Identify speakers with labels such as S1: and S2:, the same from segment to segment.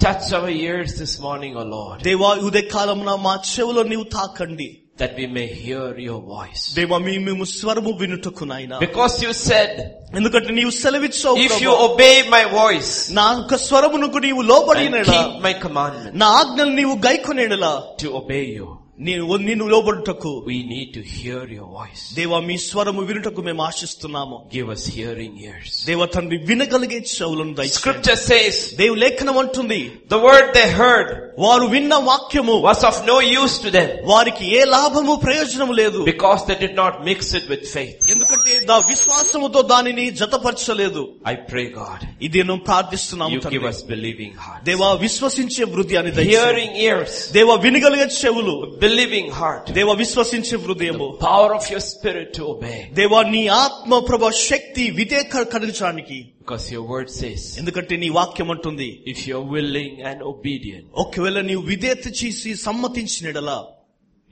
S1: Touch our ears this morning, O Lord,
S2: దేవా ఈ ఉదయకాలమున మా చెవులో నీవు తాకండి
S1: that we may hear your voice.
S2: దేవా మీ మేము స్వరము వినుటకు నాయన
S1: Because you said,
S2: ఎందుకంటే నీవు సెలవిచ్చావు
S1: if you
S2: ప్రభా.
S1: obey my voice
S2: నా యొక్క స్వరమునకు నీవు
S1: and
S2: లోబడిన
S1: keep my commandment
S2: నా ఆజ్ఞలు నీవు గైకొనేలా
S1: to obey you,
S2: నీవు నిన్ను లోబడుటకు
S1: we need to hear your voice.
S2: దేవా మీ స్వరము వినుటకు మేము ఆశిస్తున్నాము
S1: Give us hearing ears.
S2: దేవ తండ్రి వినగలిగే చెవులను దయచేయండి.
S1: Scripture says,
S2: దేవు లేఖనం అంటుంది
S1: the word they heard
S2: వారు విన్న వాక్యము
S1: was of no use to them
S2: వారికి ఏ లాభము ప్రయోజనము లేదు
S1: because they did not mix it with faith.
S2: ఎందుకంటే దా విశ్వాసముతో దానిని జతపరచలేదు
S1: I pray God,
S2: ఇది నేను ప్రార్థిస్తున్నాము
S1: you give
S2: తండ్రి.
S1: us believing heart,
S2: దేవా విశ్వసించే వృద్ధి అని దయచేయండి.
S1: hearing ears,
S2: దేవా వినగలిగే చెవులు
S1: believing heart,
S2: దేవ విశ్వసించే హృదయము
S1: power of your spirit to obey.
S2: దేవా నీ ఆత్మ ప్రభ శక్తి విదేక కలిగించడానికి
S1: Because your word says,
S2: ఎందుకంటే నీ వాక్యం అంటుంది
S1: if you're willing and obedient,
S2: ఒకవేళ నీవు విధేయత చేసి సమ్మతించినడలా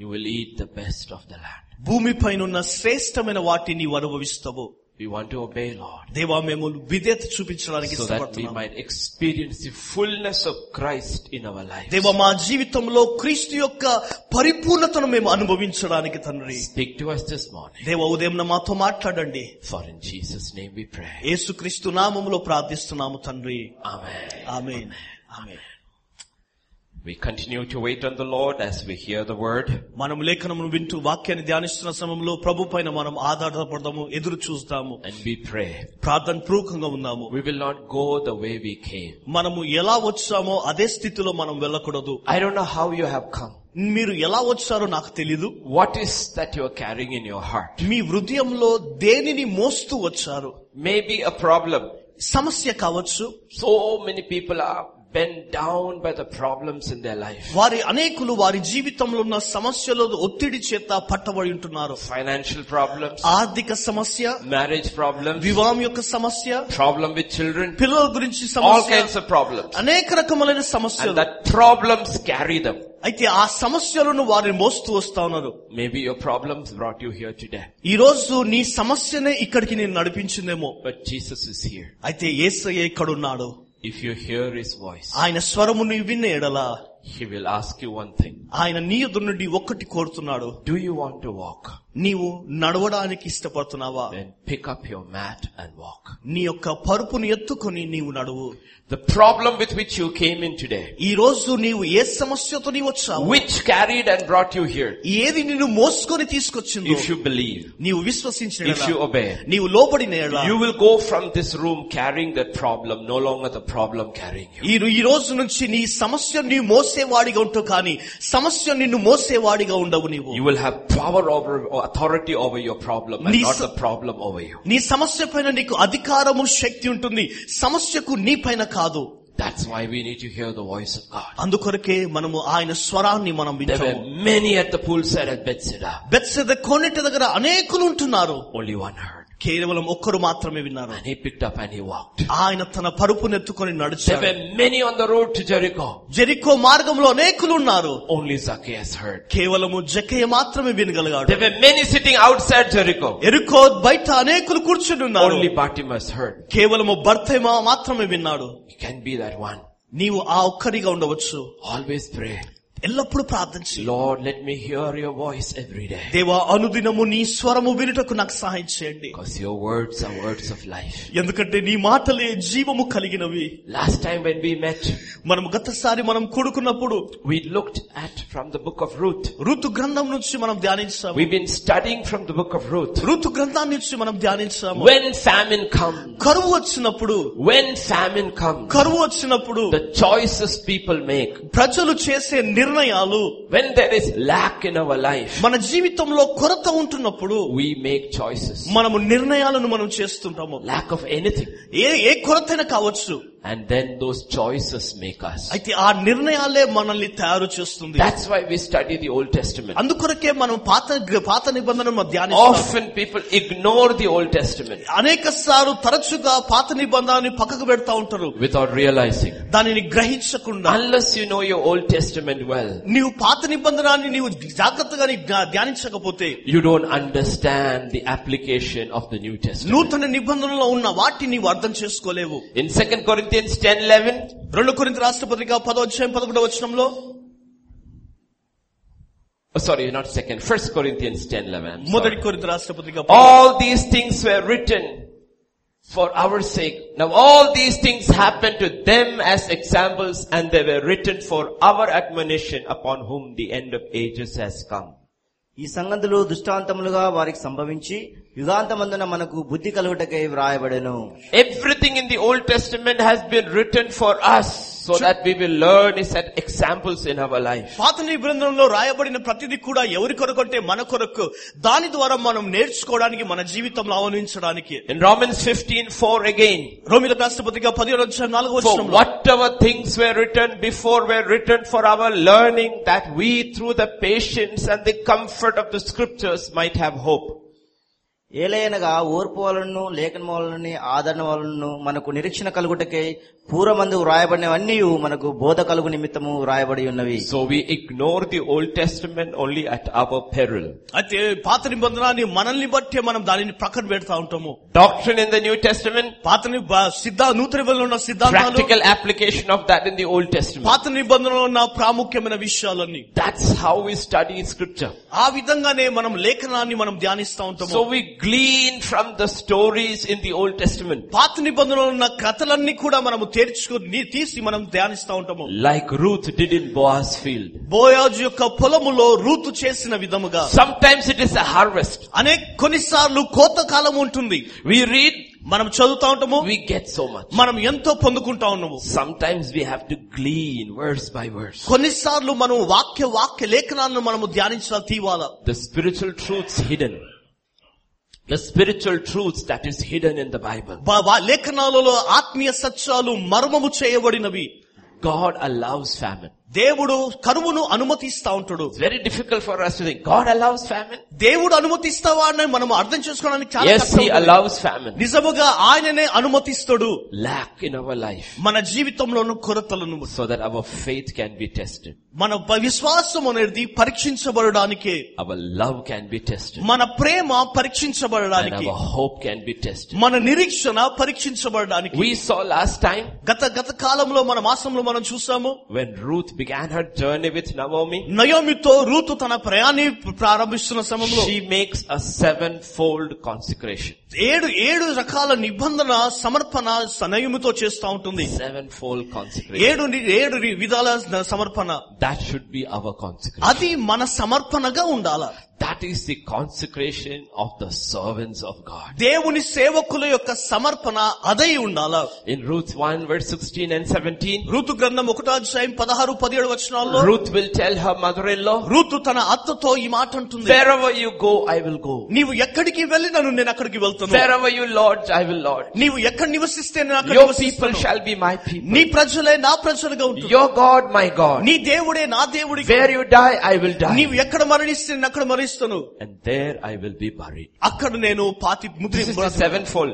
S1: you will eat the best of the land.
S2: భూమిపైనున్న శ్రేష్టమైన వాటిని నీవు అనుభవిస్తావు
S1: We want to obey, Lord,
S2: దేవా మేము విధేయత చూపించడానికి
S1: so that we
S2: ఇష్టపడుతున్నాం
S1: might experience the fullness of Christ in our lives.
S2: దేవ మా జీవితంలో క్రీస్తు యొక్క పరిపూర్ణతను మేము అనుభవించడానికి తండ్రి
S1: Speak to us this morning,
S2: దేవ ఉదయం మాతో మాట్లాడండి
S1: for in Jesus' name we pray.
S2: యేసుక్రీస్తు నామములో ప్రార్థిస్తున్నాము తండ్రి
S1: Amen.
S2: ఆమె
S1: We continue to wait on the Lord as we hear the word.
S2: మనం లేఖనమును వింటూ వాక్యాన్ని ధ్యానిస్తున్న సమయంలో ప్రభు పైన మనం ఆధారపడదాము ఎదురు చూస్తాము
S1: And we pray.
S2: ప్రార్థన పూర్వకంగా ఉన్నాము
S1: We will not go the way we came.
S2: మనము ఎలా వచ్చామో అదే స్థితిలో మనం వెళ్ళకూడదు
S1: I don't know how you have come.
S2: మీరు ఎలా వచ్చారో నాకు తెలీదు
S1: What is that you are carrying in your heart?
S2: మీ హృదయంలో దేనిని మోస్తూ వచ్చారు
S1: Maybe a problem.
S2: సమస్య కావచ్చు
S1: So many people are bent down by the problems in their life.
S2: వారి అనేకులు వారి జీవితంలో ఉన్న సమస్యలో ఒత్తిడి చేత పట్టబడి ఉంటున్నారు
S1: Financial problems,
S2: ఆర్థిక సమస్య
S1: marriage problems,
S2: వివాహం యొక్క సమస్య
S1: problem with children,
S2: పిల్లల గురించి
S1: all
S2: సమస్య
S1: kinds of problems.
S2: అనేక రకములైన
S1: And
S2: సమస్యలు
S1: that problems carry them.
S2: అయితే ఆ సమస్యలను వారిని మోస్తూ వస్తా ఉన్నారు
S1: Maybe your problems brought you here today.
S2: ఈ రోజు నీ సమస్యనే ఇక్కడికి నేను నడిపించిందేమో
S1: But Jesus is here.
S2: అయితే ఏసయ్య ఇక్కడున్నాడు
S1: If you hear his voice,
S2: ఆయన స్వరము నీ విన్న ఎడలా
S1: he will ask you one thing.
S2: ఆయన నీ ఎదురు నుండి ఒక్కటి కోరుతున్నాడు
S1: Do you want to walk?
S2: నీవు నడవడానికి ఇష్టపడుతున్నావా
S1: Then pick up your mat and walk.
S2: నీ యొక్క పరుపును ఎత్తుకొని నీవు నడువు
S1: The problem with which you came in today,
S2: ఈ రోజు నీవు ఏ సమస్యతో నీవు వచ్చావు
S1: which carried and brought you here,
S2: ఏది నిన్ను మోసుకొని తీసుకొచ్చిందో
S1: if you believe,
S2: నీవు విశ్వసించిన
S1: if you
S2: ఎడలా,
S1: obey,
S2: నీవు లోబడిన ఎడలా,
S1: You will go from this room carrying that problem, no longer the problem carrying you.
S2: ఈ ఈ రోజు నుంచి నీ సమస్య నీవు మోసేవాడిగా ఉంటావు కానీ సమస్య నిన్ను మోసేవాడిగా ఉండవు నీవు
S1: You will have power over or authority over your problem and
S2: Ni-
S1: not the problem over you.
S2: నీ సమస్య పైన నీకు అధికారము శక్తి ఉంటుంది సమస్యకు నీ పైన కాదు
S1: That's why we need to hear the voice of God.
S2: అందుకొరకే మనము ఆయన స్వరాన్ని మనం
S1: There
S2: వింటాము
S1: were many at the poolside at Bethsaida.
S2: బెత్సెద కోనేట దగ్గర అనేకులు ఉంటున్నారు
S1: Only one heard.
S2: కేవలం ఒక్కరు మాత్రమే విన్నారు
S1: And he picked up and he walked.
S2: ఆయన తన పరుపునెత్తుకొని
S1: There
S2: నడిచాడు
S1: were many on the road to Jericho.
S2: జెరికో మార్గంలో అనేకులు ఉన్నారు
S1: Only Zacchaeus heard.
S2: కేవలము జకయ్య మాత్రమే వినగలిగాడు
S1: There were many sitting outside Jericho.
S2: ఎరుకో బయట అనేకులు కూర్చుని ఉన్నారు
S1: Only Bartimaeus heard.
S2: కేవలము భర్తేమా మాత్రమే విన్నాడు
S1: You can be that one.
S2: నీవు ఆ ఒక్కరిగా ఉండవచ్చు
S1: Always pray.
S2: ఎల్లప్పుడూ ప్రార్థించి
S1: Lord, let me hear your voice every day.
S2: దేవా అనుదినము నీ స్వరము వినుటకు నాకు సహాయం చేయండి
S1: Because your words are words of life.
S2: ఎందుకంటే నీ మాటలే జీవము కలిగినవి
S1: Last time when we met,
S2: మనం గతసారి మనం కూడుకున్నప్పుడు
S1: we looked at from the book of Ruth.
S2: ఋతు గ్రంథం నుంచి మనం ధ్యానించాము
S1: We've been studying from the book of Ruth.
S2: ఋతు గ్రంథాన్ని నుంచి మనం ధ్యానించాము
S1: When famine comes,
S2: కరువు వచ్చినప్పుడు
S1: when famine comes,
S2: కరువు వచ్చినప్పుడు
S1: the choices people make,
S2: ప్రజలు చేసే నిర్ణయాలు
S1: when there is lack in our life,
S2: మన జీవితంలో కొరత ఉంటున్నప్పుడు
S1: we make choices.
S2: మనము నిర్ణయాలను మనం చేస్తుంటాము
S1: Lack of anything.
S2: ఏ ఏ కొరతైనా కావచ్చు
S1: And then those choices make us.
S2: అయితే ఆ నిర్ణయాలే మనల్ని తయారు చేస్తుంది
S1: That's why we study the Old Testament.
S2: అందుకొరకే మనం పాత పాత నిబంధనను మనం ధ్యానిస్తాం
S1: Often people ignore the Old Testament
S2: అనేక సార్లు తరచుగా పాత నిబంధనని పక్కకు పెడతా ఉంటారు
S1: without realizing.
S2: దానిని గ్రహించకుండా
S1: Unless you know your Old Testament well,
S2: నీవు పాత నిబంధనాన్ని నీవు జాగ్రత్తగా నీ జ్ఞా- ధ్యానించకపోతే
S1: you don't understand the application of the New Testament.
S2: నూతన నిబంధనలో ఉన్న వాటిని నీవు అర్థం చేసుకోలేవు
S1: In 2 Corinthians Corinthians 10 11.
S2: రెండు కొరింత రాష్ట్ర పత్రిక పదో అధ్యాయం పదకొండవ వచనంలో
S1: Oh, sorry, not second. First Corinthians 10 11.
S2: మొదటి కొరింత రాష్ట్ర పత్రిక
S1: All these things were written for our sake. Now all these things happened to them as examples and they were written for our admonition upon whom the end of ages has come.
S3: ఈ సంగతులు దృష్టాంతములుగా వారికి సంభవించి యుగాంతమందున మనకు బుద్ధి కలుగుటకై వ్రాయబడెను
S1: Everything in the Old Testament has been written for us so that we will learn is at examples in our life.
S2: పాత నిబంధనలో రాయబడిన ప్రతిదీ కూడా ఎవరి కొరకంటే మన కొరకు దాని ద్వారా మనం నేర్చుకోవడానికి మన జీవితంలో ఆవరించడానికి
S1: In Romans 15 4 again,
S2: రోమిల రాష్ట్ర పత్రిక పదిహేడు అధ్యాయం నాలుగో
S1: For
S2: వచనంలో
S1: whatever things were written before were written for our learning that we through the patience and the comfort of the scriptures might have hope.
S3: ఏలైనగా ఓర్పు వలనను లేఖన వలనని ఆదరణ వలనను మనకు నిరీక్షణ కలుగుటకై పూర్వమందు వ్రాయబడినవన్నీ మనకు బోధ కలుగు నిమిత్తము వ్రాయబడి ఉన్నవి
S1: So we ignore the Old Testament only at our peril.
S2: అయితే పాత నిబంధనాన్ని మనల్ని బట్టే మనం దానిని పక్కన పెడతా ఉంటాము
S1: Doctrine in the New Testament,
S2: పాత నిబ- సిద్ధా నూతన నిబంధనలో ఉన్న సిద్ధాంతాలు
S1: practical application of that in the Old Testament.
S2: పాత నిబంధనలో ఉన్న ప్రాముఖ్యమైన విషయాలన్నీ
S1: That's how we study scripture.
S2: ఆ విధంగానే మనం లేఖనాన్ని మనం ధ్యానిస్తా ఉంటాము
S1: So we glean from the stories in the Old Testament.
S2: పాత నిబంధనలో ఉన్న కథలన్నీ కూడా మనము తెరుచుకుని నీ- తీసి మనం ధ్యానిస్తా ఉంటాము
S1: Like Ruth did in Boaz field.
S2: బోయాజు యొక్క పొలములో రూతు చేసిన విధముగా
S1: Sometimes it is a harvest.
S2: అనేక కొన్నిసార్లు కోత కాలం ఉంటుంది
S1: We read,
S2: మనం చదువుతా ఉంటాము
S1: we get so much.
S2: మనం ఎంతో పొందుకుంటా ఉన్నాము
S1: Sometimes we have to glean verse by verse.
S2: కొన్నిసార్లు మనం వాక్య వాక్య లేఖనాలను మనము ధ్యానించాలి తీవాలా
S1: The spiritual truths hidden. The spiritual truths that is hidden in the Bible.
S2: బా- వా- లేఖనాలలో ఆత్మీయ సత్యాలు మర్మము చేయబడినవి
S1: God allows famine.
S2: దేవుడు కరువును అనుమతిస్తా ఉంటాడు
S1: It's very difficult for us to think, God allows famine?
S2: దేవుడు అనుమతిస్తావా అని మనం అర్థం చేసుకోవడానికి చాలా
S1: Yes,
S2: కష్టం
S1: He
S2: ఉంటుంది.
S1: allows famine.
S2: నిజముగా ఆయననే అనుమతిస్తాడు
S1: Lack in our life
S2: మన జీవితంలోను కొరతలను
S1: so that our faith can be tested.
S2: మన ప- విశ్వాసం అనేది పరీక్షించబడడానికే
S1: Our love can be tested.
S2: మన ప్రేమ
S1: And
S2: పరీక్షించబడడానికి
S1: our hope can be tested.
S2: మన నిరీక్షణ పరీక్షించబడడానికి
S1: We saw last time
S2: గత గత కాలంలో మన మాసంలో మనం చూసాము
S1: when Ruth began her journey with Naomi,
S2: నయోమితో రూతు తన ప్రయాణి ప్రారంభిస్తున్న సమయంలో
S1: she makes a sevenfold consecration.
S2: ఏడు ఏడు రకాల నిబంధన సమర్పణ సనయముతో చేస్తా ఉంటుంది
S1: Sevenfold consecration.
S2: ఏడు ని- ఏడు రి- విధాల న- సమర్పణ
S1: That should be our consecration.
S2: అది మన సమర్పణగా ఉండాల
S1: That is the consecration of the servants of God.
S2: దేవుని సేవకుల యొక్క సమర్పణ అదై ఉండాల
S1: In Ruth 1 verse 16 and 17,
S2: ఋతు గ్రంథం ఒకటో అధ్యాయం పదహారు పదిహేడు వచనాల్లో
S1: Ruth will tell her mother-in-law,
S2: ఋతు తన అత్తతో ఈ మాట అంటుంది
S1: wherever you go, I will go.
S2: నీవు ఎక్కడికి వెళ్ళినను నేను అక్కడికి వెళ్తాను
S1: Wherever you lodge, I will lodge.
S2: నీవు ఎక్కడ నివసిస్తే నేను అక్కడ
S1: Your people
S2: నివసిస్తాను.
S1: shall be my people.
S2: నీ ప్రజలే నా ప్రజలుగా ఉంటుంది
S1: Your God, my God.
S2: నీ దేవుడే నా దేవుడిగా
S1: Where you die, I will die.
S2: నీవు ఎక్కడ మరణిస్తే నేను అక్కడ మరణిస్తాను
S1: And there I will be buried.
S2: అక్కడ నేను పాతి Mudra
S1: This is the sevenfold.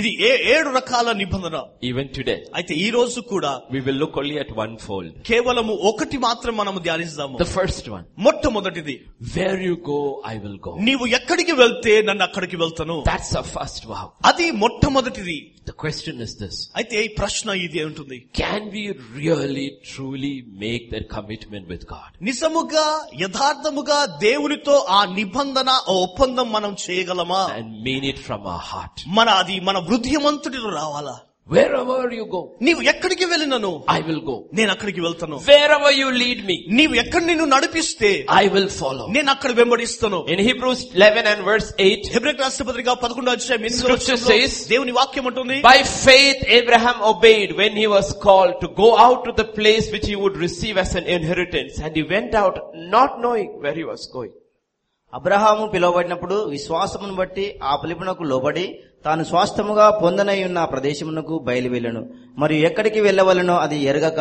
S2: ఇది ఏ ఏడు రకాల నిబంధన
S1: Even today,
S2: అయితే ఈ రోజు కూడా
S1: we will look only at one fold.
S2: కేవలము ఒకటి మాత్రం మనము ధ్యానిస్తాము
S1: The first one.
S2: మొట్టమొదటిది
S1: Where you go, I will go.
S2: నీవు ఎక్కడికి వెళ్తే నన్ను అక్కడికి వెళ్తాను
S1: That's a first vow.
S2: అది మొట్టమొదటిది
S1: The question is this.
S2: అయితే ఈ ప్రశ్న ఇది ఉంటుంది
S1: Can we really truly make that commitment with God?
S2: నిజముగా యథార్థముగా దేవునితో ఆ నిబంధన ఆ ఒప్పందం మనం చేయగలమా
S1: And mean it from our heart.
S2: మన అది మన హృదయమంతటిలో రావాలా
S1: Wherever you go,
S2: నీవు ఎక్కడికి వెళ్ళినను
S1: I will go.
S2: నేను అక్కడికి వెళ్తాను
S1: Wherever you lead me,
S2: నీవు ఎక్కడ నిన్ను నడిపిస్తే
S1: I will follow.
S2: నేను అక్కడ వెంబడిస్తాను
S1: In Hebrews 11 and verse 8,
S2: హెబ్రిక్ రాష్ట్రపతిగా పదకొండో అధ్యాయం ఎనిమిదో
S1: Scripture
S2: వచనంలో
S1: says,
S2: దేవుని వాక్యం ఉంటుంది
S1: by faith Abraham obeyed when he was called to go out to the place which he would receive as an inheritance and he went out not knowing where he was going.
S3: Abraham పిలువబడినప్పుడు విశ్వాసమును బట్టి ఆ పిలుపునకు లోబడి తాను స్వాస్థముగా పొందనయున్న ప్రదేశమునకు బయలువెళ్ళను మరియు ఎక్కడికి వెళ్ళవలనో అది ఎరగక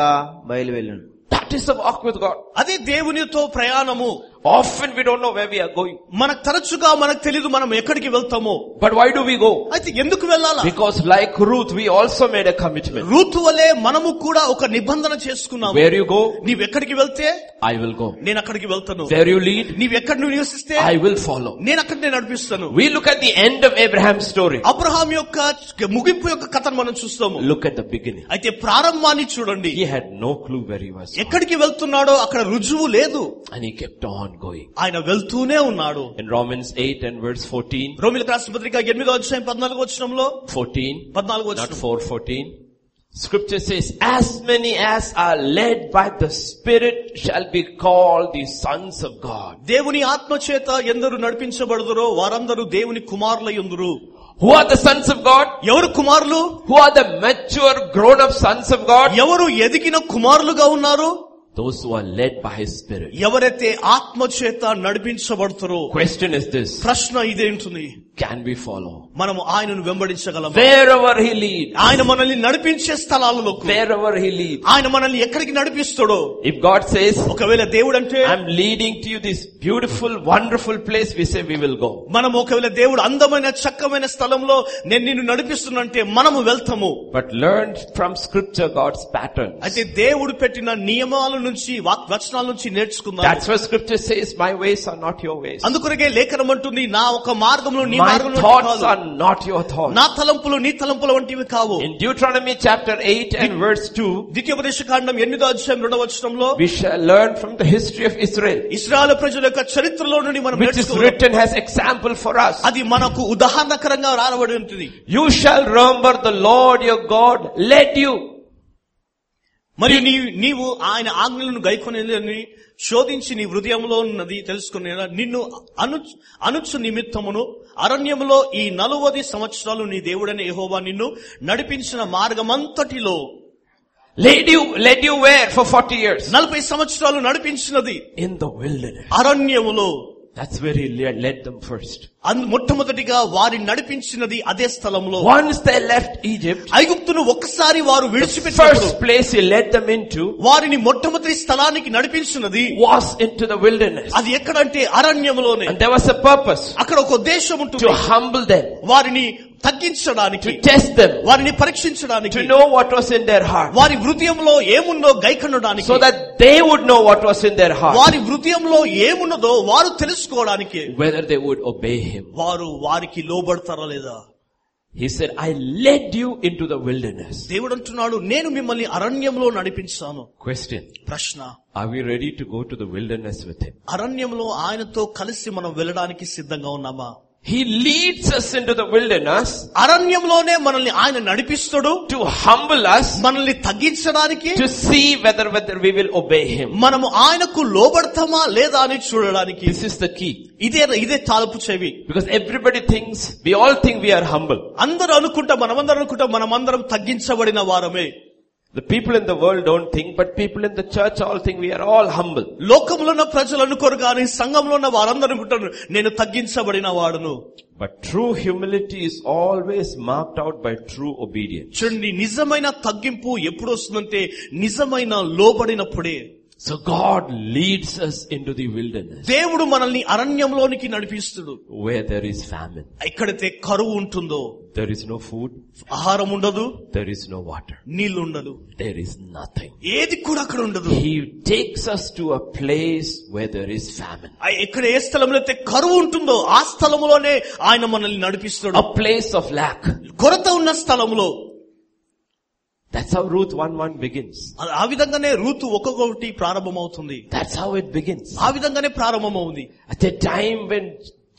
S3: బయలువెళ్ళను
S1: That is the walk with God.
S2: అదే దేవునితో ప్రయాణము
S1: Often we don't know where we are going.
S2: మనకు తరచుగా మనకు తెలియదు మనం ఎక్కడికి వెళ్తామో
S1: But why do we go?
S2: అయితే ఎందుకు వెళ్ళాలా
S1: Because like Ruth, we also made a commitment.
S2: ఋతువలే మనము కూడా ఒక నిబంధన చేసుకున్నాము
S1: Where you go,
S2: నీవు ఎక్కడికి వెళ్తే
S1: I will go.
S2: నేను అక్కడికి వెళ్తాను
S1: Where you lead,
S2: నీవు ఎక్కడ నువ్వు నివసిస్తే
S1: I will follow.
S2: నేను అక్కడ నేను నడిపిస్తాను
S1: We look at the end of Abraham's story.
S2: Abraham యొక్క ముగింపు యొక్క కథను మనం చూస్తాము
S1: Look at the beginning.
S2: అయితే ప్రారంభాన్ని చూడండి
S1: He had no clue where he was.
S2: ఎక్కడికి వెళ్తున్నాడో అక్కడ రుజువు లేదు
S1: And he kept on going.
S2: ఆయన వెళ్తూనే ఉన్నాడు
S1: In Romans 8 and verse 14,
S2: రోమిలకు రాసిన పత్రిక ఎనిమిదో అధ్యాయం పద్నాలుగు వచనంలో
S1: 14,
S2: పద్నాలుగు
S1: not
S2: వచనం
S1: 4, 14. Scripture says, as many as are led by the Spirit shall be called the sons of God.
S2: దేవుని ఆత్మ చేత ఎందరు నడిపించబడదురో వారందరూ దేవుని కుమారులై ఉందరు
S1: Who are the sons of God?
S2: ఎవరు కుమారులు
S1: Who are the mature grown-up sons of God?
S2: ఎవరు ఎదిగిన కుమారులుగా ఉన్నారు
S1: Those who are led by His Spirit.
S2: ఎవరైతే ఆత్మ చేత నడిపించబడతారో
S1: Question is this,
S2: ప్రశ్న ఇదే ఉంటుంది
S1: can we follow?
S2: మనము ఆయనను వెంబడించగలం
S1: Wherever He leads,
S2: ఆయన మనల్ని నడిపించే స్థలాలకు
S1: wherever He leads.
S2: ఆయన మనల్ని ఎక్కడికి నడిపిస్తాడో
S1: If God says,
S2: ఒకవేళ దేవుడు అంటే
S1: I'm leading to you this beautiful, wonderful place. We say we will go.
S2: మనం ఒకవేళ దేవుడు అందమైన చక్కమైన స్థలంలో నేను నిన్ను నడిపిస్తున్నంటే మనము వెళ్తాము
S1: But learn from scripture God's pattern.
S2: అయితే దేవుడు పెట్టిన నియమాల నుంచి వాక్ వచనాల నుంచి నేర్చుకుందాం
S1: That's why scripture says my ways are not your ways.
S2: అందుకొరకే లేఖనం అంటుంది నా ఒక మార్గంలో నీ
S1: My
S2: మార్గంలో
S1: thoughts
S2: కాదు.
S1: are not your thoughts.
S2: నా తలంపులు నీ తలంపుల వంటివి కావు
S1: In Deuteronomy chapter 8 and verse 2,
S2: ద్వితీయోపదేశ కాండం ఎనిమిదో అధ్యాయం రెండవ వచనంలో
S1: we shall learn from the history of Israel,
S2: Israel ప్రజల యొక్క చరిత్రలో నుండి మనం
S1: which is
S2: నేర్చుకోవాలి
S1: written as example for us.
S2: అది మనకు ఉదాహరణకరంగా రానబడి ఉంటుంది
S1: You shall remember the Lord your God led you.
S2: మరియు నీ నీవు ఆయన ఆజ్ఞలను గైకొనేదని శోధించి నీ హృదయంలో ఉన్నది తెలుసుకునే నిన్ను అను అనుచు నిమిత్తమును అరణ్యములో ఈ నలువది సంవత్సరాలు నీ దేవుడైన యెహోవా నిన్ను నడిపించిన మార్గమంతటిలో
S1: Led you, led you where for 40 years?
S2: నలభై సంవత్సరాలు నడిపించినది
S1: In the wilderness.
S2: అరణ్యములో
S1: That's where he led led them first.
S2: అన్- మొట్టమొదటిగా వారిని నడిపించినది అదే స్థలంలో
S1: Once they left Egypt,
S2: ఐగుప్తును ఒక్కసారి వారు విడిచిపెట్టినప్పుడు
S1: first place he led them into
S2: వారిని మొట్టమొదటి స్థలానికి నడిపించినది
S1: was into the wilderness.
S2: అది ఎక్కడంటే అరణ్యములోనే
S1: And there was a purpose
S2: అక్కడ ఒక ఉద్దేశం
S1: to
S2: ఉంటుంది
S1: humble them,
S2: వారిని తగ్గించడానికి
S1: to test them,
S2: వారిని పరీక్షించడానికి
S1: to know what was in their heart,
S2: వారి హృదయంలో ఏముందో గైకనడానికి
S1: so that they would know what was in their heart,
S2: వారి హృదయంలో ఏమున్నదో వారు తెలుసుకోవడానికి
S1: whether they would obey him.
S2: వారు వారికి లోబడతారా లేదా
S1: He said, I led you into the wilderness.
S2: దేవుడు అంటున్నాడు నేను మిమ్మల్ని అరణ్యంలో నడిపించాను
S1: Question.
S2: ప్రశ్న
S1: Are we ready to go to the wilderness with him?
S2: అరణ్యంలో ఆయనతో కలిసి మనం వెళ్ళడానికి సిద్ధంగా ఉన్నామా
S1: He leads us into the wilderness
S2: అరణ్యంలోనే మనల్ని ఆయన నడిపిస్తాడు
S1: to humble us,
S2: మనల్ని తగ్గించడానికి
S1: to see whether, whether we will obey him.
S2: మనము ఆయనకు లోబడతామా లేదా అని చూడడానికి
S1: This is the key.
S2: ఇదే ఇదే తాలపు చెవి
S1: Because everybody thinks, we all think we are humble.
S2: అందరూ అనుకుంటా మనమందరం అనుకుంటాం మనమందరం తగ్గించబడిన వారమే
S1: The people in the world don't think, but people in the church all think we are all humble.
S2: లోకంలో ఉన్న ప్రజలు అనుకోరు కానీ సంఘంలో ఉన్న వారందరూ అనుకుంటారు నేను తగ్గించబడిన వాడును
S1: But true humility is always marked out by true obedience.
S2: చూడండి నిజమైన తగ్గింపు ఎప్పుడు వస్తుందంటే నిజమైన లోబడినప్పుడే
S1: So God leads us into the wilderness
S2: దేవుడు మనల్ని అరణ్యంలోనికి నడిపిస్తుడు
S1: where there is famine.
S2: ఎక్కడైతే కరువు ఉంటుందో
S1: There is no food.
S2: ఆహారం ఉండదు
S1: There is no water.
S2: నీళ్లు ఉండదు
S1: There is nothing.
S2: ఏది కూడా అక్కడ ఉండదు
S1: He takes us to a place where there is famine.
S2: ఆ ఎక్కడ ఏ స్థలంలో అయితే కరువు ఉంటుందో ఆ స్థలంలోనే ఆయన మనల్ని నడిపిస్తాడు
S1: A place of lack.
S2: కొరత ఉన్న స్థలంలో
S1: That's how Ruth 1-1 begins.
S2: అలా ఆ విధంగానే ఋతు ఒక్కొక్కటి ప్రారంభమవుతుంది
S1: That's how it begins.
S2: ఆ విధంగానే ప్రారంభమవుంది
S1: At a time when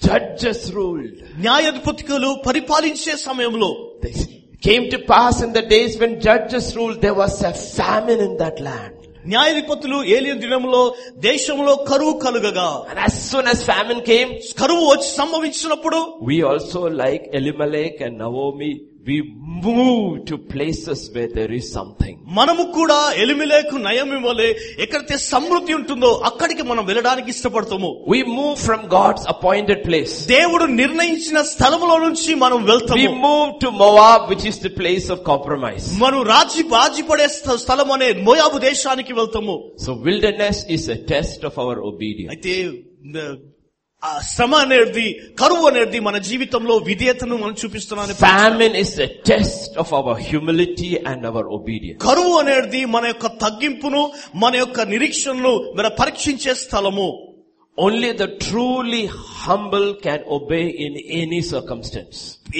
S1: judges ruled.
S2: న్యాయాధిపతికులు పరిపాలించే సమయంలో
S1: This came to pass in the days when judges ruled, there was a famine in that land.
S2: న్యాయాధిపతులు ఏలియన్ దినంలో దేశంలో కరువు కలుగగా
S1: And as soon as famine came,
S2: కరువు వచ్చి సంభవించినప్పుడు
S1: we also, like Elimelech and Naomi, we move to places where there is something.
S2: మనము కూడా ఎలిమిలేకు నయమి వలె ఎక్కడైతే సమృద్ధి ఉంటుందో అక్కడికి మనం వెళ్ళడానికి ఇష్టపడతాము
S1: We move from God's appointed place.
S2: దేవుడు నిర్ణయించిన స్థలంలో నుంచి మనం
S1: We
S2: వెళ్తాము
S1: move to Moab, which is the place of compromise.
S2: మనం రాజీ బాజీపడే స్థ- స్థలం అనే మోయాబు దేశానికి వెళ్తాము
S1: So wilderness is a test of our obedience.
S2: అయితే ఆ, ఆ శ్రమ అనేది కరువు అనేది మన జీవితంలో విధేయతను మనం చూపిస్తున్నాను
S1: Famine is a test of our humility and our obedience.
S2: కరువు అనేది మన యొక్క తగ్గింపును మన యొక్క నిరీక్షణను మన పరీక్షించే స్థలము
S1: Only the truly humble can obey in any circumstance.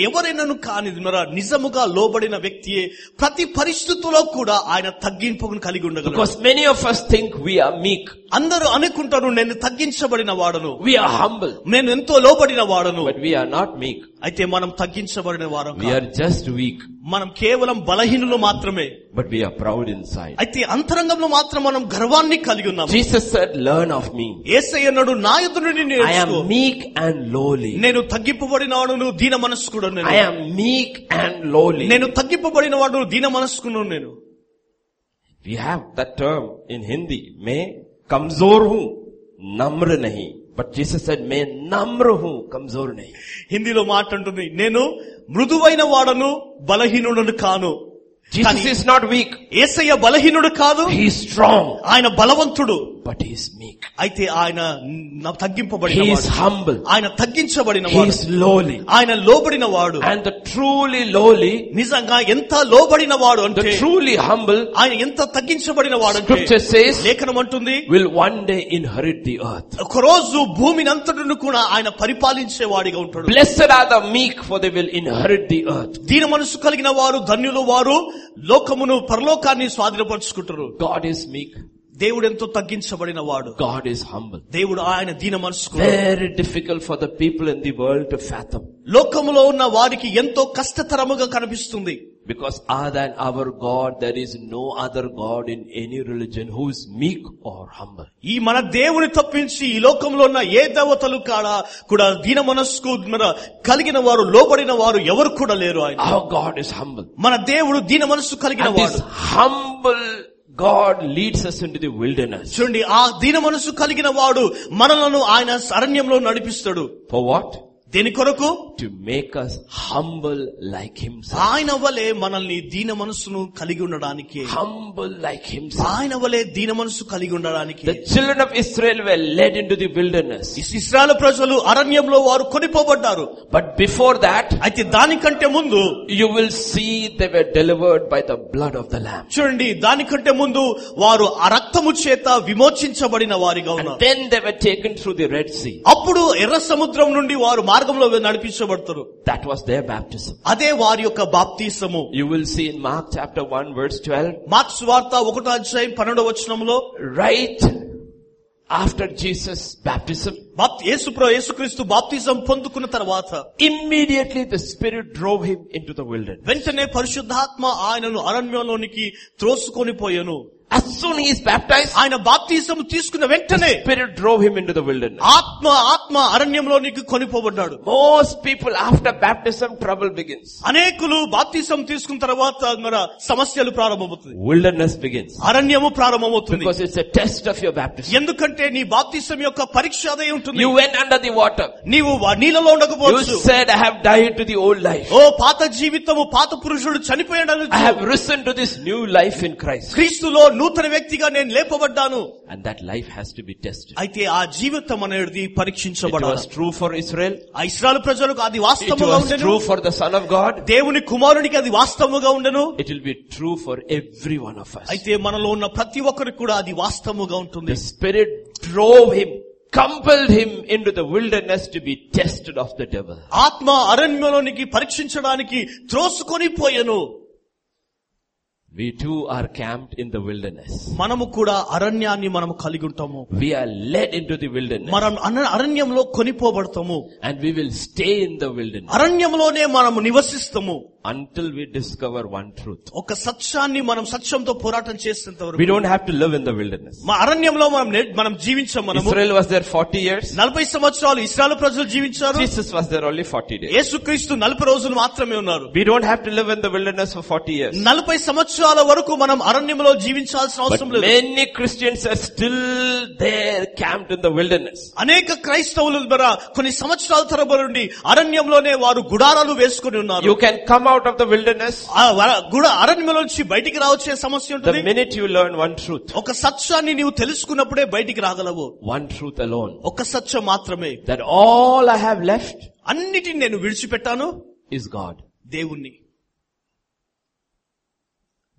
S2: ఎవరైనాను కానిది మన నిజముగా లోబడిన వ్యక్తియే ప్రతి పరిస్థితుల్లో కూడా ఆయన తగ్గింపును కలిగి ఉండగలరు
S1: Because many of us think we are meek,
S2: అందరూ అనుకుంటారు నేను తగ్గించబడిన వాడను
S1: we are humble,
S2: నేను ఎంతో లోబడిన వాడను
S1: but we are not meek.
S2: అయితే మనం తగ్గించబడిన వారం
S1: We
S2: కాదు.
S1: are just weak,
S2: మనం కేవలం బలహీనులు మాత్రమే
S1: but we are proud inside.
S2: అయితే అంతరంగంలో మాత్రం మనం గర్వాన్ని కలిగి ఉన్నాం
S1: Jesus said, learn of me.
S2: ఏసై అన్నాడు నా ఎదురు నుండి
S1: I
S2: నేర్చుకో
S1: am meek and lowly.
S2: నేను తగ్గింపబడిన వాడును దీన మనస్కుడు
S1: I
S2: నేను
S1: am meek and lowly.
S2: నేను తగ్గింపబడిన వాడు దీన మనస్కును నేను
S1: We have that term in Hindi. मैं कमजोर हूँ नम्र नहीं But Jesus said, मैं नम्र हूँ कमजोर नहीं.
S2: హిందీలో మాట అంటుంది నేను మృదువైన వాడను బలహీనుడను కాను
S1: Jesus is not weak.
S2: ఏసయ్య బలహీనుడు కాదు
S1: He is strong,
S2: ఆయన బలవంతుడు
S1: but he is meek.
S2: అయితే ఆయన న- తగ్గింపబడిన
S1: He is
S2: వాడు.
S1: humble.
S2: ఆయన తగ్గించబడిన
S1: He
S2: వాడు
S1: is lowly.
S2: ఆయన లోబడిన వాడు
S1: And the truly lowly,
S2: నిజంగా ఎంత లోబడిన వాడు అంటే
S1: the truly humble,
S2: ఆయన ఎంత తగ్గించబడిన వాడు అంటే
S1: scripture says,
S2: లేఖనం అంటుంది
S1: will one day inherit the earth.
S2: ఒకరోజు భూమిని అంతటిని కూడా ఆయన పరిపాలించే వాడిగా ఉంటాడు
S1: Blessed are the meek, for they will inherit the earth.
S2: దీని మనసు కలిగిన వారు ధన్యులు వారు లోకమును పరలోకాన్ని స్వాధీనపరుచుకుంటారు
S1: God is meek.
S2: దేవుడు ఎంతో తగ్గించబడిన వాడు
S1: God is humble.
S2: దేవుడు ఆయన దీన మనసు
S1: Very difficult for the people in the world to fathom.
S2: లోకములో ఉన్న వారికి ఎంతో కష్టతరముగా కనిపిస్తుంది
S1: Because other than our God, there is no other God in any religion who is meek or humble.
S2: ఈ మన దేవుని తప్పించి ఈ లోకంలో ఉన్న ఏ దేవతలు కాడా కూడా దీన మనస్కు మన కలిగిన వారు లోబడిన వారు ఎవరు కూడా లేరు ఆయన
S1: Our God is humble.
S2: మన దేవుడు దీన మనస్సు కలిగిన
S1: And this
S2: వాడు
S1: humble God leads us into the wilderness.
S2: చూడండి ఆ దీన మనస్సు కలిగిన వాడు మనలను ఆయన అరణ్యంలో నడిపిస్తాడు
S1: For what?
S2: దేని కొరకు
S1: To make us humble like Himself.
S2: ఆయన వలె మనల్ని దీన మనస్సును కలిగి ఉండడానికి
S1: Humble like Himself.
S2: ఆయన వలె దీన మనస్సు కలిగి ఉండడానికి
S1: The children of Israel were led into the wilderness.
S2: Israel ప్రజలు అరణ్యంలో వారు కొనిపోబడ్డారు
S1: But before that,
S2: అయితే దానికంటే ముందు
S1: you will see they were delivered by the blood of the Lamb.
S2: చూడండి దానికంటే ముందు వారు ఆ రక్తము చేత విమోచించబడిన వారిగా
S1: And
S2: ఉన్నారు
S1: then they were taken through the Red Sea.
S2: అప్పుడు ఎర్ర సముద్రం నుండి వారు మార్గంలో నడిపించబడతారు
S1: That was their baptism.
S2: అదే వారి యొక్క బాప్తీసము
S1: You will see in Mark chapter 1 verse 12,
S2: Mark's వార్త ఒకటో అధ్యాయం పన్నెండవ వచనంలో
S1: right after Jesus' baptism,
S2: బాప్తి యేసుప్రో యేసుక్రీస్తు బాప్తిజం పొందుకున్న తర్వాత
S1: immediately the Spirit drove him into the wilderness.
S2: వెంటనే పరిశుద్ధాత్మ ఆయనను అరణ్యంలోనికి త్రోసుకొని పోయాను
S1: As soon he is baptized,
S2: ఆయన బాప్తిజం తీసుకున్న వెంటనే
S1: Spirit drove him into the wilderness.
S2: ఆత్మ ఆత్మ అరణ్యంలోనికి కొనిపోబడ్డాడు
S1: Most people after baptism trouble begins.
S2: అనేకులు బాప్తిజం తీసుకున్న తర్వాత మన సమస్యలు ప్రారంభమవుతుంది
S1: Wilderness begins.
S2: అరణ్యము ప్రారంభమవుతుంది
S1: Because it's a test of your baptism.
S2: ఎందుకంటే నీ బాప్తిసం యొక్క పరీక్ష అదే ఉంటుంది
S1: You went under the water.
S2: నీవు వా- నీళ్ళలో
S1: You
S2: ఉండకపోవచ్చు
S1: said, I have died to the old life.
S2: ఓ పాత జీవితము పాత పురుషుడు చనిపోయాడు
S1: I have risen to this new life in Christ.
S2: క్రీస్తులో నూతన వ్యక్తిగా నేను లేపబడ్డాను
S1: And that life has to be tested.
S2: అయితే ఆ జీవితం అనేది
S1: It was
S2: పరీక్షించబడాలి
S1: true for Israel.
S2: ఆ ఇస్రాయల్ ప్రజలకు అది
S1: It
S2: వాస్తవంగా
S1: was
S2: ఉండను
S1: true for the Son of God.
S2: దేవుని కుమారునికి అది వాస్తవంగా ఉండను
S1: It will be true for every one of us.
S2: అయితే మనలో ఉన్న ప్రతి ఒక్కరికి కూడా అది వాస్తవముగా ఉంటుంది
S1: The Spirit drove him, compelled him into the wilderness to be tested of the devil.
S2: ఆత్మ అరణ్యంలోనికి పరీక్షించడానికి త్రోసుకొని పోయెను
S1: We too are camped in the wilderness.
S2: మనము కూడా అరణ్యాన్ని మనము కలిగి ఉంటాము
S1: We are led into the wilderness
S2: మనం అన- అరణ్యంలో కొనిపోబడతాము
S1: and we will stay in the wilderness
S2: అరణ్యంలోనే మనము నివసిస్తాము
S1: until we discover one truth.
S2: ఒక సత్యాన్ని మనం సత్యంతో పోరాటం చేసేంత
S1: We
S2: వరకు
S1: don't have to live in the wilderness.
S2: మా అరణ్యంలో మనం నే- మనం జీవించాం మనము
S1: Israel was there 40 years.
S2: నలభై సంవత్సరాలు ఇస్రాయల్ ప్రజలు జీవించారు
S1: Jesus was there only 40 days.
S2: యేసుక్రీస్తు నలభై రోజులు మాత్రమే ఉన్నారు
S1: We don't have to live in the wilderness for 40 years.
S2: నలభై సంవత్సరాల వరకు మనం అరణ్యంలో జీవించాల్సిన
S1: But
S2: అవసరం లేదు
S1: many Christians are still there camped in the wilderness.
S2: అనేక క్రైస్తవులు ద్వారా కొన్ని సంవత్సరాల తరబడి నుండి అరణ్యంలోనే వారు గుడారాలు వేసుకుని ఉన్నారు
S1: You can come out of the wilderness
S2: ఆ వర- గుడ అరణ్యంలో నుంచి బయటికి రావచ్చే సమస్య
S1: the
S2: ఉంటుంది
S1: minute you learn one truth.
S2: ఒక సత్యాన్ని నీవు తెలుసుకున్నప్పుడే బయటికి రాగలవు
S1: One truth alone.
S2: ఒక సత్యం మాత్రమే
S1: That all I have left
S2: అన్నిటిని నేను విడిచిపెట్టాను
S1: is God.
S2: దేవుణ్ణి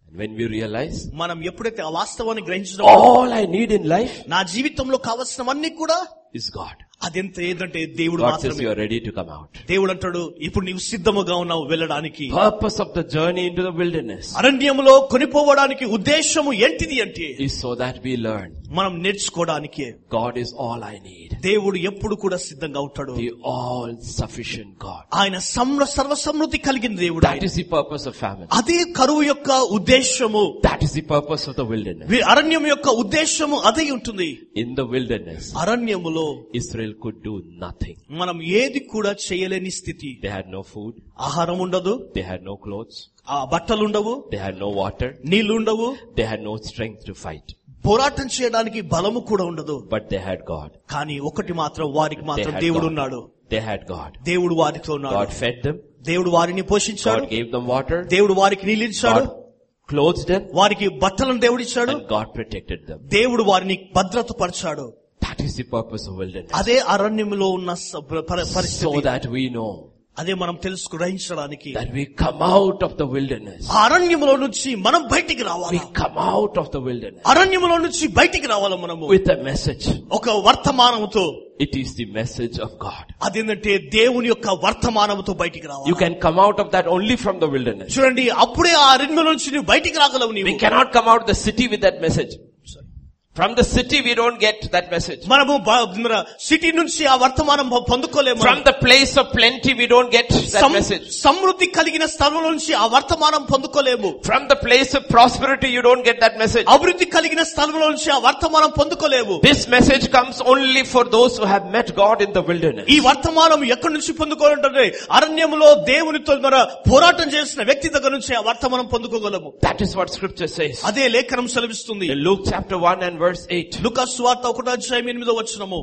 S1: And when we realize
S2: మనం ఎప్పుడైతే ఆ వాస్తవాన్ని గ్రహించినామో
S1: all I need in life
S2: నా జీవితంలో కావలసినవన్నీ కూడా
S1: is God.
S2: అదెంత ఏంటంటే దేవుడు
S1: God says
S2: మాత్రమే
S1: you are ready to come out.
S2: దేవుడు అంటాడు ఇప్పుడు నీవు సిద్ధముగా ఉన్నావు వెళ్ళడానికి
S1: Purpose of the journey into the wilderness
S2: అరణ్యంలో కొనిపోవడానికి ఉద్దేశము ఏంటిది అంటే
S1: is so that we learn
S2: మనం నేర్చుకోవడానికే
S1: God is all I need.
S2: దేవుడు ఎప్పుడు కూడా సిద్ధంగా ఉంటాడు
S1: The all sufficient God.
S2: ఆయన సమ్ర సర్వసమృద్ధి కలిగిన దేవుడు
S1: That
S2: ఆయన.
S1: is the purpose of famine.
S2: అదే కరువు యొక్క ఉద్దేశము
S1: That is the purpose of the wilderness.
S2: వీ- అరణ్యం యొక్క ఉద్దేశము అదే ఉంటుంది
S1: In the wilderness,
S2: అరణ్యములో
S1: Israel could do nothing.
S2: మనం ఏది కూడా చేయలేని స్థితి
S1: They had no food.
S2: ఆహారం ఉండదు
S1: They had no clothes.
S2: ఆ బట్టలు ఉండవు
S1: They had no water.
S2: నీళ్లు ఉండవు
S1: They had no strength to fight.
S2: పోరాటం చేయడానికి బలము కూడా ఉండదు
S1: But they had God.
S2: కానీ ఒకటి మాత్రం వారికి
S1: They
S2: మాత్రం
S1: had
S2: దేవుడు
S1: God.
S2: ఉన్నాడు
S1: They had God.
S2: దేవుడు వారితో ఉన్నాడు
S1: God fed them.
S2: దేవుడు వారిని పోషించాడు
S1: God gave them water.
S2: దేవుడు వారికి నీళ్ళిచ్చాడు
S1: God clothed them.
S2: వారికి బట్టలను దేవుడిచ్చాడు
S1: And God protected them.
S2: దేవుడు వారిని భద్రతపరిచాడు
S1: That is the purpose of wilderness.
S2: అదే అరణ్యంలో ఉన్న స- ప- ప-
S1: So
S2: పరిస్థితి
S1: that we know
S2: అదే మనం తెలుసు గ్రహించడానికి
S1: that we come out of the wilderness.
S2: ఆ అరణ్యంలో నుంచి మనం బయటికి
S1: We
S2: రావాలి
S1: come out of the wilderness
S2: అరణ్యంలో నుంచి బయటికి రావాలి మనము
S1: with a message.
S2: ఒక వర్తమానంతో
S1: It is the message of God.
S2: అదేంటంటే దేవుని యొక్క వర్తమానంతో బయటికి
S1: You
S2: రావాలి
S1: can come out of that only from the wilderness.
S2: చూడండి అప్పుడే ఆ అరణ్యం నుంచి నువ్వు బయటికి రాగలవు
S1: We
S2: నీవు
S1: cannot come out of the city with that message. From the city we don't get that message.
S2: మనము సిటీ నుంచి ఆ వర్తమానం పొ- పొందుకోలేము
S1: From the place of plenty we don't get that
S2: సమ్-
S1: message.
S2: సమృద్ధి కలిగిన స్థలం నుంచి ఆ వర్తమానం పొందుకోలేము
S1: From the place of prosperity you don't get that message.
S2: అభివృద్ధి కలిగిన స్థలం నుంచి ఆ వర్తమానం పొందుకోలేవు
S1: This message comes only for those who have met God in the wilderness.
S2: ఈ వర్తమానం ఎక్కడి నుంచి పొందుకోవాలంటే అరణ్యంలో దేవునితో మన పోరాటం చేసిన వ్యక్తి దగ్గర నుంచి ఆ వర్తమానం పొందుకోగలము
S1: That is what scripture says.
S2: అదే లేఖనం సెలవిస్తుంది
S1: In Luke chapter 1 and verse 8.
S2: Lukas వార్త ఒకటో అధ్యాయం ఎనిమిదో వచ్చినము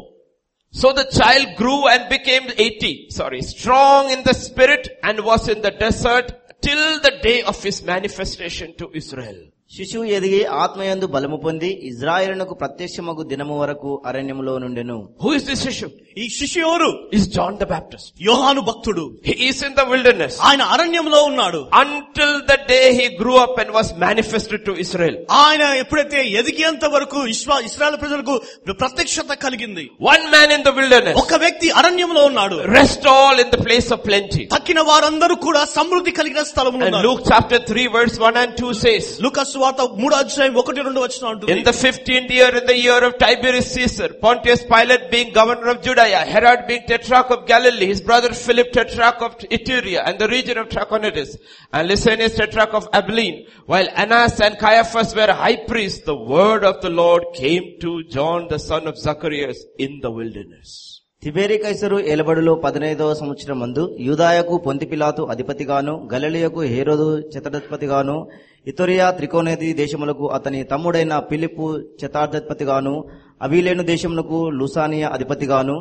S1: So the child grew and became 80, sorry, strong in the spirit and was in the desert till the day of his manifestation to Israel.
S3: శిశువు ఎదిగి ఆత్మయందు బలము పొంది ఇజ్రాయేలునకు ప్రత్యక్షమగు దినము వరకు అరణ్యములో నుండెను
S1: Who is this issue?
S2: ఈ శిష్యు ఎవరు
S1: Is John the Baptist.
S2: యోహాను భక్తుడు
S1: He is in the wilderness
S2: ఆయన అరణ్యంలో ఉన్నాడు
S1: until the day he grew up and was manifested to Israel.
S2: ఆయన ఎప్పుడైతే ఎదిగేంత వరకు ఇస్రా- ఇస్రాయేల్ ప్రజలకు ప్రత్యక్షత కలిగింది
S1: One man in the wilderness,
S2: ఒక వ్యక్తి అరణ్యంలో ఉన్నాడు
S1: rest all in the place of plenty.
S2: తక్కిన వారందరూ కూడా సమృద్ధి కలిగిన స్థలంలో
S1: And
S2: ఉన్నారు
S1: Luke chapter 3 verse 1 and 2 says,
S2: లూకాసు వార్త మూడో అధ్యాయం ఒకటి రెండు వచ్చిన
S1: In the fifteenth year, in the year of Tiberius Caesar, Pontius Pilate being governor of Judea, Herod being tetrarch of Galilee, his brother Philip tetrarch of Iturea and the region of Trachonitis, and Lysanias tetrarch of Abilene, while Annas and Caiaphas were high priests, the word of the Lord came to John the son of Zacharias in the wilderness.
S3: తిబేరి కైసరు ఏలబడిలో పదినైదవ సంవత్సరం మందు యూదాయకు పొంతిపిలాతు అధిపతిగాను గలలియకు హేరోదు చతాధిపతిగాను ఇతోరియా త్రికోణేది దేశములకు అతని తమ్ముడైన పిలిపు చతాధిపతిగాను అవిలేను దేశములకు లుసానియా అధిపతిగాను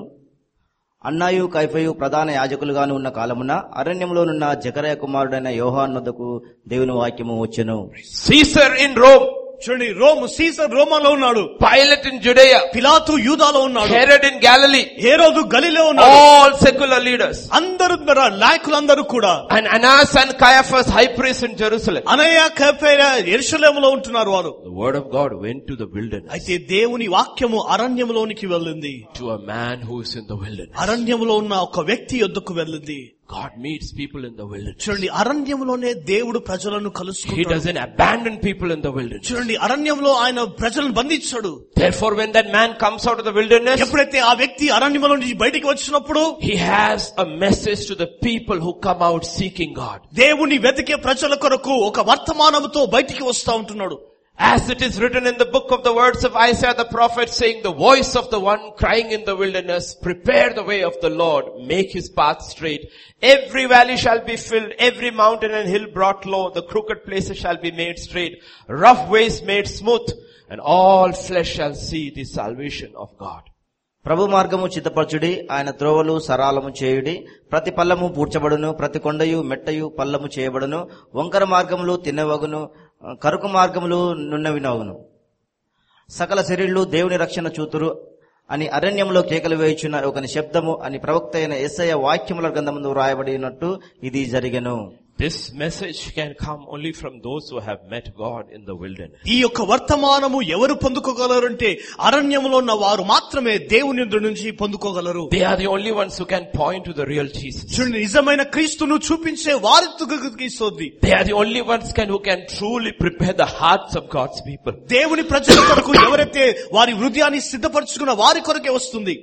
S3: అన్నాయు కైఫయు ప్రధాన యాజకులుగాను ఉన్న కాలమున అరణ్యములోనున్న జకరయ కుమారుడైన యోహాన్ వద్దకు దేవుని వాక్యము వచ్చెను
S1: Caesar in Rome,
S2: చూడండి రోమ్ సీసర్ రోమాలో ఉన్నాడు
S1: Pilate in Judea,
S2: పిలాతు యూదాలో ఉన్నాడు
S1: Herod in Galilee,
S2: ఏ రోజు గలిలో ఉన్నాడు
S1: all secular leaders,
S2: అందరూ మరి నాయకులందరూ కూడా
S1: and Annas and Caiaphas high priests in Jerusalem.
S2: Anaya కఫేర ఎరుషలేములో ఉంటున్నారు వారు
S1: The word of God went to the wilderness
S2: అయితే దేవుని వాక్యము అరణ్యంలోనికి వెళ్ళింది
S1: to a man who is in the wilderness.
S2: అరణ్యంలో ఉన్న ఒక వ్యక్తి యొద్దకు వెళ్ళింది
S1: God meets people in the wilderness.
S2: చూడండి అరణ్యంలోనే దేవుడు ప్రజలను
S1: He
S2: కలుసుకుంటాడు
S1: doesn't abandon people in the wilderness.
S2: చూడండి అరణ్యంలో ఆయన ప్రజలను బంధించాడు
S1: Therefore, when that man comes out of the wilderness,
S2: ఎప్పుడైతే ఆ వ్యక్తి అరణ్యంలో నుంచి బయటికి వచ్చినప్పుడు
S1: he has a message to the people who come out seeking God.
S2: దేవుని వెతికే ప్రజల కొరకు ఒక వర్తమానంతో బయటికి వస్తా ఉంటున్నాడు
S1: As it is written in the book of the words of Isaiah the prophet saying, the voice of the one crying in the wilderness, prepare the way of the Lord, make his path straight. Every valley shall be filled, every mountain and hill brought low, the crooked places shall be made straight, rough ways made smooth, and all flesh shall see the salvation of God.
S3: ప్రభు మార్గము చిత్తపరచుడి ఆయన త్రోవలు సరాలము చేయుడి ప్రతి పల్లము పూడ్చబడును ప్రతి కొండయు మెట్టయు పల్లము చేయబడును వంకర మార్గములు తిన్నవగును కరుకు మార్గములు నున్నవినవగును సకల శరీరులు దేవుని రక్షణ చూతురు అని అరణ్యంలో కేకలు వేయుచున్న ఒకని శబ్దము అని ప్రవక్త అయిన ఎస్ఐ వాక్యముల గ్రంథముందు వ్రాయబడినట్టు ఇది జరిగెను
S1: This message can come only from those who have met God in the wilderness.
S2: ఈ యొక్క వర్తమానము ఎవరు పొందుకోగలరంటే అరణ్యంలో ఉన్న వారు మాత్రమే దేవుని యొద్ద నుంచి పొందుకోగలరు
S1: They are the only ones who can point to the real Jesus.
S2: చూడండి నిజమైన క్రీస్తును చూపించే వారి ఇస్తుంది
S1: They are the only ones can, who can truly prepare the hearts of God's people.
S2: దేవుని ప్రజల కొరకు ఎవరైతే వారి హృదయాన్ని సిద్ధపరచుకున్న వారి కొరకే వస్తుంది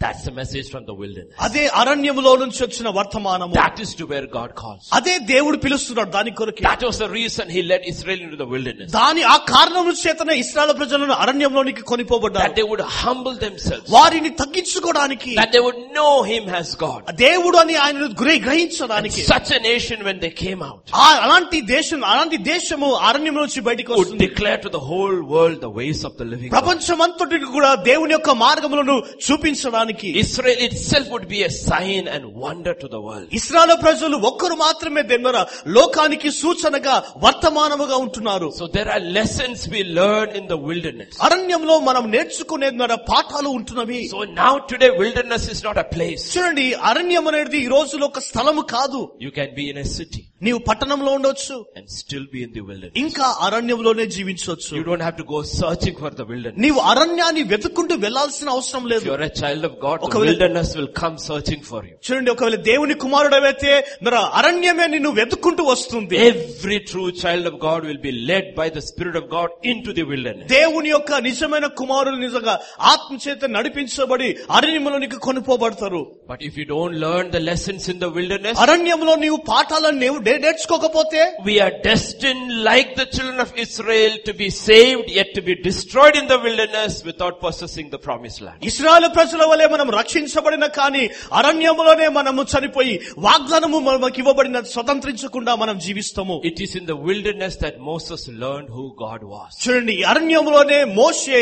S1: That's the message from the wilderness.
S2: అదే అరణ్యములో నుంచి వచ్చిన వర్తమానము
S1: That is to where God calls.
S2: అదే దేవుడు పిలుస్తున్నాడు దాని కొరకే
S1: That was the reason he led Israel into the wilderness.
S2: దాని ఆ కారణము చేతనే ఇస్రాయల్ ప్రజలను అరణ్యంలోనికి
S1: That
S2: కొనిపోబడ్డారు
S1: they would humble themselves.
S2: వారిని తగ్గించుకోవడానికి
S1: That they would know him as God.
S2: దేవుడు అని ఆయనను గ్రహి- గ్రహించడానికి
S1: Such a nation when they came out
S2: ఆ అలాంటి దేశం అలాంటి దేశము అరణ్యం నుంచి బయటికి
S1: would
S2: వస్తుంది
S1: declare to the whole world the ways of the living God.
S2: ప్రపంచమంతటికి కూడా దేవుని యొక్క మార్గములను చూపించడానికి
S1: Israel itself would be a sign and wonder to the world.
S2: Israel ప్రజలు ఒక్కరు మాత్రమే దగ్గర లోకానికి సూచనగా వర్తమానముగా ఉంటున్నారు
S1: So there are lessons we learn in the wilderness.
S2: అరణ్యంలో మనం నేర్చుకునే మన పాఠాలు ఉంటున్నవి
S1: So now today wilderness is not a place.
S2: చూడండి అరణ్యం అనేది ఈ రోజులో ఒక స్థలము కాదు
S1: You can be in a city
S2: నీవు పట్టణంలో ఉండొచ్చు
S1: and still be in the wilderness.
S2: ఇంకా అరణ్యంలోనే జీవించవచ్చు
S1: You don't have to go searching for the wilderness.
S2: నీవు అరణ్యాన్ని వెతుక్కుంటూ వెళ్లాల్సిన అవసరం
S1: If
S2: లేదు
S1: you're a child of God, the
S2: ఒకవేళ-
S1: wilderness will come searching for you.
S2: చూడండి ఒకవేళ దేవుని కుమారుడవైతే మరి అరణ్యమే నిన్ను వెతుక్కుంటూ వస్తుంది
S1: Every true child of God will be led by the Spirit of God into the wilderness.
S2: దేవుని యొక్క నిజమైన కుమారులు నిజంగా ఆత్మ చేత నడిపించబడి అరణ్యములోనికి కొనుపోబడతారు
S1: But if you don't learn the lessons in the wilderness,
S2: అరణ్యంలో నీవు పాఠాలను నీవు నే- నేర్చుకోకపోతే
S1: we are destined like the children of Israel to be saved yet to be destroyed in the wilderness without possessing the promised land.
S2: Israel ప్రజల వలె మనం రక్షించబడిన కానీ అరణ్యములోనే మనము చనిపోయి వాగ్దానము మనకు ఇవ్వబడిన స్వతంత్రించకుండా మనం జీవిస్తాము
S1: It is in the wilderness that Moses learned who God was.
S2: చూడండి ఈ అరణ్యంలోనే మోషే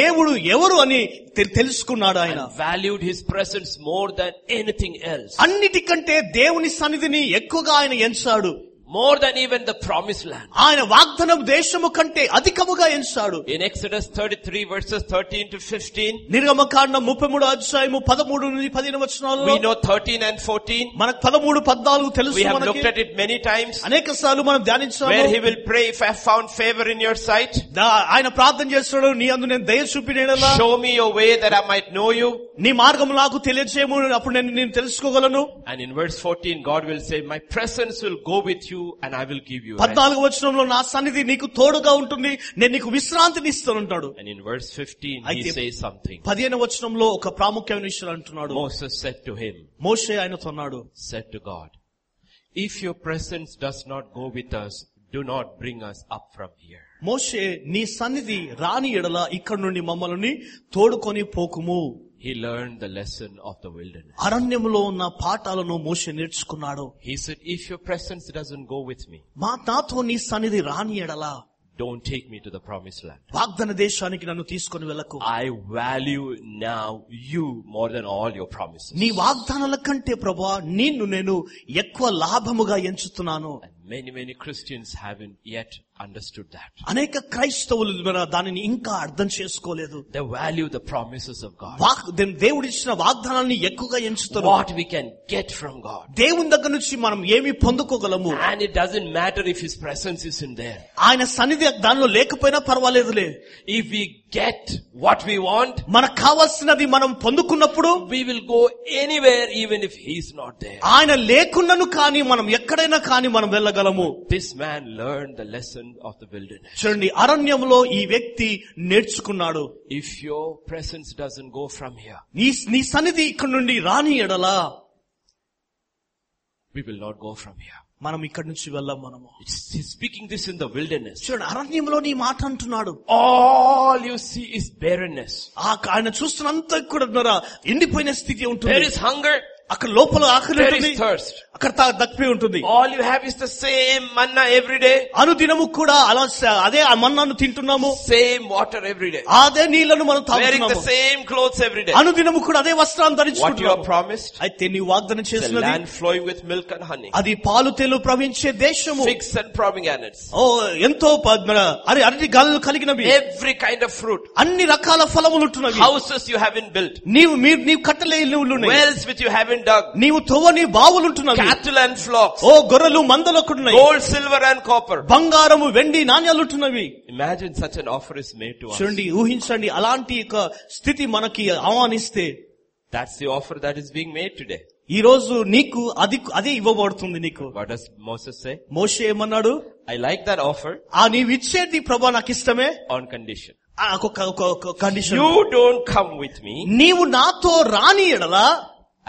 S2: దేవుడు ఎవరు అని తె- తెలుసుకున్నాడు ఆయన
S1: And valued his presence more than anything else.
S2: అన్నిటికంటే దేవుని సన్నిధిని ఎక్కువగా ఆయన ఎంచాడు
S1: More than even the promised land.
S2: ఆయన వాగ్దానం దేశము కంటే అధికముగా ఎంచాడు
S1: In Exodus 33 verses 13 to 15,
S2: నిర్గమకాండం ముప్పై మూడు అధ్యాయము పదమూడు నుండి పదిహేను వచనాలలో
S1: we know 13 and 14.
S2: మనకు పదమూడు పద్నాలుగు
S1: We
S2: తెలుసు
S1: have
S2: మనకి.
S1: looked at it many times
S2: అనేక సార్లు మనం
S1: where he
S2: ధ్యానించాము
S1: will pray, if I have found favor in your sight,
S2: దా- ఆయన ప్రార్థన చేస్తున్నాడు నీ అందు నేను దయ చూపినేలా
S1: show me your way that I might know you.
S2: నీ మార్గం నాకు తెలియజేయము అప్పుడు నేను నేను తెలుసుకోగలను
S1: And in verse 14, God will say, my presence will go with you and I will give you rest.
S2: పద్నాలుగు వచనంలో నా సన్నిధి నీకు తోడుగా ఉంటుంది నేను నీకు విశ్రాంతిని ఇస్తానంటాడు
S1: And in verse 15,
S2: I
S1: he
S2: think-
S1: says something.
S2: పదిహేను వచనంలో ఒక ప్రాముఖ్యమైన విషయం అంటున్నాడు
S1: Moses said to him,
S2: మోషే ఆయనతో అన్నాడు
S1: said to God, if your presence does not go with us, do not bring us up from here.
S2: మోషే నీ సన్నిధి రాని ఎడల ఇక్కడ నుండి మమ్మల్ని తోడుకొని పోకుము
S1: He learned the lesson of the wilderness.
S2: అరణ్యములో ఉన్న పాఠాలను మోషే నేర్చుకున్నాడు
S1: He said, if your presence doesn't go with me,
S2: మా నాతో నీ సన్నిధి రాని ఎడల
S1: don't take me to the promised land.
S2: వాగ్దాన దేశానికి నన్ను తీసుకొని వెళ్ళకు
S1: I value now you more than all your promises.
S2: నీ వాగ్దానాల కంటే ప్రభా నిన్ను నేను ఎక్కువ లాభముగా ఎంచుతున్నాను
S1: And many, many Christians haven't yet understood that.
S2: అనేక క్రైస్తవులు మన దానిని ఇంకా అర్థం చేసుకోలేదు
S1: They value the promises of God.
S2: వాగ్ దే- దేవుడిచ్చిన వాగ్దానాన్ని ఎక్కువగా ఎంచుతారు
S1: What we can get from God.
S2: దేవుని దగ్గర నుంచి మనం ఏమి పొందుకోగలము
S1: And it doesn't matter if His presence isn't there.
S2: ఆయన సన్నిధి దానిలో లేకపోయినా పర్వాలేదులే
S1: If we get what we want,
S2: మనకు కావాల్సినది మనం పొందుకున్నప్పుడు
S1: we will go anywhere even if He's not there.
S2: ఆయన లేకున్నను కానీ మనం ఎక్కడైనా కానీ మనం వెళ్ళగలము
S1: This man learned the lesson of the wilderness.
S2: చూడండి అరణ్యంలో ఈ వ్యక్తి నేర్చుకున్నాడు
S1: If your presence doesn't go from here,
S2: నీ నీ సన్నిధి ఇక్కడ నుండి రాని ఎడలా
S1: we will not go from here.
S2: మనం ఇక్కడి నుంచి వెళ్ళాం మనము
S1: He's speaking this in the wilderness.
S2: చూడండి అరణ్యంలో నీ మాట అంటున్నాడు
S1: All you see is barrenness.
S2: ఆ ఆయన చూస్తున్నంత కూడా ఉన్నారా ఎండిపోయిన స్థితి
S1: There
S2: ఉంటుంది
S1: is hunger,
S2: అక్కడ లోపల ఆకలి
S1: there
S2: ఉంటుంది
S1: is thirst.
S2: అక్కడ తా- దప్పిక ఉంటుంది
S1: All you have is the same manna every day,
S2: అనుదినము కూడా అలా స- అదే ఆ మన్నాను తింటున్నాము
S1: same water every day,
S2: అదే నీళ్లను మనం
S1: wearing the
S2: తాగుతున్నాము
S1: same clothes every day.
S2: అనుదినము కూడా అదే వస్త్రాన్ని
S1: What you are
S2: ధరించుకుంటున్నాము
S1: promised
S2: అయితే నీ వాగ్దానం
S1: is a
S2: చేసినది
S1: land flowing with milk and honey,
S2: అది పాలు తేలు ప్రవహించే దేశము
S1: figs and pomegranates,
S2: ఓ ఎంతో ప- మన అరే అరటి గాలు కలిగినవి
S1: every kind of fruit,
S2: అన్ని రకాల ఫలములు ఉంటున్నవి
S1: houses you haven't built,
S2: నీవు మీరు నీవు కట్టలే ఇల్లులు ఉన్నాయి
S1: wells which you haven't dug,
S2: నీవు తోవని బావులు ఉంటున్నవి
S1: cattle and flocks,
S2: ఓ గొర్రెలు మందలు అక్కడ ఉన్నాయి
S1: gold, silver and copper.
S2: బంగారము వెండి నాణ్యాలు ఉంటున్నవి
S1: Imagine such an offer is made to us.
S2: చూడండి ఊహించండి అలాంటి ఒక స్థితి మనకి ఆహ్వానిస్తే
S1: That's the offer that is being made today.
S2: ఈ రోజు నీకు అది అదే ఇవ్వబడుతుంది నీకు
S1: What does Moses say?
S2: మోషే ఏమన్నాడు
S1: I like that offer
S2: ఆ నీవు ఇచ్చేది ప్రభా నాకు ఇష్టమే
S1: on condition.
S2: ఆ, ఒక- ఒక- ఒక condition
S1: You don't come with me,
S2: నీవు నాతో రాని ఎడలా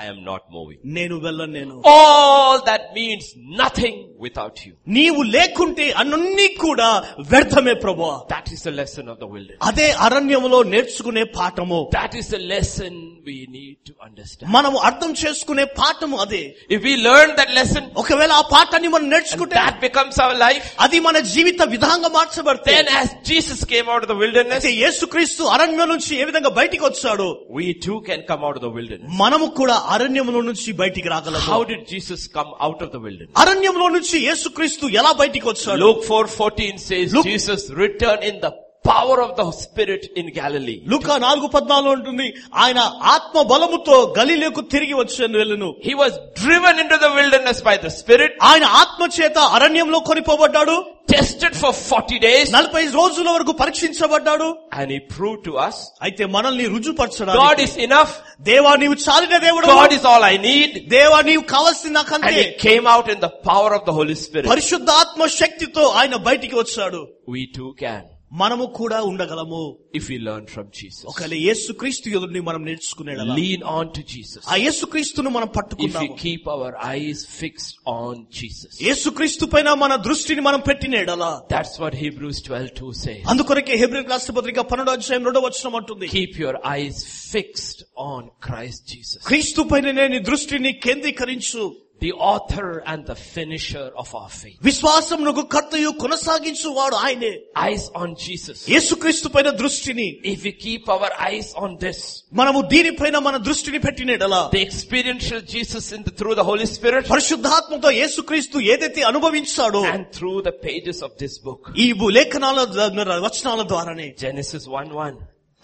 S1: I am not moving.
S2: నేను వెళ్ళను నేను
S1: All that means nothing without you.
S2: నీవు లేకుంటే అన్నీ కూడా వ్యర్థమే ప్రభా
S1: That is the lesson of the wilderness.
S2: అదే అరణ్యంలో నేర్చుకునే పాఠము
S1: That is the lesson we need to understand.
S2: మనము అర్థం చేసుకునే పాఠము అదే
S1: If we learn that lesson,
S2: ఒకవేళ ఆ పాఠాన్ని మనం నేర్చుకుంటే
S1: that becomes our life.
S2: అది మన జీవిత విధంగా మార్చబడితే
S1: Then as Jesus came out of the wilderness,
S2: అయితే యేసుక్రీస్తు అరణ్యం నుంచి ఏ విధంగా బయటికి వచ్చాడు
S1: we too can come out of the wilderness.
S2: మనము కూడా అరణ్యంలో నుంచి బయటికి రాగలము
S1: How did Jesus come out of the wilderness?
S2: అరణ్యంలో నుంచి యేసుక్రీస్తు ఎలా బయటికి వచ్చాడు
S1: Luke 4:14 says
S2: Luke-
S1: Jesus returned in the power of the spirit in Galilee.
S2: లూకా నాలుగు పద్నాలుగు ఉంటుంది ఆయన ఆత్మ బలముతో గలిలోకి తిరిగి వచ్చాను వెళ్ళను
S1: He was driven into the wilderness by the spirit,
S2: ఆయన ఆత్మ చేత అరణ్యంలో కొనిపోబడ్డాడు
S1: tested for 40 days,
S2: నలభై రోజుల వరకు పరీక్షించబడ్డాడు
S1: and he proved to us
S2: అయితే మనల్ని
S1: God
S2: రుజుపరచడానికి
S1: is enough,
S2: దేవా నీవు చాలిన దేవుడు
S1: God is all I need,
S2: దేవా నీవు కావలసింది
S1: and
S2: నాకంటే
S1: he came out in the power of the Holy Spirit.
S2: పరిశుద్ధ ఆత్మ శక్తితో ఆయన బయటికి వచ్చాడు
S1: We too can
S2: మనము కూడా ఉండగలము
S1: if we learn from Jesus.
S2: ఒకవేళ యేసుక్రీస్తు ఎదురుని మనం నేర్చుకునే
S1: Lean on to Jesus.
S2: ఆ యేసుక్రీస్తును మనం
S1: If we
S2: పట్టుకున్నాము
S1: keep our eyes fixed on Jesus.
S2: యేసుక్రీస్తు పైన మన దృష్టిని మనం పెట్టినేడలా
S1: That's what Hebrews 12:2 says.
S2: అందుకొరకే హెబ్రిల్ రాష్ట్ర పత్రిక పన్నెండో అధ్యాయం రెండో వచనం అంటుంది
S1: Keep your eyes fixed on Christ Jesus.
S2: క్రీస్తు పైననే నీ దృష్టిని కేంద్రీకరించు
S1: the author and the finisher of our faith.
S2: విశ్వాసమునకు కర్తయు కొనసాగించు వాడు ఆయనే
S1: Eyes on Jesus.
S2: యేసుక్రీస్తు పైన దృష్టిని
S1: If we keep our eyes on this,
S2: మనము దీనిపైన మన దృష్టిని పెట్టినేడలా
S1: the experiential Jesus in the, through the Holy Spirit
S2: పరిశుద్ధాత్మతో యేసుక్రీస్తు ఏదైతే అనుభవించాడో
S1: and through the pages of this book.
S2: ఈ భూ- లేఖనాల ద- వచనాల ద్వారానే
S1: Genesis 1-1.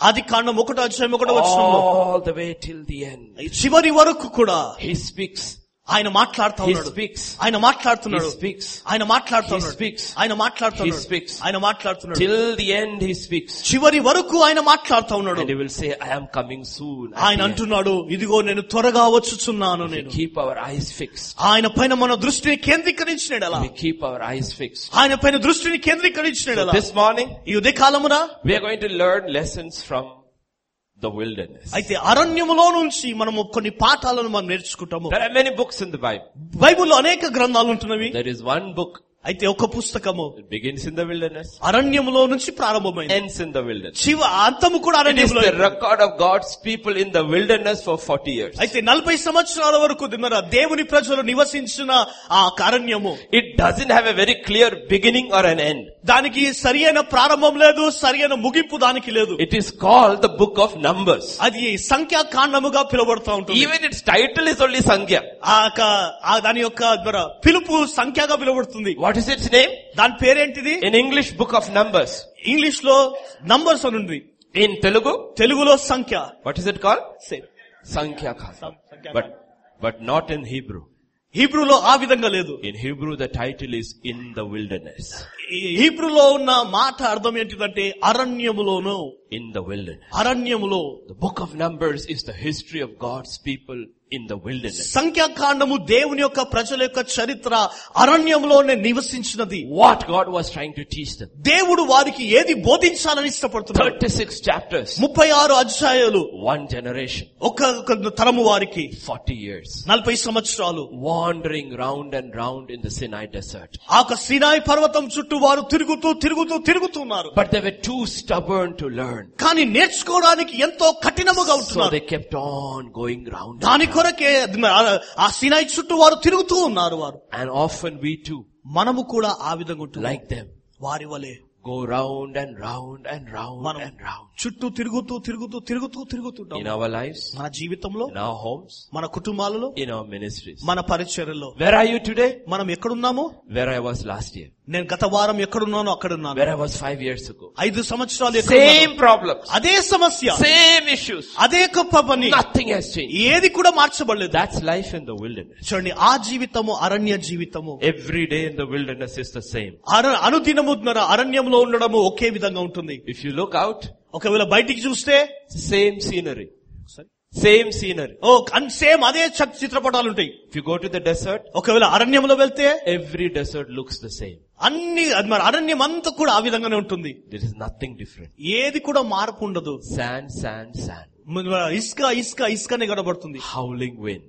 S2: ఆది కాండం ఒకటో అధ్యాయం ఒకటో వచనంలో
S1: All the way till the end.
S2: చివరి వరకు కూడా
S1: He speaks.
S2: ఆయన మాట్లాడుతూ
S1: He
S2: ఉన్నాడు
S1: speaks.
S2: ఆయన
S1: He
S2: మాట్లాడుతున్నాడు
S1: speaks.
S2: ఆయన
S1: He
S2: మాట్లాడుతున్నాడు
S1: speaks.
S2: ఆయన
S1: He
S2: మాట్లాడుతున్నాడు
S1: speaks.
S2: ఆయన మాట్లాడుతున్నాడు
S1: Till the end he speaks.
S2: చివరి వరకు ఆయన మాట్లాడుతూ ఉన్నాడు
S1: And he will say, I am coming soon. at
S2: ఆయన
S1: the end."
S2: అంటున్నాడు ఇదిగో నేను త్వరగా వచ్చుచున్నాను
S1: We
S2: నేను
S1: keep our eyes fixed.
S2: ఆయన పైన మన దృష్టిని కేంద్రీకరించినాడు అలా
S1: We keep our eyes fixed.
S2: ఆయన పైన దృష్టిని కేంద్రీకరించినాడు
S1: So
S2: అలా
S1: this morning,
S2: ఈ ఉదయ కాలమున
S1: we are going to learn lessons from the wilderness.
S2: అయితే అరణ్యములో నుంచి మనము కొన్ని పాఠాలను మనం నేర్చుకుంటాము
S1: There are many books in the Bible.
S2: బైబిల్లో అనేక గ్రంథాలు ఉంటున్నవి
S1: There is one book
S2: అయితే ఒక పుస్తకము
S1: that begins in the wilderness,
S2: అరణ్యములో నుంచి ప్రారంభమైంది
S1: ends in the wilderness.
S2: Shiva అంతము కూడా
S1: It is
S2: అరణ్యంలో
S1: the record of God's people in the wilderness for 40 years.
S2: అయితే నలభై సంవత్సరాల వరకు దిన్నర దేవుని ప్రజలు నివసించిన ఆ అరణ్యము
S1: It doesn't have a very clear beginning or an end.
S2: దానికి సరి అయిన ప్రారంభం లేదు సరి అయిన ముగింపు దానికి లేదు
S1: It is called the book of Numbers.
S2: అది సంఖ్యాకాండముగా పిలువబడతా ఉంటుంది
S1: Even its title is only Sankhya.
S2: ఆ యొక్క ఆ దాని యొక్క దిన్నర పిలుపు సంఖ్యగా పిలువబడుతుంది
S1: What is its name?
S2: దాని పేరేంటిది
S1: In English, book of Numbers.
S2: English లో నంబర్స్ అని ఉంది
S1: In Telugu,
S2: తెలుగులో సంఖ్య
S1: what is it called? Sankhya Khanda.
S2: Sankhya
S1: But, but not in Hebrew.
S2: హీబ్రూలో ఆ విధంగా లేదు
S1: In Hebrew, the title is In the Wilderness.
S2: ఈ హీబ్రూలో ఉన్న మాట అర్థం ఏంటిదంటే అరణ్యములోను
S1: In the Wilderness.
S2: అరణ్యములో
S1: The book of Numbers is the history of God's people in the wilderness.
S2: సంఖ్యాకాండము దేవుని యొక్క ప్రజల యొక్క చరిత్ర అరణ్యంలోనే నివసించినది
S1: What God was trying to teach them.
S2: దేవుడు వారికి ఏది బోధించాలని ఇష్టపడుతున్నాడు
S1: 36 chapters,
S2: ముప్పై ఆరు అధ్యాయాలు
S1: one generation,
S2: ఒక ఒక తరము వారికి
S1: 40 years,
S2: నలభై సంవత్సరాలు
S1: wandering round and round in the Sinai desert.
S2: ఆ యొక్క సినాయి పర్వతం చుట్టూ వారు తిరుగుతూ తిరుగుతూ తిరుగుతున్నారు
S1: But they were too stubborn to learn.
S2: కానీ నేర్చుకోవడానికి ఎంతో కఠినముగా
S1: So
S2: ఉంటున్నారు
S1: they kept on going round.
S2: దాని కొరకే ఆ- ఆ సినాయి చుట్టూ వారు తిరుగుతూ ఉన్నారు వారు
S1: And often we too,
S2: మనము కూడా ఆ విధంగా ఉంటున్నాం
S1: like them,
S2: వారి వలె
S1: go round and round and round
S2: మనం
S1: and round.
S2: చుట్టూ తిరుగుతూ తిరుగుతూ తిరుగుతూ
S1: In
S2: తిరుగుతుంటాం
S1: our lives,
S2: మన జీవితంలో
S1: in our homes,
S2: మన కుటుంబాలలో
S1: in our ministries.
S2: మన పరిచర్యలో
S1: Where are you today?
S2: మనం ఎక్కడున్నామో
S1: Where I was last year.
S2: నేను గత వారం ఎక్కడున్నానో అక్కడున్నాను
S1: Where I was five years ago.
S2: ఐదు సంవత్సరాలు ఎక్కడున్నాను?
S1: Same problems,
S2: అదే సమస్య
S1: same issues.
S2: అదే గొప్ప పని
S1: Nothing has changed.
S2: ఏది కూడా మార్చబడలేదు
S1: That's life in the wilderness.
S2: చూడండి ఆ జీవితము అరణ్య జీవితము
S1: Every day in the wilderness is the same.
S2: అర- అనుదినము మన అరణ్యంలో ఉండడము ఒకే విధంగా ఉంటుంది
S1: If you look out,
S2: ఒకవేళ బయటికి చూస్తే
S1: same scenery. Same scenery.
S2: ఓ సేమ్ అదే చ- చిత్రపటాలు ఉంటాయి
S1: If you go to the desert,
S2: ఒకవేళ అరణ్యంలో వెళ్తే
S1: every desert looks the same.
S2: అన్ని అది మరి అరణ్యం అంతా కూడా ఆ విధంగానే ఉంటుంది
S1: There is nothing different.
S2: ఏది కూడా మార్పు ఉండదు
S1: Sand, sand, sand.
S2: మన ఇసుక ఇసుక ఇసుకనే కనబడుతుంది
S1: Howling wind.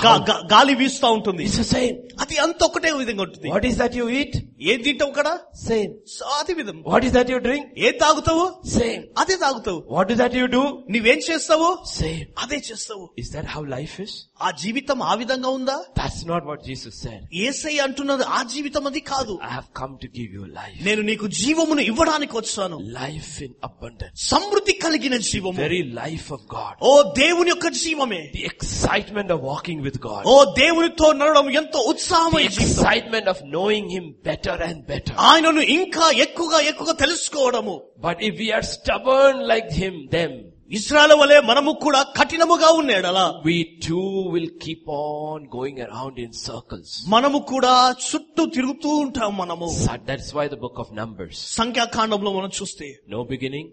S2: గా- గా- గాలి వీస్తా ఉంటుంది
S1: It's the same.
S2: అది అంత ఒకటే విధంగా ఉంటుంది
S1: What is that you eat?
S2: ఏది తింటావు కదా
S1: Same.
S2: సో అదే విధం
S1: What is that you drink?
S2: ఏది తాగుతావు
S1: Same.
S2: అదే తాగుతావు
S1: What is that you do?
S2: నువ్వేం చేస్తావు
S1: Same.
S2: అదే చేస్తావు
S1: Is that how life is?
S2: ఆ జీవితం ఆ విధంగా ఉందా
S1: That's not what Jesus said.
S2: ఏసై అంటున్నది ఆ జీవితం అది కాదు
S1: I have come to give you life.
S2: నేను నీకు జీవమును ఇవ్వడానికి వచ్చాను
S1: Life in abundance.
S2: సమృద్ధి కలిగిన జీవము
S1: Very life of God.
S2: ఓ దేవుని యొక్క జీవమే
S1: The excitement of walking with God.
S2: ఓ దేవునితో నడవడం ఎంతో
S1: the
S2: ఉత్సాహమైన జీవితం
S1: excitement of knowing Him better and better.
S2: ఆయనను ఇంకా ఎక్కువగా ఎక్కువగా తెలుసుకోవడము
S1: But if we are stubborn like Him, them,
S2: Israel వలె మనము కూడా కఠినముగా ఉన్నాడు అలా
S1: we too will keep on going around in circles.
S2: మనము కూడా చుట్టూ తిరుగుతూ ఉంటాం మనము
S1: So That's why the book of Numbers.
S2: సంఖ్యాకాండంలో మనం చూస్తే
S1: No beginning,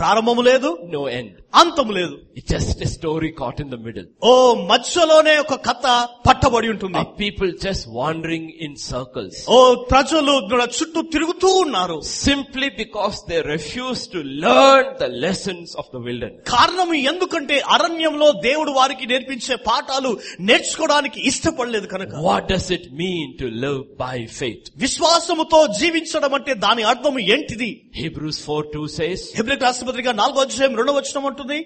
S2: ప్రారంభము లేదు
S1: no end.
S2: అంతము లేదు
S1: It's just a story caught in the middle.
S2: ఓ మధ్యలోనే ఒక కథ పట్టబడి ఉంటుంది
S1: Of people just wandering in circles.
S2: ఓ ప్రజలు చుట్టూ తిరుగుతూ ఉన్నారు
S1: Simply because they refuse to learn the lessons of the wilderness.
S2: కారణం ఎందుకంటే అరణ్యంలో దేవుడు వారికి నేర్పించే పాఠాలు నేర్చుకోవడానికి ఇష్టపడలేదు కనుక
S1: What does it mean to live by faith?
S2: విశ్వాసముతో జీవించడం అంటే దాని అర్థం ఏంటిది
S1: Hebrews 4 2 says,
S2: హెబ్రిక్ రాష్ట్రపతిగా నాలుగో అధ్యాయం రెండవ వచనం ఉంటుంది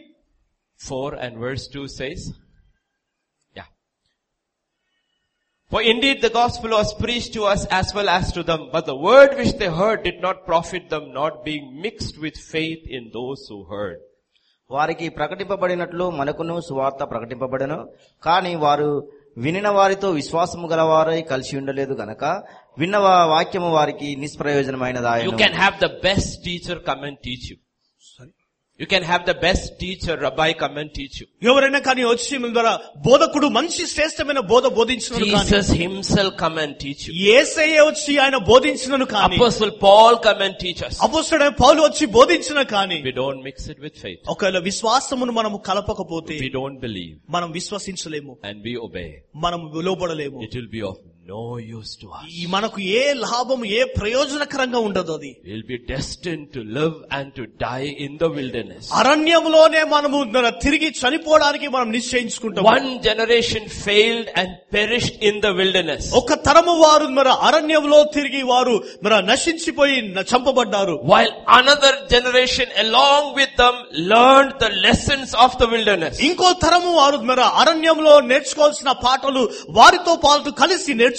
S1: 4 and verse 2 says, yeah. For indeed the gospel was preached to us as well as to them, but the word which they heard did not profit them, not being mixed with faith in those who heard.
S3: వారికి ప్రకటింపబడినట్లు మనకును సువార్త ప్రకటింపబడను కానీ వారు వినిన వారితో విశ్వాసము గలవారై కలిసి ఉండలేదు గనక విన్న వా- వాక్యము వారికి
S1: You
S3: నిష్ప్రయోజనమైనదాయను
S1: can have the best teacher come and teach you. You can have the best teacher, rabbi come and teach you.
S2: ఎవరైనా కానీ వచ్చి మీ ద్వారా బోధకుడు మంచి శ్రేష్టమైన బోధ బోధించినను కానీ
S1: Jesus himself come and teach you.
S2: ఏసయ్య వచ్చి ఆయన బోధించినను కానీ
S1: Apostle Paul come and teach us.
S2: అపోస్తుడైన పౌలు వచ్చి బోధించిన కానీ
S1: We don't mix it with faith.
S2: ఒకవేళ విశ్వాసమును మనము కలపకపోతే
S1: We don't believe
S2: మనం విశ్వసించలేము
S1: and we obey.
S2: మనం లోబడలేము
S1: It will be of no use to us.
S2: ఈ మనకు ఏ లాభం ఏ ప్రయోజనకరంగా ఉండదు అది
S1: We'll be destined to live and to die in the wilderness.
S2: అరణ్యంలోనే మనము మన తిరిగి చనిపోవడానికి మనం నిశ్చయించుకుంటాం
S1: One generation failed and perished in the wilderness.
S2: ఒక తరము వారు మన అరణ్యంలో తిరిగి వారు మన నశించిపోయి న- చంపబడ్డారు
S1: While another generation along with them learned the lessons of the wilderness.
S2: ఇంకో తరము వారు మన అరణ్యంలో నేర్చుకోవాల్సిన పాటలు వారితో పాటు కలిసి నేర్చుకున్నారు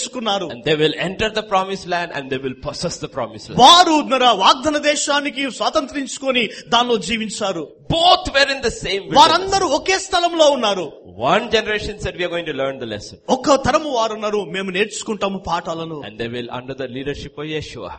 S1: And they will enter the promised land and they will possess the promised land.
S2: వారు మన వాగ్దన దేశానికి స్వాతంత్రించుకొని దానిలో జీవించారు
S1: Both were in the same wilderness.
S2: వారందరూ ఒకే స్థలంలో ఉన్నారు
S1: One generation said we are going to learn the lesson.
S2: ఒక్క తరము వారు ఉన్నారు మేము నేర్చుకుంటాము పాఠాలను
S1: And they will under the leadership of Yeshua.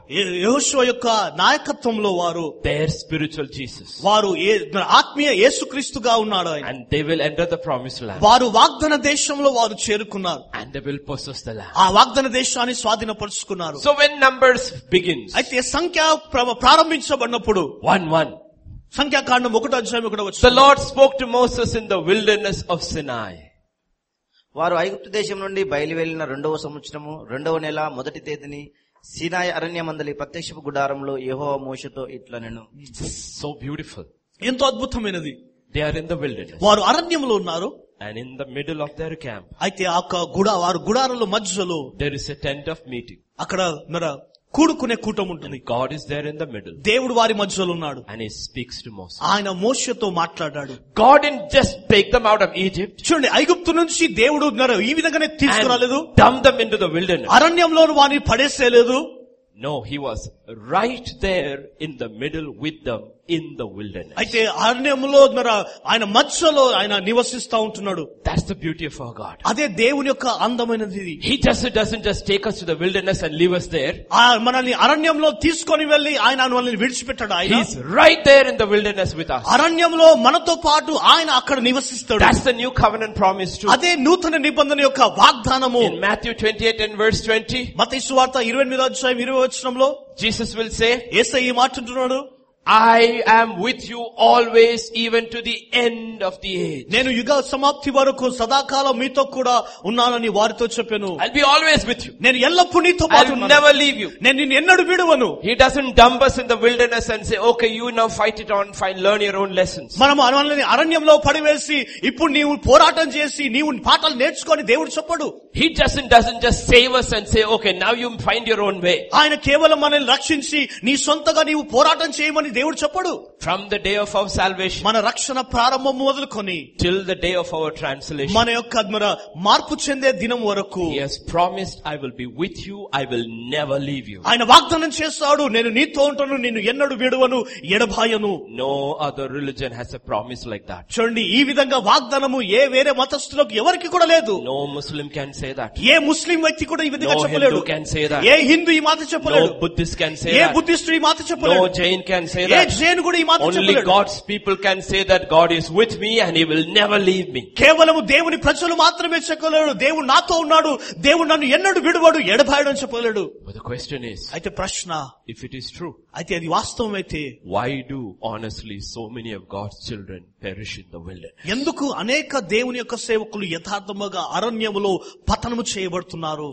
S2: యహోశివ యొక్క నాయకత్వంలో వారు
S1: Their spiritual Jesus.
S2: వారు ఏ- మన ఆత్మీయ యేసుక్రీస్తుగా ఉన్నాడు ఆయన
S1: And they will enter the promised land.
S2: వారు వాగ్దన దేశంలో వారు చేరుకున్నారు
S1: And they will possess the land.
S2: ఆ వాగ్దన దేశాన్ని స్వాధీనపరుచుకున్నారు
S1: So when Numbers begins,
S2: అయితే సంఖ్య ప్ర- ప్రారంభించబడినప్పుడు
S1: 1 1.
S2: సంఖ్యాకాండం ఒకటో అధ్యాయం ఒకటో
S1: The
S2: వచ్చిన
S1: Lord spoke to Moses in the wilderness of Sinai.
S3: వారు ఐగుప్తు దేశం నుండి బయలువెళ్లిన రెండవ సంవత్సరము రెండవ నెల మొదటి తేదీని సీనాయ అరణ్యమందలి ప్రత్యక్షపు గుడారంలో యెహోవా మోషతో ఇట్లా నేను
S1: It's just so beautiful.
S2: ఎంతో అద్భుతమైనది
S1: They are in the wilderness.
S2: వారు అరణ్యంలో ఉన్నారు
S1: And in the middle of their camp,
S2: అయితే ఆ యొక్క గుడ వారు గుడారంలో మధ్యలో
S1: there is a tent of meeting.
S2: అక్కడ మరి కూడుకునే కూటం ఉంటుంది
S1: God is there in the middle.
S2: దేవుడు వారి మధ్యలో ఉన్నాడు
S1: And he speaks to Moses.
S2: ఆయన మోషతో మాట్లాడాడు
S1: God didn't just take them out of Egypt
S2: చూడండి ఐగుప్తు నుంచి దేవుడు ఉన్నారు ఈ విధంగానే తీసుకురాలేదు
S1: and dump them into the wilderness.
S2: అరణ్యంలో వారిని పడేసేయలేదు
S1: No, he was right there in the middle with them in the wilderness.
S2: అయితే అరణ్యంలో మరి ఆయన మధ్యలో ఆయన నివసిస్తా ఉంటున్నాడు
S1: That's the beauty of our God.
S2: అదే దేవుని యొక్క అందమైనది ఇది.
S1: He just doesn't just take us to the wilderness and leave us there.
S2: ఆ మనల్ని అరణ్యంలో తీసుకొని వెళ్ళి ఆయన మనల్ని విడిచిపెట్టాడు ఆయన
S1: He's right there in the wilderness with us.
S2: అరణ్యంలో మనతో పాటు ఆయన అక్కడ నివసిస్తాడు
S1: That's the new covenant promise too.
S2: అదే నూతన నిబంధన యొక్క వాగ్దానము
S1: In Matthew 28 and verse 20,
S2: మత సువార్త ఇరవై ఎనిమిదో అధ్యాయం ఇరవై వచనంలో
S1: Jesus will say,
S2: ఏసై ఈ మాట అంటున్నాడు
S1: I am with you always even to the end of the age.
S2: నేను యుగ సమాప్తి వరకు సదాకాలం మీతో కూడా ఉన్నానని వారితో చెప్పాను
S1: I'll be always with you.
S2: నేను ఎల్లప్పుడూ నీతో పాటు
S1: I'll
S2: ఉన్నాను.
S1: never leave you.
S2: నేను నిన్ను ఎన్నడూ విడువను
S1: He doesn't dump us in the wilderness and say, okay, you now fight it on, fine, learn your own lessons.
S2: మనం మనల్ని అరణ్యంలో పడివేసి ఇప్పుడు నీవు పోరాటం చేసి నీవు పాఠాలు నేర్చుకొని దేవుడు చెప్పడు
S1: He doesn't, doesn't just save us and say, okay, now you find your own way.
S2: ఆయన కేవలం మనల్ని రక్షించి నీ సొంతగా నీవు పోరాటం చేయమని దేవుడు చెప్పడు
S1: From the day of our salvation
S2: మన రక్షణ ప్రారంభం మొదలుకొని
S1: till the day of our translation,
S2: మన యొక్క మన మార్పు చెందే దినం వరకు
S1: He has promised, I will be with you, I will never leave you.
S2: ఆయన వాగ్దానం చేస్తాడు నేను నీతో ఉంటాను నిన్ను ఎన్నడు విడువను ఎడబాయను
S1: No other religion has a promise like that.
S2: చూడండి ఈ విధంగా వాగ్దానము ఏ వేరే మతస్థులకు ఎవరికి కూడా లేదు
S1: No Muslim can say that.
S2: ఏ ముస్లిం వ్యక్తి కూడా ఈ విధంగా
S1: No
S2: చెప్పలేడు
S1: Hindu can say that.
S2: ఏ హిందూ ఈ మాట చెప్పలేడు
S1: No Buddhist can
S2: ఏ
S1: say that.
S2: బుద్ధిస్టు ఈ మాట చెప్పలేడు
S1: No Jain can say
S2: A
S1: that.
S2: Jain కూడా ఈ మాట
S1: Only
S2: చెప్పలేడు
S1: God's people can say that God is with me and He will never leave me.
S2: కేవలము దేవుని ప్రజలు మాత్రమే చెప్పలేడు దేవుడు నాతో ఉన్నాడు దేవుడు నన్ను ఎన్నడు విడువాడు ఎడబాయడు అని చెప్పలేడు
S1: But the question is,
S2: అయితే ప్రశ్న
S1: if it is true,
S2: అయితే అది వాస్తవం అయితే
S1: why do honestly so many of God's children perish in the wilderness?
S2: ఎందుకు అనేక దేవుని యొక్క సేవకులు యథార్థముగా అరణ్యములో పతనము చేయబడుతున్నారు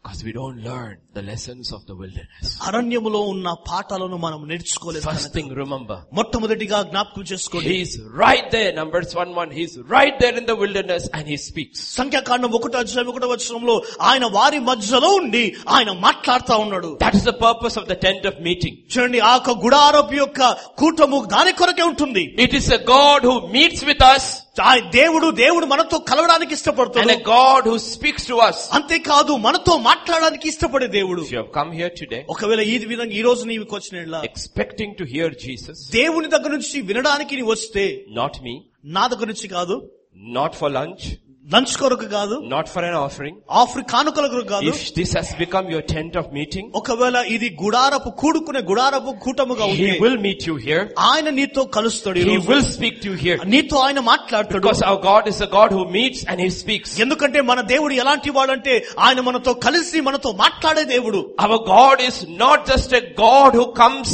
S1: Because we don't learn the lessons of the wilderness.
S2: అరణ్యములో ఉన్న పాఠాలను మనం నేర్చుకోలేదు
S1: First thing remember,
S2: మొట్టమొదటిగా జ్ఞాపకం చేసుకోండి
S1: He's right there, numbers 1 1, He's right there in the wilderness and He speaks.
S2: సంఖ్యాకాండం ఒకటో అధ్యాయం ఒకటో వచనంలో ఆయన వారి మధ్యలో ఉండి ఆయన మాట్లాడుతా ఉన్నాడు
S1: That is the purpose of the tent of meeting.
S2: చూడండి ఆ యొక్క గుడారపు యొక్క కూటము దాని కొరకే ఉంటుంది
S1: It is a God who meets with us
S2: ఆ దేవుడు దేవుడు మనతో కలవడానికి
S1: and
S2: ఇష్టపడుతాడు
S1: a God who speaks to us.
S2: అంతేకాదు మనతో మాట్లాడడానికి ఇష్టపడే దేవుడు
S1: If you have come here today
S2: ఒకవేళ ఈ విధంగా ఈ రోజు నీవు వచ్చిన
S1: expecting to hear Jesus,
S2: దేవుని దగ్గర నుంచి వినడానికి నీవు వస్తే
S1: not me,
S2: నా దగ్గర నుంచి కాదు
S1: not for lunch,
S2: లంచ్ కొరకు కాదు
S1: not for an offering,
S2: ఆఫ్రి కానుకల కొరకు కాదు
S1: if this has become your tent of meeting,
S2: ఒకవేళ ఇది గుడారపు కూడుకునే గుడారపు కూటముగా ఉంది
S1: He will meet you here.
S2: ఆయన నీతో కలుస్తాడు ఈ
S1: He
S2: రోజు.
S1: will speak to you here.
S2: నీతో ఆయన మాట్లాడతాడు
S1: Because our God is a God who meets and He speaks.
S2: ఎందుకంటే మన దేవుడు ఎలాంటి వాడంటే ఆయన మనతో కలిసి మనతో మాట్లాడే దేవుడు
S1: Our God is not just a God who comes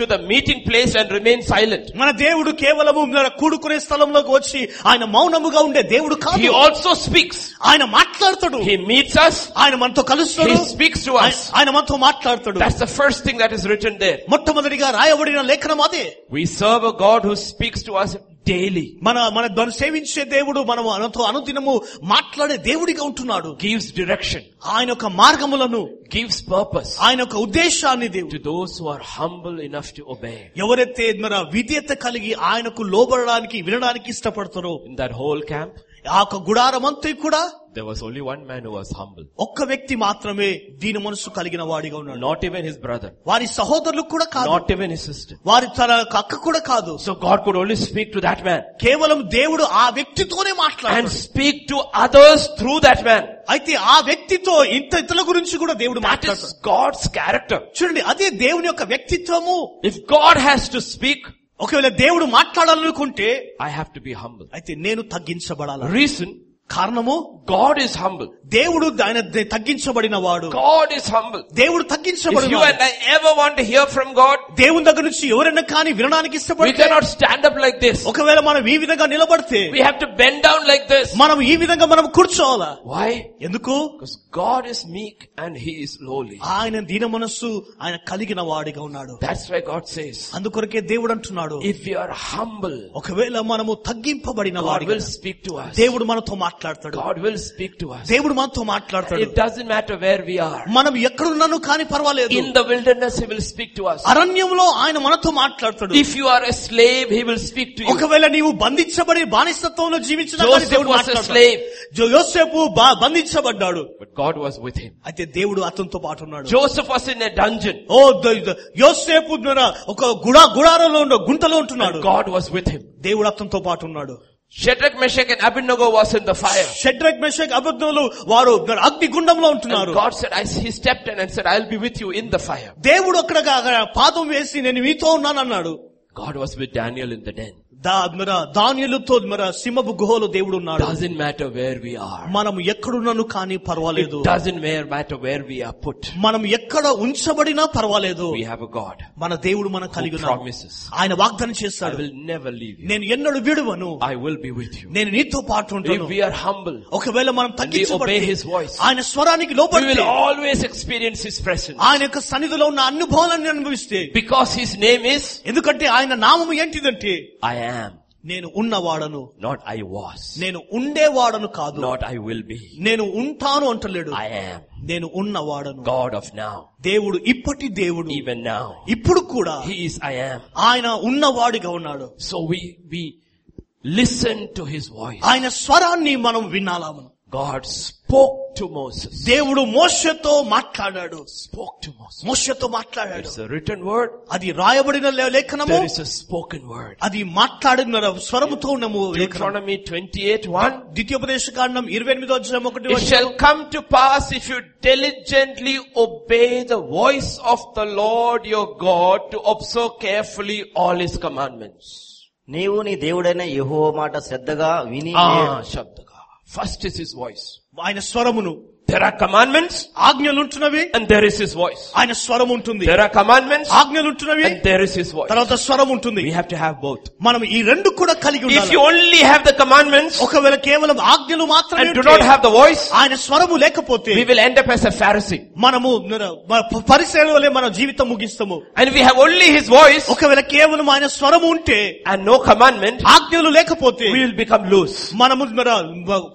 S1: to the meeting place and remains silent.
S2: మన దేవుడు కేవలము మన కూడుకునే స్థలంలోకి వచ్చి ఆయన మౌనముగా ఉండే దేవుడు
S1: He
S2: కాదు
S1: also speaks.
S2: ఆయన మాట్లాడతాడు
S1: He meets us.
S2: ఆయన మనతో కలుస్తాడు
S1: He speaks to us.
S2: ఆయన మనతో మాట్లాడతాడు
S1: That's the first thing that is written there.
S2: మొట్టమొదటిగా రాయబడిన లేఖనం అదే
S1: We serve a God who speaks to us daily,
S2: మన మన మనం సేవించే దేవుడు మనం అనతో అనుదినము మాట్లాడే దేవుడిగా ఉంటున్నాడు
S1: gives direction,
S2: ఆయన యొక్క మార్గములను
S1: gives purpose
S2: ఆయన యొక్క ఉద్దేశాన్ని దేవుడు
S1: to those who are humble enough to obey.
S2: ఎవరైతే మన విధేయత కలిగి ఆయనకు లోబడడానికి వినడానికి ఇష్టపడతారో
S1: In that whole camp,
S2: ఆ యొక్క గుడారమంతా కూడా
S1: there was only one man who was humble.
S2: ఒక్క వ్యక్తి మాత్రమే దీని మనసు కలిగిన వాడిగా ఉన్నాడు
S1: Not even his brother.
S2: వారి సహోదరులు కూడా కాదు
S1: Not even his sister.
S2: వారి తన అక్క కూడా కాదు
S1: So God could only speak to that man.
S2: కేవలం దేవుడు ఆ వ్యక్తితోనే
S1: And
S2: మాట్లాడాడు
S1: speak to others through that man.
S2: అయితే ఆ వ్యక్తితో ఇంత ఇతరుల గురించి కూడా దేవుడు
S1: That is
S2: మాట్లాడతాడు
S1: God's character.
S2: చూడండి అదే దేవుని యొక్క వ్యక్తిత్వము
S1: If God has to speak,
S2: ఒకవేళ దేవుడు మాట్లాడాలనుకుంటే
S1: I have to be humble.
S2: అయితే నేను తగ్గించబడాల
S1: Reason,
S2: కారణము
S1: God is humble.
S2: దేవుడు ఆయన ద- తగ్గించబడిన వాడు
S1: God is humble.
S2: దేవుడు
S1: If
S2: తగ్గించబడిన
S1: you
S2: వాడు.
S1: and I ever want to hear from God,
S2: దేవుని దగ్గర నుంచి ఎవరైనా కానీ వినడానికి
S1: we
S2: ఇష్టపడితే
S1: cannot stand up like this.
S2: ఒకవేళ మనం ఈ విధంగా నిలబడితే
S1: We have to bend down like this.
S2: మనం ఈ విధంగా మనం కూర్చోవాలా
S1: Why?
S2: ఎందుకు
S1: Because God is meek and He is lowly.
S2: ఆయన దీన మనస్సు ఆయన కలిగిన వాడిగా ఉన్నాడు
S1: That's why God says,
S2: అందుకొరకే దేవుడు అంటున్నాడు
S1: if we are humble,
S2: ఒకవేళ మనము తగ్గింపబడిన
S1: Oh, God
S2: వాడిగా
S1: will speak to us.
S2: దేవుడు మనతో మాట్లాడతాడు
S1: God will speak to us.
S2: దేవుడు మనతో మాట్లాడతాడు
S1: It doesn't matter where we are.
S2: మనం ఎక్కడున్నాను కానీ పర్వాలేదు
S1: In the wilderness, He will speak to us.
S2: అరణ్యంలో ఆయన మనతో మాట్లాడతాడు
S1: If you are a slave, He will speak to you.
S2: ఒకవేళ నీవు బంధించబడి బానిసత్వంలో జీవించినా కానీ
S1: Joseph
S2: దేవుడు
S1: was a
S2: మాట్లాడతాడు.
S1: slave,
S2: జో- యోసేపు బా- బంధించబడ్డాడు
S1: but God was with him.
S2: అయితే దేవుడు అతనితో పాటు ఉన్నాడు
S1: Joseph was in a dungeon,
S2: ఓ ద- ద- యోసేపు ఉన్న ఒక గుడా గుడారంలో ఉన్న గుంటలో ఉంటున్నాడు
S1: and God was with him.
S2: దేవుడు అతనితో పాటు ఉన్నాడు
S1: Shadrach, Meshach, and Abednego was in the fire.
S2: Shadrach Meshach అబద్ధములు వారు అగ్ని గుండంలో ఉంటున్నారు
S1: And God said, I, He stepped in and said, I'll be with you in the fire.
S2: దేవుడు అక్కడ అక్కడ పాదం వేసి నేను మీతో ఉన్నాను అన్నాడు
S1: God was with Daniel in the den.
S2: దా మన దానియులతో మన సింహపు గుహలో దేవుడు ఉన్నాడు
S1: Doesn't matter where we are.
S2: మనం ఎక్కడున్నాను కానీ పర్వాలేదు
S1: It doesn't ma- matter where we are put.
S2: మనం ఎక్కడ ఉంచబడినా పర్వాలేదు
S1: We have a God
S2: మన దేవుడు మనం కలిగి
S1: who
S2: ఉన్నాడు.
S1: promises,
S2: ఆయన వాగ్దానం
S1: I
S2: చేస్తాడు
S1: will never leave you.
S2: నేను ఎన్నడు విడువను
S1: I will be with you.
S2: నేను నీతో పాటు ఉంటాను
S1: If we are humble,
S2: ఒకవేళ మనం
S1: obey
S2: తగ్గించబడితే
S1: his voice.
S2: ఆయన స్వరానికి
S1: we
S2: లోపడితే
S1: will always experience His presence.
S2: ఆయన యొక్క సన్నిధిలో ఉన్న అనుభవాలను అనుభవిస్తే
S1: Because His name is,
S2: ఎందుకంటే ఆయన నామము ఏంటిదంటే
S1: I am,
S2: నేను ఉన్నవాడను
S1: not I was,
S2: నేను ఉండేవాడను కాదు
S1: not I will be.
S2: నేను ఉంటాను అంటలేడు
S1: I am
S2: నేను ఉన్నవాడను
S1: God of now,
S2: దేవుడు ఇప్పటి దేవుడు
S1: even now.
S2: ఇప్పుడు కూడా
S1: He is, I am.
S2: ఆయన ఉన్నవాడిగా ఉన్నాడు
S1: So we, we listen to His voice.
S2: ఆయన స్వరాన్ని మనం వినాలా మనం
S1: God spoke to Moses.
S2: దేవుడు మోసతో మాట్లాడాడు
S1: Spoke to Moses.
S2: మోసతో మాట్లాడాడు
S1: It's a written word.
S2: అది రాయబడిన లే- లేఖనము
S1: There is a spoken word.
S2: అది మాట్లాడిన స్వరముతో ఉన్నము లేఖనం
S1: Deuteronomy 28 1.
S2: ద్వితీయోపదేశ కాండం ఇరవై ఎనిమిదో అధ్యాయం ఒకటి
S1: It
S2: వచ్చిన-
S1: shall come to pass if you diligently obey the voice of the Lord your God to observe carefully all his commandments.
S3: నీవు నీ దేవుడైన యెహో మాట శ్రద్ధగా విని
S1: Ah, Shabdaga. First is his voice.
S2: ఆయన స్వరమును
S1: There are commandments
S2: ఆజ్ఞలు ఉంటున్నవి
S1: and there is his voice.
S2: ఆయన స్వరం ఉంటుంది
S1: There are commandments
S2: ఆజ్ఞలు ఉంటున్నవి
S1: and there is his voice.
S2: తర్వాత స్వరం ఉంటుంది
S1: We have to have both.
S2: మనం ఈ రెండు కూడా కలిగి
S1: If
S2: ఉండాలి
S1: you only have the commandments
S2: ఒకవేళ కేవలం ఆజ్ఞలు మాత్రమే
S1: and do not
S2: ఉంటే,
S1: have the voice,
S2: ఆయన స్వరము లేకపోతే
S1: we will end up as a Pharisee.
S2: మనము పరిశీలన వలె మన జీవితం ముగిస్తాము
S1: And if we have only his voice
S2: ఒకవేళ కేవలం ఆయన స్వరము ఉంటే
S1: and no commandment,
S2: ఆజ్ఞలు లేకపోతే
S1: we will become loose.
S2: మనము మన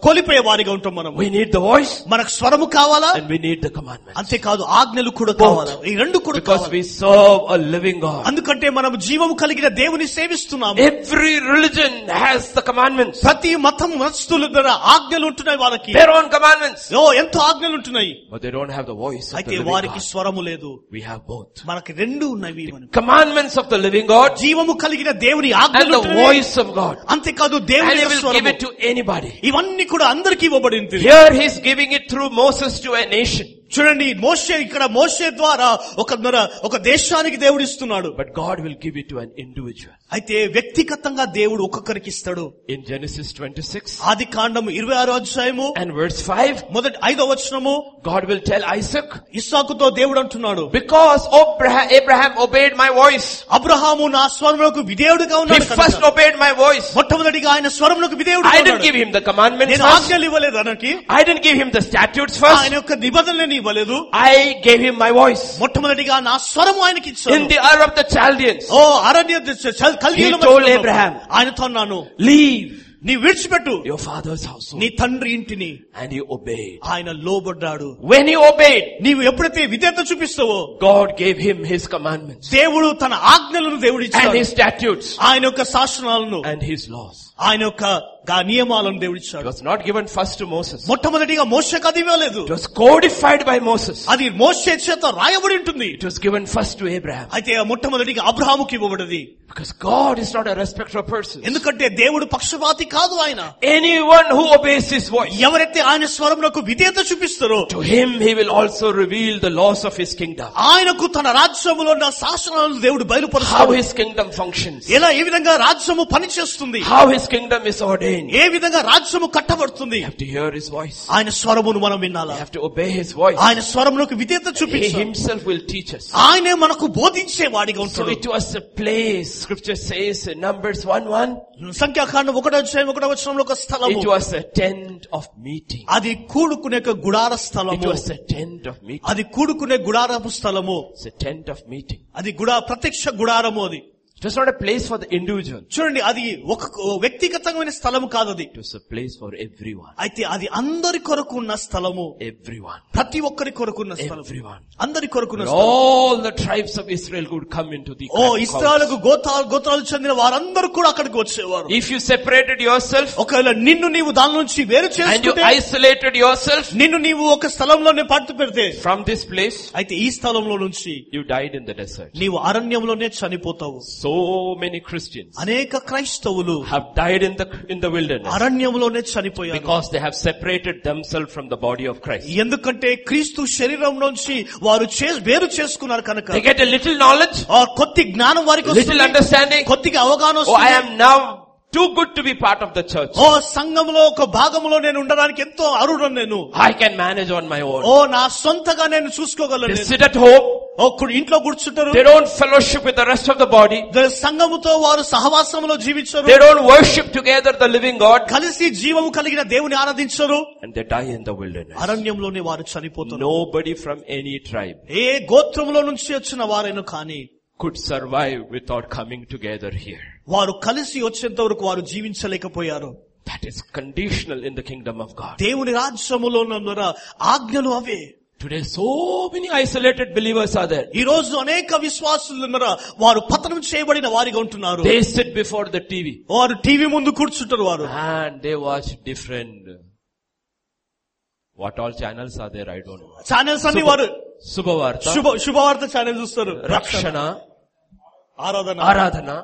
S2: కోలిపోయే వారిగా ఉంటాం మనం
S1: We need the voice
S2: మనకు స్వరము కావాలా
S1: and we need the commandments.
S2: అంతేకాదు ఆజ్ఞలు కూడా
S1: Both.
S2: కావాలా ఈ రెండు కూడా
S1: Because
S2: కావాలి.
S1: we serve a living God.
S2: అందుకంటే మనం జీవము కలిగిన దేవుని సేవిస్తున్నాము
S1: Every religion has the commandments.
S2: ప్రతి మతం మనస్తుల ద్వారా ఆజ్ఞలు ఉంటున్నాయి వాళ్ళకి
S1: Their own commandments.
S2: ఓ ఎంతో ఆజ్ఞలు ఉంటున్నాయి
S1: But they don't have the voice of the
S2: అయితే
S1: living
S2: వారికి
S1: God.
S2: స్వరము లేదు
S1: We have both.
S2: మనకి రెండు ఉన్నవి మనకి.
S1: Commandments of the living God
S2: జీవము కలిగిన దేవుని
S1: and
S2: ఆజ్ఞలు
S1: the
S2: ఉంటున్నాయి.
S1: voice of God.
S2: అంతేకాదు
S1: And
S2: దేవుని
S1: he
S2: యొక్క
S1: will give
S2: స్వరము
S1: it to anybody.
S2: ఇవన్నీ కూడా అందరికి ఇవ్వబడింది
S1: Here he is giving it through Moses to a nation.
S2: చూడండి మోషే ఇక్కడ మోషే ద్వారా ఒక నర- ఒక దేశానికి దేవుడు ఇస్తున్నాడు
S1: But God will give it to an individual.
S2: అయితే వ్యక్తిగతంగా దేవుడు ఒక్కొక్కరికి ఇస్తాడు
S1: In Genesis 26
S2: ఆది కాండం ఇరవై ఆరో అధ్యాయము
S1: and verse 5,
S2: మొదటి ఐదో వచనము
S1: God will tell Isaac,
S2: ఇస్సాకుతో దేవుడు అంటున్నాడు
S1: because Abraham, Abraham obeyed my voice.
S2: Abraham నా స్వరములకు విధేయుడుగా
S1: He
S2: ఉన్నాడు
S1: first
S2: కనుక
S1: obeyed my voice.
S2: మొట్టమొదటిగా ఆయన స్వరములకు విధేయుడు
S1: I didn't give him the commandments
S2: నేను
S1: first.
S2: ఆజ్ఞలు ఇవ్వలేదు అతనికి
S1: I didn't give him the statutes first.
S2: ఆయన యొక్క నిబంధనలను ఇవ్వలేదు
S1: I gave him my voice.
S2: మొట్టమొదటిగా నా స్వరము ఆయనకి ఇచ్చాను
S1: In the hour of the Chaldeans,
S2: ఓ అరణ్య దశ- చల్- కల్దీయుల
S1: He told
S2: మధ్యలో
S1: Abraham.
S2: ఆయనతో అన్నాను
S1: leave
S2: నీ విడిచిపెట్టు
S1: your father's household.
S2: నీ తండ్రి ఇంటిని
S1: And he obeyed.
S2: ఆయన లోబడ్డాడు
S1: When he obeyed,
S2: నీవు ఎప్పుడైతే విధేయత చూపిస్తావో
S1: God gave him his commandments
S2: దేవుడు తన ఆజ్ఞలను దేవుడు
S1: and
S2: ఇచ్చాడు
S1: his statutes
S2: ఆయన యొక్క శాసనాలను
S1: and his laws.
S2: ఆయన యొక్క గా- నియమాలను దేవుడు
S1: It
S2: ఇచ్చాడు
S1: was not given first to Moses.
S2: మొట్టమొదటిగా మోసకు అది ఇవ్వలేదు
S1: It was codified by Moses.
S2: అది మోసే చేత రాయబడి ఉంటుంది
S1: It was given first to Abraham.
S2: అయితే ఆ మొట్టమొదటిగా అబ్రహాముకి ఇవ్వబడింది
S1: Because God is not a respecter of persons.
S2: ఎందుకంటే దేవుడు పక్షపాతి కాదు ఆయన
S1: Anyone who obeys his voice,
S2: ఎవరైతే ఆయన స్వరమునకు విధేయత చూపిస్తారో
S1: to him he will also reveal the laws of his kingdom.
S2: ఆయనకు తన రాజ్యములో ఉన్న శాసనాలను దేవుడు
S1: How
S2: బయలుపరుస్తాడు
S1: his kingdom functions.
S2: ఎలా ఏ విధంగా రాజ్యము పనిచేస్తుంది
S1: How his God's kingdom is ordained.
S2: ఏ విధంగా రాజ్యము కట్టబడుతుంది
S1: We have to hear His voice.
S2: ఆయన స్వరమును మనం వినాలా
S1: We have to obey His voice.
S2: ఆయన స్వరమునకు విధేత
S1: He
S2: చూపించాలి
S1: Himself will teach us.
S2: ఆయనే మనకు బోధించేవాడిగా
S1: So
S2: ఉంటాడు
S1: it was a place, scripture says in Numbers 1 1,
S2: సంఖ్యాకాండం ఒకటో అధ్యాయం ఒకటో వచనంలో ఒక స్థలము
S1: it was a tent of meeting.
S2: అది కూడుకునే ఒక గుడార
S1: It
S2: స్థలము
S1: was a tent of meeting.
S2: అది కూడుకునే గుడారపు స్థలము
S1: It's a tent of meeting.
S2: అది గుడా ప్రత్యక్ష గుడారము అది
S1: It was not a place for the individual.
S2: చూడండి అది ఒక వ్యక్తిగతమైన స్థలము కాదు అది
S1: It was a place for everyone.
S2: అయితే అది అందరి కొరకు ఉన్న స్థలము
S1: Everyone.
S2: ప్రతి ఒక్కరి కొరకున్న స్థలం
S1: Everyone.
S2: అందరి కొరకున్న
S1: And
S2: స్థలం
S1: all the tribes of Israel would come into the
S2: oh
S1: concourse.
S2: ఇస్రాయలకు గోత్రాలు గోత్రాలు చెందిన వారందరూ కూడా అక్కడికి వచ్చేవారు
S1: If you separated yourself
S2: ఒకవేళ నిన్ను నీవు దాని నుంచి వేరు
S1: and you
S2: చేసుకుంటే
S1: isolated yourself
S2: నిన్ను నీవు ఒక స్థలంలోనే పాటు పెడితే
S1: from this place,
S2: అయితే ఈ స్థలంలో నుంచి
S1: you died in the desert.
S2: నీవు అరణ్యంలోనే చనిపోతావు
S1: So many Christians
S2: అనేక క్రైస్తవులు
S1: have died in the, in the wilderness
S2: అరణ్యంలోనే చనిపోయారు
S1: because they have separated themselves from the body of Christ.
S2: ఎందుకంటే క్రీస్తు శరీరం నుంచి వారు చే- వేరు చేసుకున్నారు
S1: They
S2: కనుక
S1: get a little knowledge,
S2: ఆ కొద్ది జ్ఞానం వారికి
S1: little
S2: వస్తుంది
S1: understanding.
S2: కొద్దిగా అవగాహన
S1: Oh, I
S2: వస్తుంది
S1: am now too good to be part of the church.
S2: ఓ సంఘంలో ఒక భాగంలో నేను ఉండడానికి ఎంతో అరుడు నేను
S1: I can manage on my own.
S2: ఓ నా సొంతగా నేను చూసుకోగలను
S1: They
S2: నేను.
S1: sit at home.
S2: ఓ కు- ఇంట్లో కూర్చుంటారు
S1: They don't fellowship with the rest of the body.
S2: ద- సంఘముతో వారు సహవాసంలో జీవించరు
S1: They don't worship together the living God.
S2: కలిసి జీవము కలిగిన దేవుని ఆరాధించరు
S1: And they die in the wilderness.
S2: అరణ్యంలోనే వారు చనిపోతారు
S1: Nobody from any tribe
S2: ఏ గోత్రంలో నుంచి వచ్చిన వారైనా కానీ
S1: could survive without coming together here.
S2: వారు కలిసి వచ్చేంత వరకు వారు జీవించలేకపోయారు
S1: That is conditional in the kingdom of God.
S2: దేవుని రాజ్యములో ఉన్న ఆజ్ఞలు అవే
S1: Today so many isolated believers are there.
S2: ఈ రోజు అనేక విశ్వాసులు ఉన్నారా వారు పతనం చేయబడిన వారిగా ఉంటున్నారు
S1: They sit before the TV
S2: వారు టీవీ ముందు కూర్చుంటారు వారు
S1: and they watch different. What all channels are there? I don't know.
S2: Channels అన్ని వారు
S1: Subhavartha,
S2: శుభ శుభవార్త ఛానల్ చూస్తారు
S1: Rakshana,
S2: ఆరాధన
S1: Aradhana,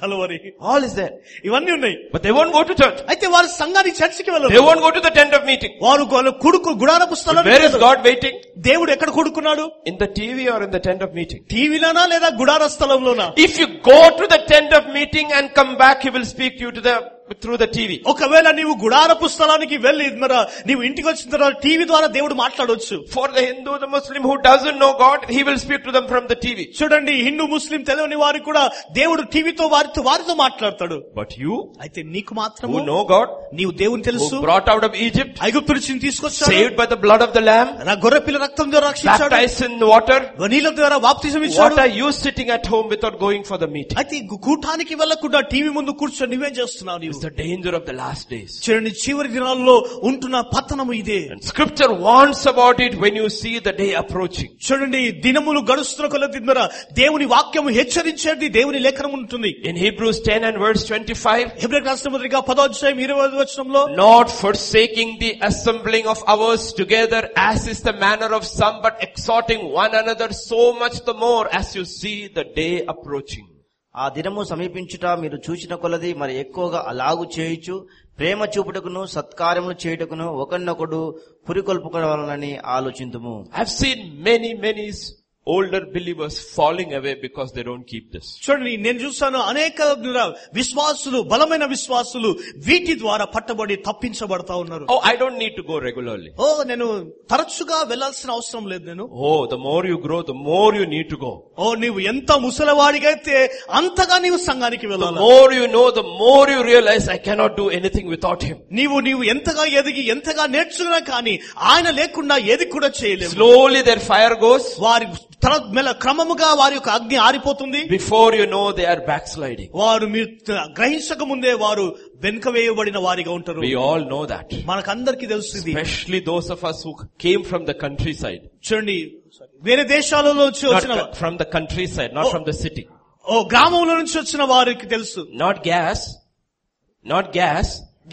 S2: Calvary
S1: all is there.
S2: ఇవన్నీ ఉన్నాయి
S1: But they won't go to church.
S2: అయితే వారు సంఘానికి చర్చికి
S1: They
S2: వెళ్ళరు
S1: won't go to the tent of meeting.
S2: వారు వాళ్ళ కుడుకు గుడార
S1: But
S2: పుస్తకాలు
S1: where is God waiting?
S2: దేవుడు ఎక్కడ కూడుకున్నాడు
S1: In the TV or in the tent of meeting?
S2: టీవీలోనా లేదా గుడార స్థలంలోనా
S1: If you go to the tent of meeting and come back, he will speak to you to the, through the TV.
S2: ఒకవేళ నీవు గుడార పుస్తకానికి వెళ్ళి మరా నీవు ఇంటికి వచ్చిన తర్వాత టీవీ ద్వారా దేవుడు మాట్లాడవచ్చు
S1: For the Hindu, the Muslim who doesn't know God, he will speak to them from the TV.
S2: చూడండి హిందూ ముస్లిం తెలియని వారు కూడా దేవుడు టీవీతో వారితో వారితో మాట్లాడతాడు
S1: But you,
S2: అయితే నీకు
S1: who
S2: మాత్రము
S1: know God,
S2: నీవు దేవుని తెలుసు
S1: who brought out of Egypt,
S2: ఐగుప్తు నుంచి తీసుకొచ్చాడు
S1: saved by the blood of the Lamb,
S2: నా గొర్రె పిల్ల రక్తం ద్వారా రక్షించాడు
S1: baptized in water,
S2: నీళ్ళ ద్వారా బాప్తిజం ఇచ్చాడు
S1: what are you sitting at home without going for the meeting?
S2: అయితే గు- కూటానికి వెళ్ళకుండా టీవీ ముందు కూర్చొని నువ్వేం చేస్తున్నావు
S1: It's
S2: నీవు
S1: the danger of the last days.
S2: చూడండి చివరి దినాల్లో ఉంటున్న పతనము ఇదే
S1: And scripture warns about it when you see the day approaching.
S2: చూడండి దినములు గడుస్తున్న కొలది ద్వారా దేవుని వాక్యము హెచ్చరించేది దేవుని లేఖనం ఉంటుంది
S1: In Hebrews 10 and verse 25,
S2: Hebrew రాష్ట్ర పత్రిక పదో అధ్యాయం ఇరవై ఐదు వచనంలో
S1: not forsaking the assembling of ours together as is the manner of some, but exhorting one another so much the more as you see the day approaching.
S3: ఆ దినము సమీపించుట మీరు చూచిన కొలది మరి ఎక్కువగా అలాగు చేయుచు ప్రేమ చూపుటకును సత్కార్యములు చేయుటకును ఒకరినొకడు పురికొల్పుకోవాలని ఆలోచింతుము
S1: I've seen many, many s- older believers falling away because they don't keep this.
S2: చూడండి నేను చూస్తాను అనేక విశ్వాసులు బలమైన విశ్వాసులు వీటి ద్వారా పట్టబడి తప్పించబడతా ఉన్నారు
S1: Oh, I don't need to go regularly.
S2: ఓ నేను తరచుగా వెళ్ళాల్సిన అవసరం లేదు నేను
S1: Oh, the more you grow, the more you need to go.
S2: ఓ నీవు ఎంత ముసలివాడిగైతే అంతగా నీవు సంఘానికి
S1: The
S2: వెళ్ళాలి
S1: more you know, the more you realize I cannot do anything without him.
S2: నీవు నీవు ఎంతగా ఎదిగి ఎంతగా నేర్చుకున్నా కానీ ఆయన లేకుండా ఏది కూడా చేయలేవు
S1: Slowly their fire goes.
S2: వారి తల మెల క్రమముగా వారి యొక్క అగ్ని ఆరిపోతుంది
S1: Before you know, they are backsliding.
S2: వారు మీరు త- గ్రహించక ముందే వారు వెనుక వేయబడిన వారిగా ఉంటారు
S1: We all know that.
S2: మనకందరికీ తెలుసు ఇది
S1: Especially those of us who came from the countryside.
S2: చూడండి వేరే దేశాలలో నుంచి
S1: Not
S2: వచ్చిన
S1: co- from the countryside, not
S2: Oh.
S1: from the city.
S2: ఓ గ్రామంలో నుంచి వచ్చిన వారికి తెలుసు
S1: Not gas, not gas,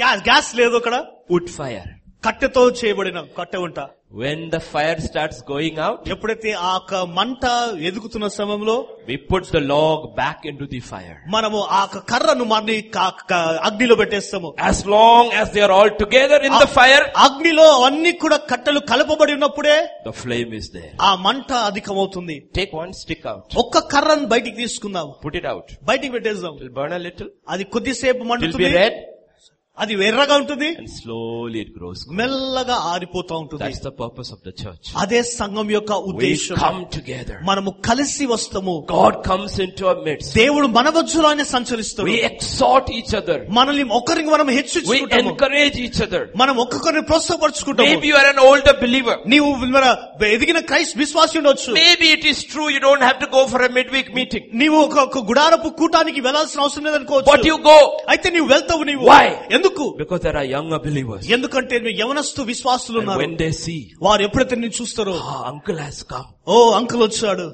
S2: gas gas లేదు అక్కడ
S1: wood fire.
S2: కట్టెతో చేయబడిన కట్టె ఉంట
S1: When the fire starts going out,
S2: ఎప్పుడైతే ఆ యొక్క మంట ఎదుగుతున్న సమయంలో
S1: we put the log back into the fire.
S2: మనము ఆ యొక్క కర్రను మళ్ళీ కా- కా- అగ్నిలో పెట్టేస్తాము
S1: As long as they are all together in
S2: Ah.
S1: the fire,
S2: అగ్నిలో అన్ని కూడా కట్టెలు కలపబడి ఉన్నప్పుడే
S1: the flame is there.
S2: ఆ మంట అధికమవుతుంది
S1: Take one stick out,
S2: ఒక్క కర్రను బయటికి తీసుకుందాం
S1: put it out.
S2: బయటికి పెట్టేద్దాం
S1: It will burn a little,
S2: అది కొద్దిసేపు
S1: it will be
S2: మండుతుంది
S1: red,
S2: అది ఎర్రగా ఉంటుంది
S1: and slowly it grows.
S2: మెల్లగా ఆరిపోతా ఉంటుంది
S1: That's the purpose of the church.
S2: అదే సంఘం యొక్క
S1: We
S2: ఉద్దేశం
S1: come together.
S2: మనము కలిసి వస్తాము
S1: God comes into our midst.
S2: దేవుడు మన మధ్యలో ఆయన సంచరిస్తాడు
S1: We exhort each other.
S2: మనల్ని ఒకరికి మనం
S1: We
S2: హెచ్చించుకుంటాము
S1: encourage each other.
S2: మనం ఒక్కొక్కరిని ప్రోత్సాహపరుచుకుంటాము
S1: Maybe you are an older believer.
S2: నీవు మన ఎదిగిన క్రైస్ట్ విశ్వాసి ఉండొచ్చు
S1: Maybe it is true you don't have to go for a midweek meeting.
S2: నీవు ఒక ఒక గుడారపు కూటానికి వెళ్లాల్సిన అవసరం
S1: But
S2: లేదనుకోవచ్చు
S1: you go
S2: అయితే నీవు వెళ్తావు నీవు
S1: Why?
S2: ఎందుకు
S1: because there are younger believers.
S2: ఎందుకంటే మీ యవనస్తు విశ్వాసులు
S1: And
S2: ఉన్నారు
S1: when they see,
S2: వారు ఎప్పుడైతే నేను చూస్తారో
S1: ah, uncle has come.
S2: Oh uncle వచ్చాడు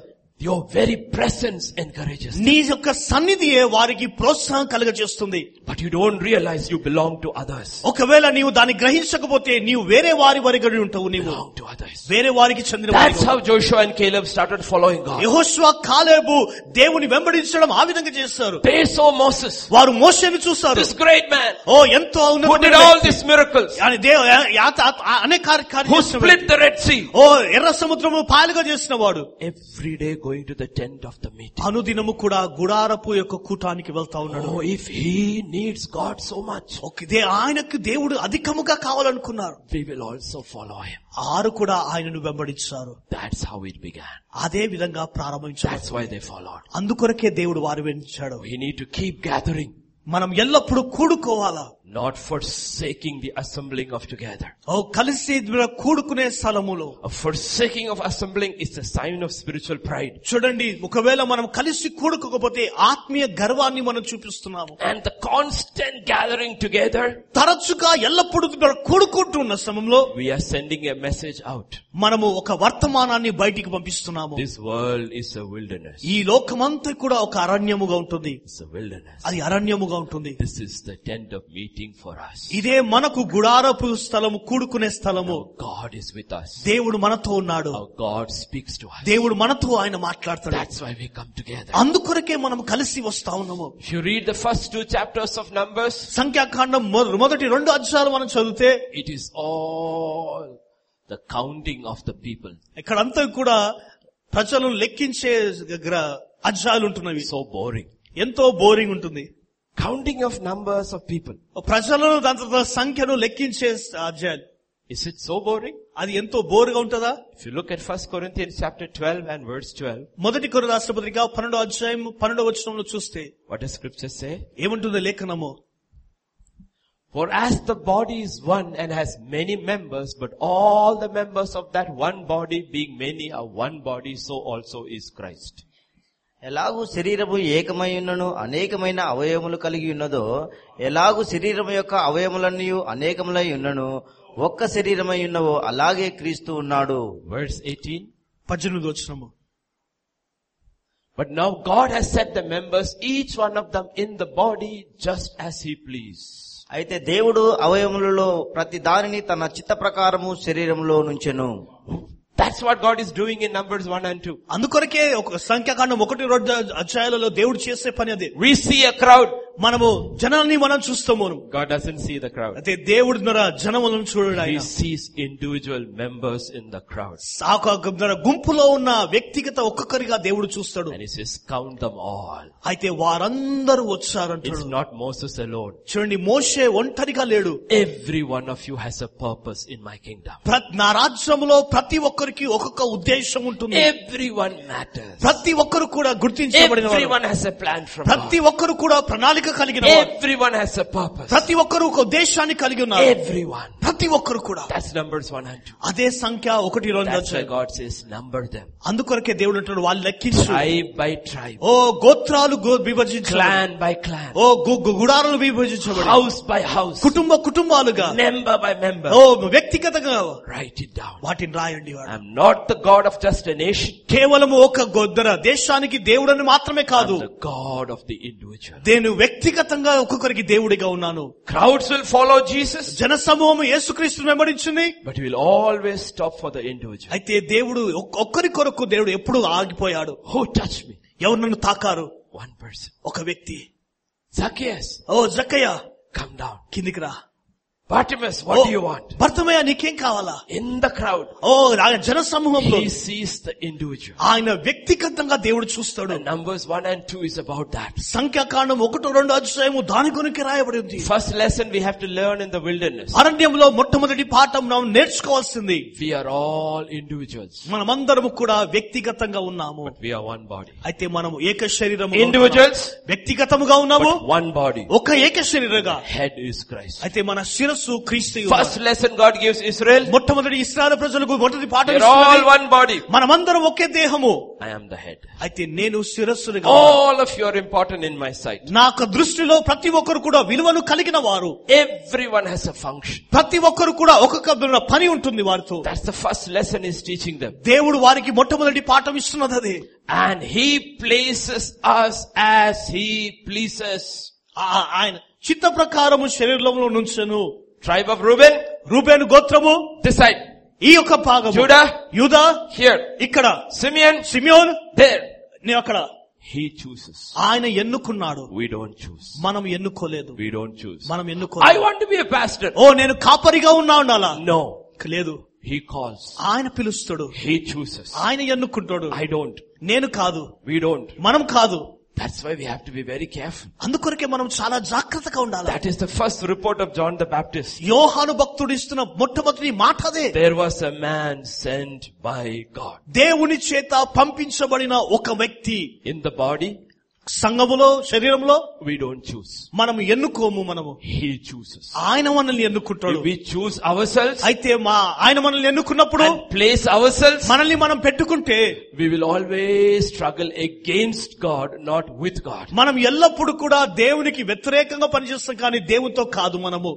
S1: Your very presence encourages.
S2: నీ యొక్క సన్నిధియే వారికి ప్రోత్సాహం కలుగజేస్తుంది
S1: But you don't realize you belong to others.
S2: ఒకవేళ నీవు దాన్ని గ్రహించకపోతే నీవు వేరే వారి వరిగడి ఉంటావు నీవు
S1: Belong to others.
S2: వేరే వారికి చెందిన వారివి.
S1: That's how Joshua and Caleb started following God.
S2: యెహోషువ కాలేబు దేవుని వెంబడించడం ఆ విధంగా చేస్తారు
S1: They saw Moses,
S2: వారు మోషేని చూస్తారు
S1: this great man,
S2: ఓ ఎంతో
S1: who did all these miracles,
S2: అనేక కార్యాలు
S1: who
S2: చేసినవాడు.
S1: split the Red Sea.
S2: ఓ ఎర్ర సముద్రము పాలుగా చేసిన వాడు
S1: Every day going to the tent of the meeting.
S2: అనుదినము కూడా గుడారపు యొక్క కూటానికి వెళ్తా ఉన్నాడు
S1: Oh, if he needs God so much,
S2: ఒక- దే- ఆయనకు దేవుడు అధికముగా కావాలనుకున్నారు
S1: we will also follow him.
S2: ఆరు కూడా ఆయనను వెంబడించారు
S1: That's how it began.
S2: అదే విధంగా ప్రారంభించారు
S1: That's why they followed.
S2: అందుకొరకే దేవుడు వారు వెంచాడు
S1: We need to keep gathering,
S2: మనం ఎల్లప్పుడూ కూడుకోవాలా
S1: not forsaking the assembling of together.
S2: ఓ కలిసి మీరు కూడుకునే స్థలములో
S1: A forsaking of assembling is a sign of spiritual pride.
S2: చూడండి ఒకవేళ మనం కలిసి కూడుకోకపోతే ఆత్మీయ గర్వాన్ని మనం చూపిస్తున్నాము
S1: And the constant gathering together,
S2: తరచుగా ఎల్లప్పుడూ మనం కూడుకుంటూ ఉన్న సమయంలో
S1: we are sending a message out.
S2: మనము ఒక వర్తమానాన్ని బయటికి పంపిస్తున్నాము
S1: This world is a wilderness.
S2: ఈ లోకమంతా కూడా ఒక అరణ్యముగా ఉంటుంది
S1: It's a wilderness.
S2: అది అరణ్యముగా ఉంటుంది
S1: This is the tent of meeting for us.
S2: ఇదే మనకు గుడారపు స్థలము కూడుకునే స్థలము
S1: Our God is with us.
S2: దేవుడు మనతో ఉన్నాడు
S1: Our God speaks to us.
S2: దేవుడు మనతో ఆయన మాట్లాడుతాడు
S1: That's why we come together.
S2: అందుకొరకే మనం కలిసి వస్తా ఉన్నాము
S1: If you read the first two chapters of Numbers,
S2: సంఖ్యాకాండం మొ- మొదటి రెండు అధ్యాయాలు మనం చదివితే
S1: it is all the counting of the people.
S2: ఇక్కడంతా కూడా ప్రజలు లెక్కించే దగ్గర అధ్యాయాలు ఉంటున్నవి
S1: So boring.
S2: ఎంతో బోరింగ్ ఉంటుంది
S1: Counting of numbers of people.
S2: ప్రజలను దాని తర్వాత సంఖ్యను లెక్కించే అధ్యాయాలు
S1: Is it so boring?
S2: అది ఎంతో బోరుగా ఉంటుందా
S1: If you look at 1 Corinthians chapter 12 and verse 12,
S2: మొదటి కొర రాష్ట్రపతిగా పన్నెండో అధ్యాయం పన్నెండో వచనంలో చూస్తే
S1: what does scripture say?
S2: ఏముంటుంది లేఖనము
S1: For as the body is one and has many members, but all the members of that one body being many are one body, so also is Christ.
S3: ఎలాగూ శరీరము ఏకమై ఉన్నను అనేకమైన అవయవములు కలిగి ఉన్నదో ఎలాగూ శరీరము యొక్క అవయములన్నీ అనేకములై ఉన్నను ఒక్క శరీరమై ఉన్నవో అలాగే క్రీస్తు ఉన్నాడు
S1: Verse 18.
S2: పద్దెనిమిది వచనము
S1: But now God has set the members, each one of them in the body, just as He pleased.
S3: అయితే దేవుడు అవయములలో ప్రతి దానిని తన చిత్త ప్రకారము శరీరంలో నుంచెను
S1: That's what God is doing in Numbers 1 and 2.
S2: అందుకొరకే ఒక సంఖ్యాకాండం ఒకటి రెండు అధ్యాయాలలో దేవుడు చేసే పని అది
S1: We see a crowd.
S2: మనము జనాన్ని మనం చూస్తాము
S1: God doesn't see the crowd.
S2: అయితే దేవుడు మన జనములను చూడడు
S1: He
S2: ఆయన
S1: sees individual members in the crowd.
S2: ఆ ఒక మన గుంపులో ఉన్న వ్యక్తిగత ఒక్కొక్కరిగా దేవుడు చూస్తాడు
S1: And he says, count them all.
S2: అయితే వారందరూ
S1: It's
S2: వచ్చారంటాడు
S1: not Moses alone.
S2: చూడండి మోషే ఒంటరిగా లేడు
S1: Every one of you has a purpose in my kingdom.
S2: ప్ర- నా రాజ్యంలో ప్రతి ఒక్కరికి ఒక్కొక్క ఉద్దేశం ఉంటుంది
S1: Everyone matters.
S2: ప్రతి ఒక్కరు కూడా గుర్తించబడిన వారు.
S1: Everyone has a plan from God.
S2: ప్రతి ఒక్కరు కూడా ప్రణాళిక కలిగిన వారు.
S1: Everyone has a purpose.
S2: ప్రతి ఒక్కరు ఒక ఉద్దేశాన్ని కలిగి ఉన్నారు
S1: Everyone.
S2: ప్రతి ఒక్కరు కూడా
S1: That's Numbers 1 and 2.
S2: అదే సంఖ్య ఒకటి రెండు
S1: That's why
S2: వచ్చాయి
S1: God says, number them.
S2: అందుకొరకే దేవుడు అంటాడు వాళ్ళు లెక్కించు
S1: Tribe by tribe.
S2: ఓ గోత్రాలు విభజించాలి
S1: Clan by clan.
S2: ఓ గు- గు- గుడారాలు విభజించబడి
S1: House by house.
S2: కుటుంబ కుటుంబాలుగా
S1: Member by member.
S2: ఓ వ్యక్తిగతంగా
S1: Write it down.
S2: వాటిని రాయండి వాడు
S1: I'm not the God of just a nation.
S2: కేవలం ఒక గొద్దర దేశానికి దేవుడని మాత్రమే కాదు
S1: I'm the God of the individual.
S2: నేను వ్యక్తిగతంగా ఒక్కొక్కరికి దేవుడిగా ఉన్నాను
S1: Crowds will follow Jesus.
S2: జనసమూహం యేసుక్రీస్తును వెంబడించింది
S1: But he will always stop for the individual.
S2: అయితే దేవుడు ఒక్- ఒక్కరి కొరకు దేవుడు ఎప్పుడు ఆగిపోయాడు
S1: Who touched Oh, me?
S2: ఎవరు నన్ను తాకారు
S1: One person.
S2: ఒక వ్యక్తి
S1: Zacchaeus,
S2: ఓ జక్కయ్య
S1: come down.
S2: కిందికి రా
S1: Bartimaeus, what
S2: "oh,
S1: do you want?
S2: భర్తమయ్య నీకేం కావాలా
S1: In the crowd,
S2: ఓ ఆయన జన సమూహంలో
S1: he sees the individual.
S2: ఆయన వ్యక్తిగతంగా దేవుడు చూస్తాడు
S1: And Numbers 1 and 2 is about that.
S2: సంఖ్యాకాండం ఒకటో రెండు అధ్యాయము దాని గురించి రాయబడి ఉంది
S1: First lesson we have to learn in the wilderness.
S2: అరణ్యంలో మొట్టమొదటి పాఠం మనం నేర్చుకోవాల్సింది
S1: We are all individuals.
S2: మనమందరం కూడా వ్యక్తిగతంగా ఉన్నాము
S1: But we are one body.
S2: అయితే మనం ఏక శరీరం
S1: Individuals,
S2: వ్యక్తిగతముగా ఉన్నాము
S1: but one body.
S2: ఒక ఏక శరీరంగా
S1: Head is Christ.
S2: అయితే మన శిరస్సు క్రీస్తు యొక్క.
S1: First lesson God gives Israel,
S2: మొట్టమొదటి ఇస్రాయల్ ప్రజలకు మొదటి పాఠం
S1: we are all
S2: ఇస్తున్నది,
S1: one body.
S2: మనమందరం ఒకే దేహము
S1: I am the head.
S2: అయితే నేను శిరస్సునిగా
S1: All of you are important in my sight.
S2: నా యొక్క దృష్టిలో ప్రతి ఒక్కరు కూడా విలువను కలిగిన వారు
S1: Everyone has a function.
S2: ప్రతి ఒక్కరు కూడా ఒక్కొక్క విధమైన పని ఉంటుంది వారితో
S1: That's the first lesson he's teaching them.
S2: దేవుడు వారికి మొట్టమొదటి పాఠం ఇస్తున్నది అది
S1: And he places us as he pleases.
S2: ఆ- ఆయన చిత్త ప్రకారము శరీరంలో నుంచెను
S1: Tribe of Reuben,
S2: రూపేను గోత్రము
S1: this side.
S2: ఈ యొక్క భాగము
S1: యూదా.
S2: యూదా
S1: Here.
S2: ఇక్కడ
S1: Simeon,
S2: సిమియోన్
S1: there.
S2: నేను అక్కడ
S1: He chooses.
S2: ఆయన ఎన్నుకున్నాడు
S1: We don't choose.
S2: మనం ఎన్నుకోలేదు
S1: We don't choose.
S2: మనం
S1: I
S2: ఎన్నుకోలేదు
S1: want to be a pastor.
S2: ఓ నేను కాపరిగా ఉన్నా ఉండాలా
S1: No.
S2: లేదు
S1: He calls.
S2: ఆయన పిలుస్తాడు
S1: He chooses.
S2: ఆయన ఎన్నుకుంటాడు
S1: I don't.
S2: నేను కాదు
S1: We don't.
S2: మనం కాదు
S1: That's why we have to be very careful.
S2: అందుకొరకే మనం చాలా జాగ్రత్తగా ఉండాలి
S1: That is the first report of John the Baptist.
S2: యోహాను భక్తుడు ఇస్తున్న మొట్టమొదటి మాట అదే
S1: There was a man sent by God.
S2: దేవుని చేత పంపించబడిన ఒక వ్యక్తి
S1: In the body,
S2: సంఘములో శరీరంలో
S1: we don't choose.
S2: మనం ఎన్నుకోము మనము
S1: He chooses.
S2: ఆయన మనల్ని ఎన్నుకుంటాడు
S1: If we choose ourselves
S2: అయితే మా ఆయన మనల్ని ఎన్నుకున్నప్పుడు
S1: and place ourselves,
S2: మనల్ని మనం పెట్టుకుంటే
S1: we will always struggle against God, not with God.
S2: మనం ఎల్లప్పుడూ కూడా దేవునికి వ్యతిరేకంగా పనిచేస్తాం కానీ దేవునితో కాదు మనము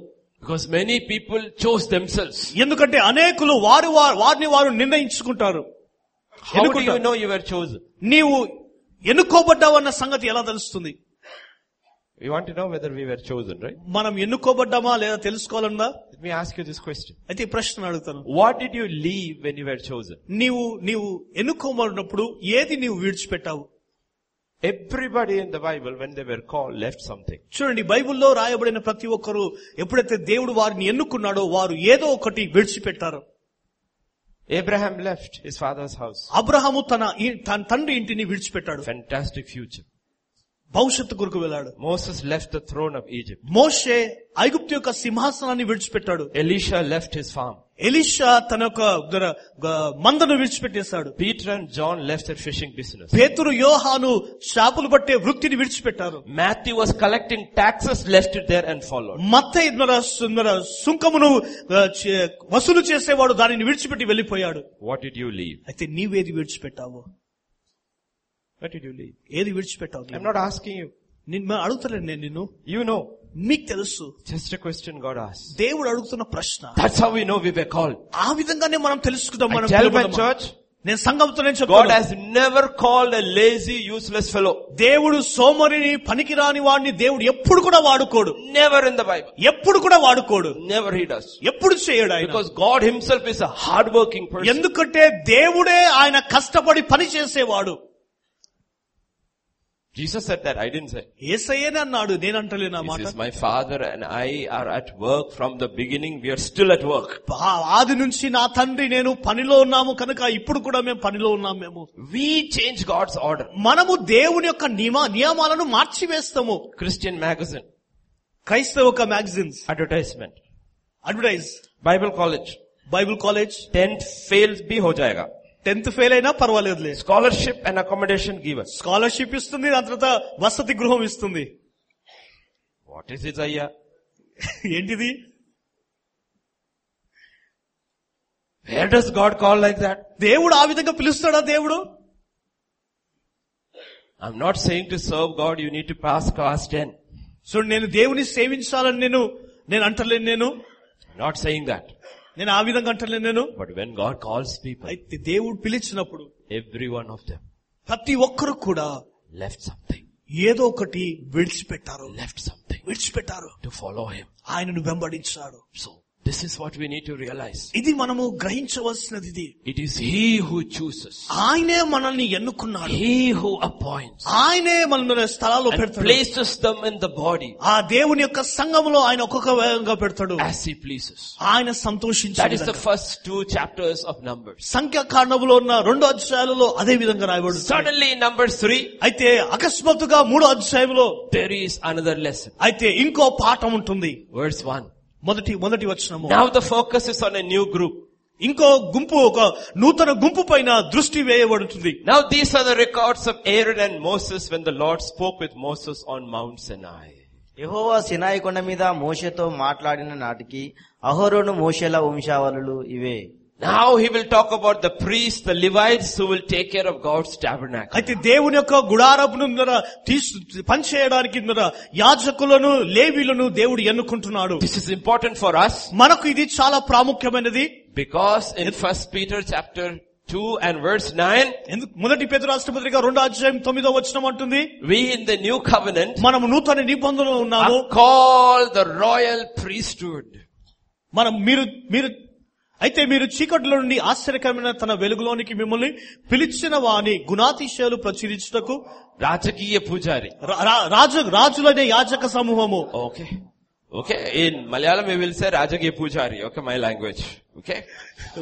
S1: Because many people chose themselves.
S2: ఎందుకంటే అనేకులు వారు వారు- వారిని వారు నిర్ణయించుకుంటారు
S1: How do you
S2: ఎన్నుకుంటారు.
S1: know you were chosen?
S2: నీవు ఎన్నుకోబడ్డావన్న సంగతి ఎలా తెలుస్తుంది
S1: You want to know whether we were chosen, right?
S2: మనం ఎన్నుకోబడ్డామా లేదా తెలుసుకోవాలన్నా
S1: Let me ask you this question.
S2: అయితే ఈ ప్రశ్న అడుగుతాను
S1: What did you leave when you were chosen?
S2: నీవు నీవు ఎన్నుకోబడినప్పుడు ఏది నీవు విడిచిపెట్టావు
S1: Everybody in the Bible, when they were called, left something.
S2: చూడండి బైబిల్లో రాయబడిన ప్రతి ఒక్కరు ఎప్పుడైతే దేవుడు వారిని ఎన్నుకున్నాడో వారు ఏదో ఒకటి విడిచిపెట్టారు
S1: Abraham left his father's house.
S2: Abraham తన ఈ- తన తండ్రి ఇంటిని విడిచిపెట్టాడు
S1: Fantastic future.
S2: భవిష్యత్తు కొరకు వెళ్ళాడు
S1: Moses left the throne of Egypt.
S2: మోషే ఐగుప్తు యొక్క సింహాసనాన్ని విడిచిపెట్టాడు
S1: Elisha left his farm.
S2: Elisha తన యొక్క గ- గ- మందను విడిచిపెట్టేశాడు
S1: Peter and John left their fishing business.
S2: పేతురు యోహాను చేపలు పట్టే వృత్తిని విడిచిపెట్టారు
S1: Matthew was collecting taxes, left it there and followed.
S2: మత్తయి మన మన సుంకమును ఆ, చే- వసూలు చేసేవాడు దానిని విడిచిపెట్టి వెళ్ళిపోయాడు
S1: What did you leave?
S2: అయితే నీవేది విడిచిపెట్టావు
S1: What did you leave?
S2: ఏది విడిచిపెట్టావు
S1: I'm not asking you.
S2: నిన్ను నేను అడుగుతలేను నేను నిన్ను
S1: You know.
S2: మీకు తెలుసు
S1: Just a question God asked.
S2: దేవుడు అడుగుతున్న ప్రశ్న
S1: That's how we know we were called.
S2: ఆ విధంగానే మనం తెలుసుకుందాం
S1: I
S2: మనం
S1: tell my
S2: పిలుపుదామా?
S1: church,
S2: నేను సంఘంతో నేను
S1: God
S2: చెప్తాను
S1: has never called a lazy, useless fellow.
S2: దేవుడు సోమరిని పనికిరాని వాడిని దేవుడు ఎప్పుడు కూడా వాడుకోడు
S1: Never in the Bible.
S2: ఎప్పుడు కూడా వాడుకోడు
S1: Never he does.
S2: ఎప్పుడు చేయడు ఆయన
S1: Because God himself is a hardworking person.
S2: ఎందుకంటే దేవుడే ఆయన కష్టపడి పని చేసేవాడు
S1: Jesus said that, I didn't say.
S2: ఏసయ్యనే అన్నాడు నేను అంటలేను ఆ
S1: He
S2: మాట
S1: says, my father and I are at work from the beginning. We are still at work.
S2: ఆ ఆది నుంచి నా తండ్రి నేను పనిలో ఉన్నాము కనుక ఇప్పుడు కూడా మేము పనిలో ఉన్నాం మేము
S1: We change God's order.
S2: మనము దేవుని యొక్క నియమ నియమాలను మార్చివేస్తాము
S1: Christian magazine.
S2: క్రైస్తవ ఒక magazines
S1: Advertisement.
S2: Advertise
S1: Bible college.
S2: Bible college
S1: 10th fails bhi ho jayega.
S2: Tenth fail అయినా పర్వాలేదులే
S1: Scholarship and accommodation given.
S2: Scholarship ఇస్తుంది దాని తర్వాత వసతి గృహం ఇస్తుంది
S1: What is it, Ayya?
S2: ఏంటిది
S1: Where does God call like that?
S2: దేవుడు ఆ విధంగా పిలుస్తాడా దేవుడు
S1: I'm not saying to serve God you need to pass class 10.
S2: చూడు నేను దేవుని సేవించాలని నేను నేను అంటలేను నేను
S1: I'm not saying that.
S2: నేను ఆ విధంగా అంటలేను నేను
S1: But when God calls people,
S2: అయితే దేవుడు పిలిచినప్పుడు
S1: every one of them
S2: ప్రతి ఒక్కరు కూడా
S1: left something,
S2: ఏదో ఒకటి విడిచిపెట్టారు
S1: left something
S2: విడిచిపెట్టారు
S1: to follow Him.
S2: ఆయనను వెంబడించాడు
S1: So This is what we need to realize.
S2: ఇది మనము గ్రహించవలసినది ఇది
S1: It is He who chooses.
S2: ఆయనే మనల్ని ఎన్నుకున్నాడు
S1: He who appoints.
S2: ఆయనే మనల్ని స్థలాల్లో
S1: And
S2: పెడతాడు
S1: places them in the body
S2: ఆ దేవుని యొక్క సంఘములో ఆయన ఒక్కొక్క వేగంగా పెడతాడు
S1: as He pleases.
S2: ఆయన
S1: That is the
S2: సంతోషించాడు
S1: first two chapters of Numbers.
S2: సంఖ్యాకాండములో ఉన్న రెండో అధ్యాయాలలో అదే విధంగా రాయబడుతుంది
S1: Suddenly in Numbers 3,
S2: అయితే అకస్మాత్తుగా మూడో అధ్యాయంలో
S1: there is another lesson.
S2: అయితే ఇంకో పాఠం ఉంటుంది
S1: Verse 1.
S2: మొదటి మొదటి వచనము
S1: Now the focus is on a new group.
S2: ఇంకో గుంపు ఒక నూతన గుంపు పైన దృష్టి వేయబడుతుంది
S1: Now these are the records of Aaron and Moses when the Lord spoke with Moses on Mount Sinai.
S3: యెహోవా సినాయి కొండ మీద మోషేతో మాట్లాడిన నాటికి అహరోను మోషేల వంశావళులు ఇవే
S1: Now he will talk about the priests, the Levites who will take care of God's tabernacle.
S2: అయితే దేవుని యొక్క గుడారపును ముందర తీసు పనిచేయడానికి ముందర యాజకులను లేవీలను దేవుడు ఎన్నుకుంటున్నాడు
S1: This is important for us
S2: మనకు ఇది చాలా ప్రాముఖ్యమైనది
S1: because in 1 Peter chapter 2 and verse 9,
S2: ఎందుకు మొదటి పేద రాష్ట్రపతిగా రెండో అధ్యాయం తొమ్మిదో వచనం అంటుంది
S1: we in the new covenant
S2: మనం నూతన నిబంధనలో ఉన్నాము
S1: are called the royal priesthood.
S2: మనం మీరు మీరు అయితే మీరు చీకటిలో నుండి ఆశ్చర్యకరమైన తన వెలుగులోనికి మిమ్మల్ని పిలిచిన వాని గుణాతిశయాలు ప్రచురించుటకు
S1: Rajakiya Pujari.
S2: రా- రా- రాజు రాజులనే యాజక సమూహము
S1: Okay. Okay. In Malayalam we will say Rajakiya Pujari. Okay, my language. Okay.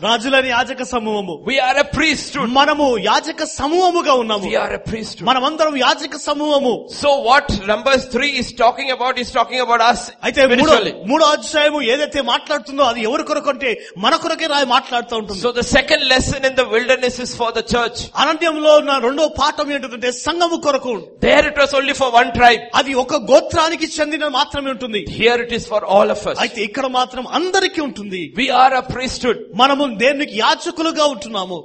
S2: రాజులనే యాజక సమూహము
S1: We are a priesthood.
S2: మనము యాజక సమూహముగా ఉన్నాము
S1: We are a priesthood.
S2: మనమందరం యాజక సమూహము
S1: So what Numbers 3 is talking about is talking about us
S2: అయితే మూడో
S1: spiritually.
S2: మూడో అధ్యాయము ఏదైతే మాట్లాడుతుందో అది ఎవరి కొరకు అంటే మన కొరకే రాయి మాట్లాడుతూ ఉంటుంది
S1: So the second lesson in the wilderness is for the church.
S2: అనంత్యంలో ఉన్న రెండో పాఠం ఏంటంటే సంఘము కొరకు
S1: There it was only for one tribe.
S2: అది ఒక గోత్రానికి చెందిన మాత్రమే ఉంటుంది
S1: Here it is for all of us.
S2: అయితే ఇక్కడ మాత్రం అందరికీ ఉంటుంది
S1: We are a priesthood.
S2: మనము దేనికి యాచకులుగా ఉంటున్నాము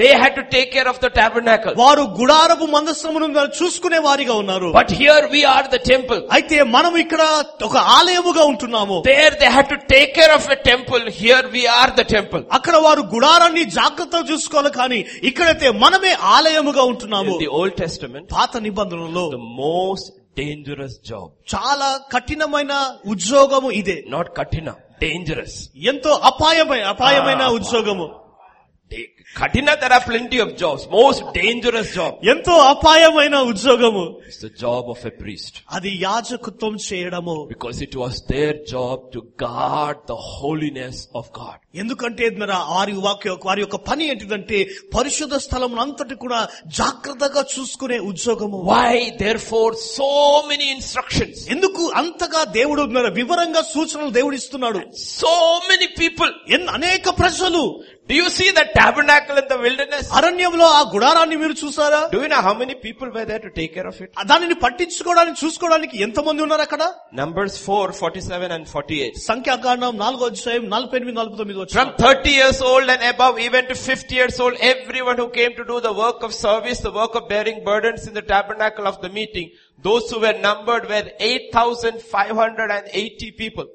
S1: They had to take care of the tabernacle.
S2: వారు గుడారపు మందస్సమును చూసుకునే వారిగా ఉన్నారు
S1: But here we are the temple.
S2: అయితే మనం ఇక్కడ ఒక ఆలయముగా ఉంటున్నాము
S1: There they had to take care of a temple. Here we are the temple.
S2: అక్కడ వారు గుడారాన్ని జాగ్రత్తగా చూసుకోవాలి కానీ ఇక్కడైతే మనమే ఆలయముగా ఉంటున్నాము
S1: In the Old Testament,
S2: పాత నిబంధనలో
S1: the most dangerous job.
S2: చాలా కఠినమైన ఉద్యోగము ఇదే
S1: Not katina. Dangerous.
S2: ఎంతో అపాయమైన అపాయమైన
S1: Ah,
S2: ఉద్యోగము
S1: Da- Katina, there are plenty of jobs. Most dangerous job.
S2: ఎంతో అపాయమైన ఉద్యోగము
S1: It's the job of a priest.
S2: అది యాజకత్వం చేయడము
S1: Because it was their job to guard the holiness of God.
S2: ఎందుకంటే మరి వారి వాక్య వారి యొక్క పని ఏంటిదంటే పరిశుద్ధ స్థలం అంతటి కూడా జాగ్రత్తగా చూసుకునే ఉద్యోగము
S1: Why therefore so many instructions?
S2: ఎందుకు అంతగా దేవుడు మరి వివరంగా సూచనలు దేవుడు ఇస్తున్నాడు
S1: So many people.
S2: ఎన్- అనేక ప్రజలు
S1: Do you see the tabernacle in the wilderness?
S2: అరణ్యంలో ఆ గుడారాన్ని మీరు చూసారా
S1: Do you know how many people were there to take care of it?
S2: దానిని పట్టించుకోవడానికి చూసుకోవడానికి ఎంతమంది ఉన్నారు అక్కడ
S1: Numbers 4, 47 and 48.
S2: సంఖ్యాకాండం నాలుగో అధ్యాయం నలభై ఎనిమిది నలభై తొమ్మిది వచ్చిన
S1: From 30 years old and above, even to 50 years old, everyone who came to do the work of service, the work of bearing burdens in the tabernacle of the meeting, those who were numbered were 8,580 people.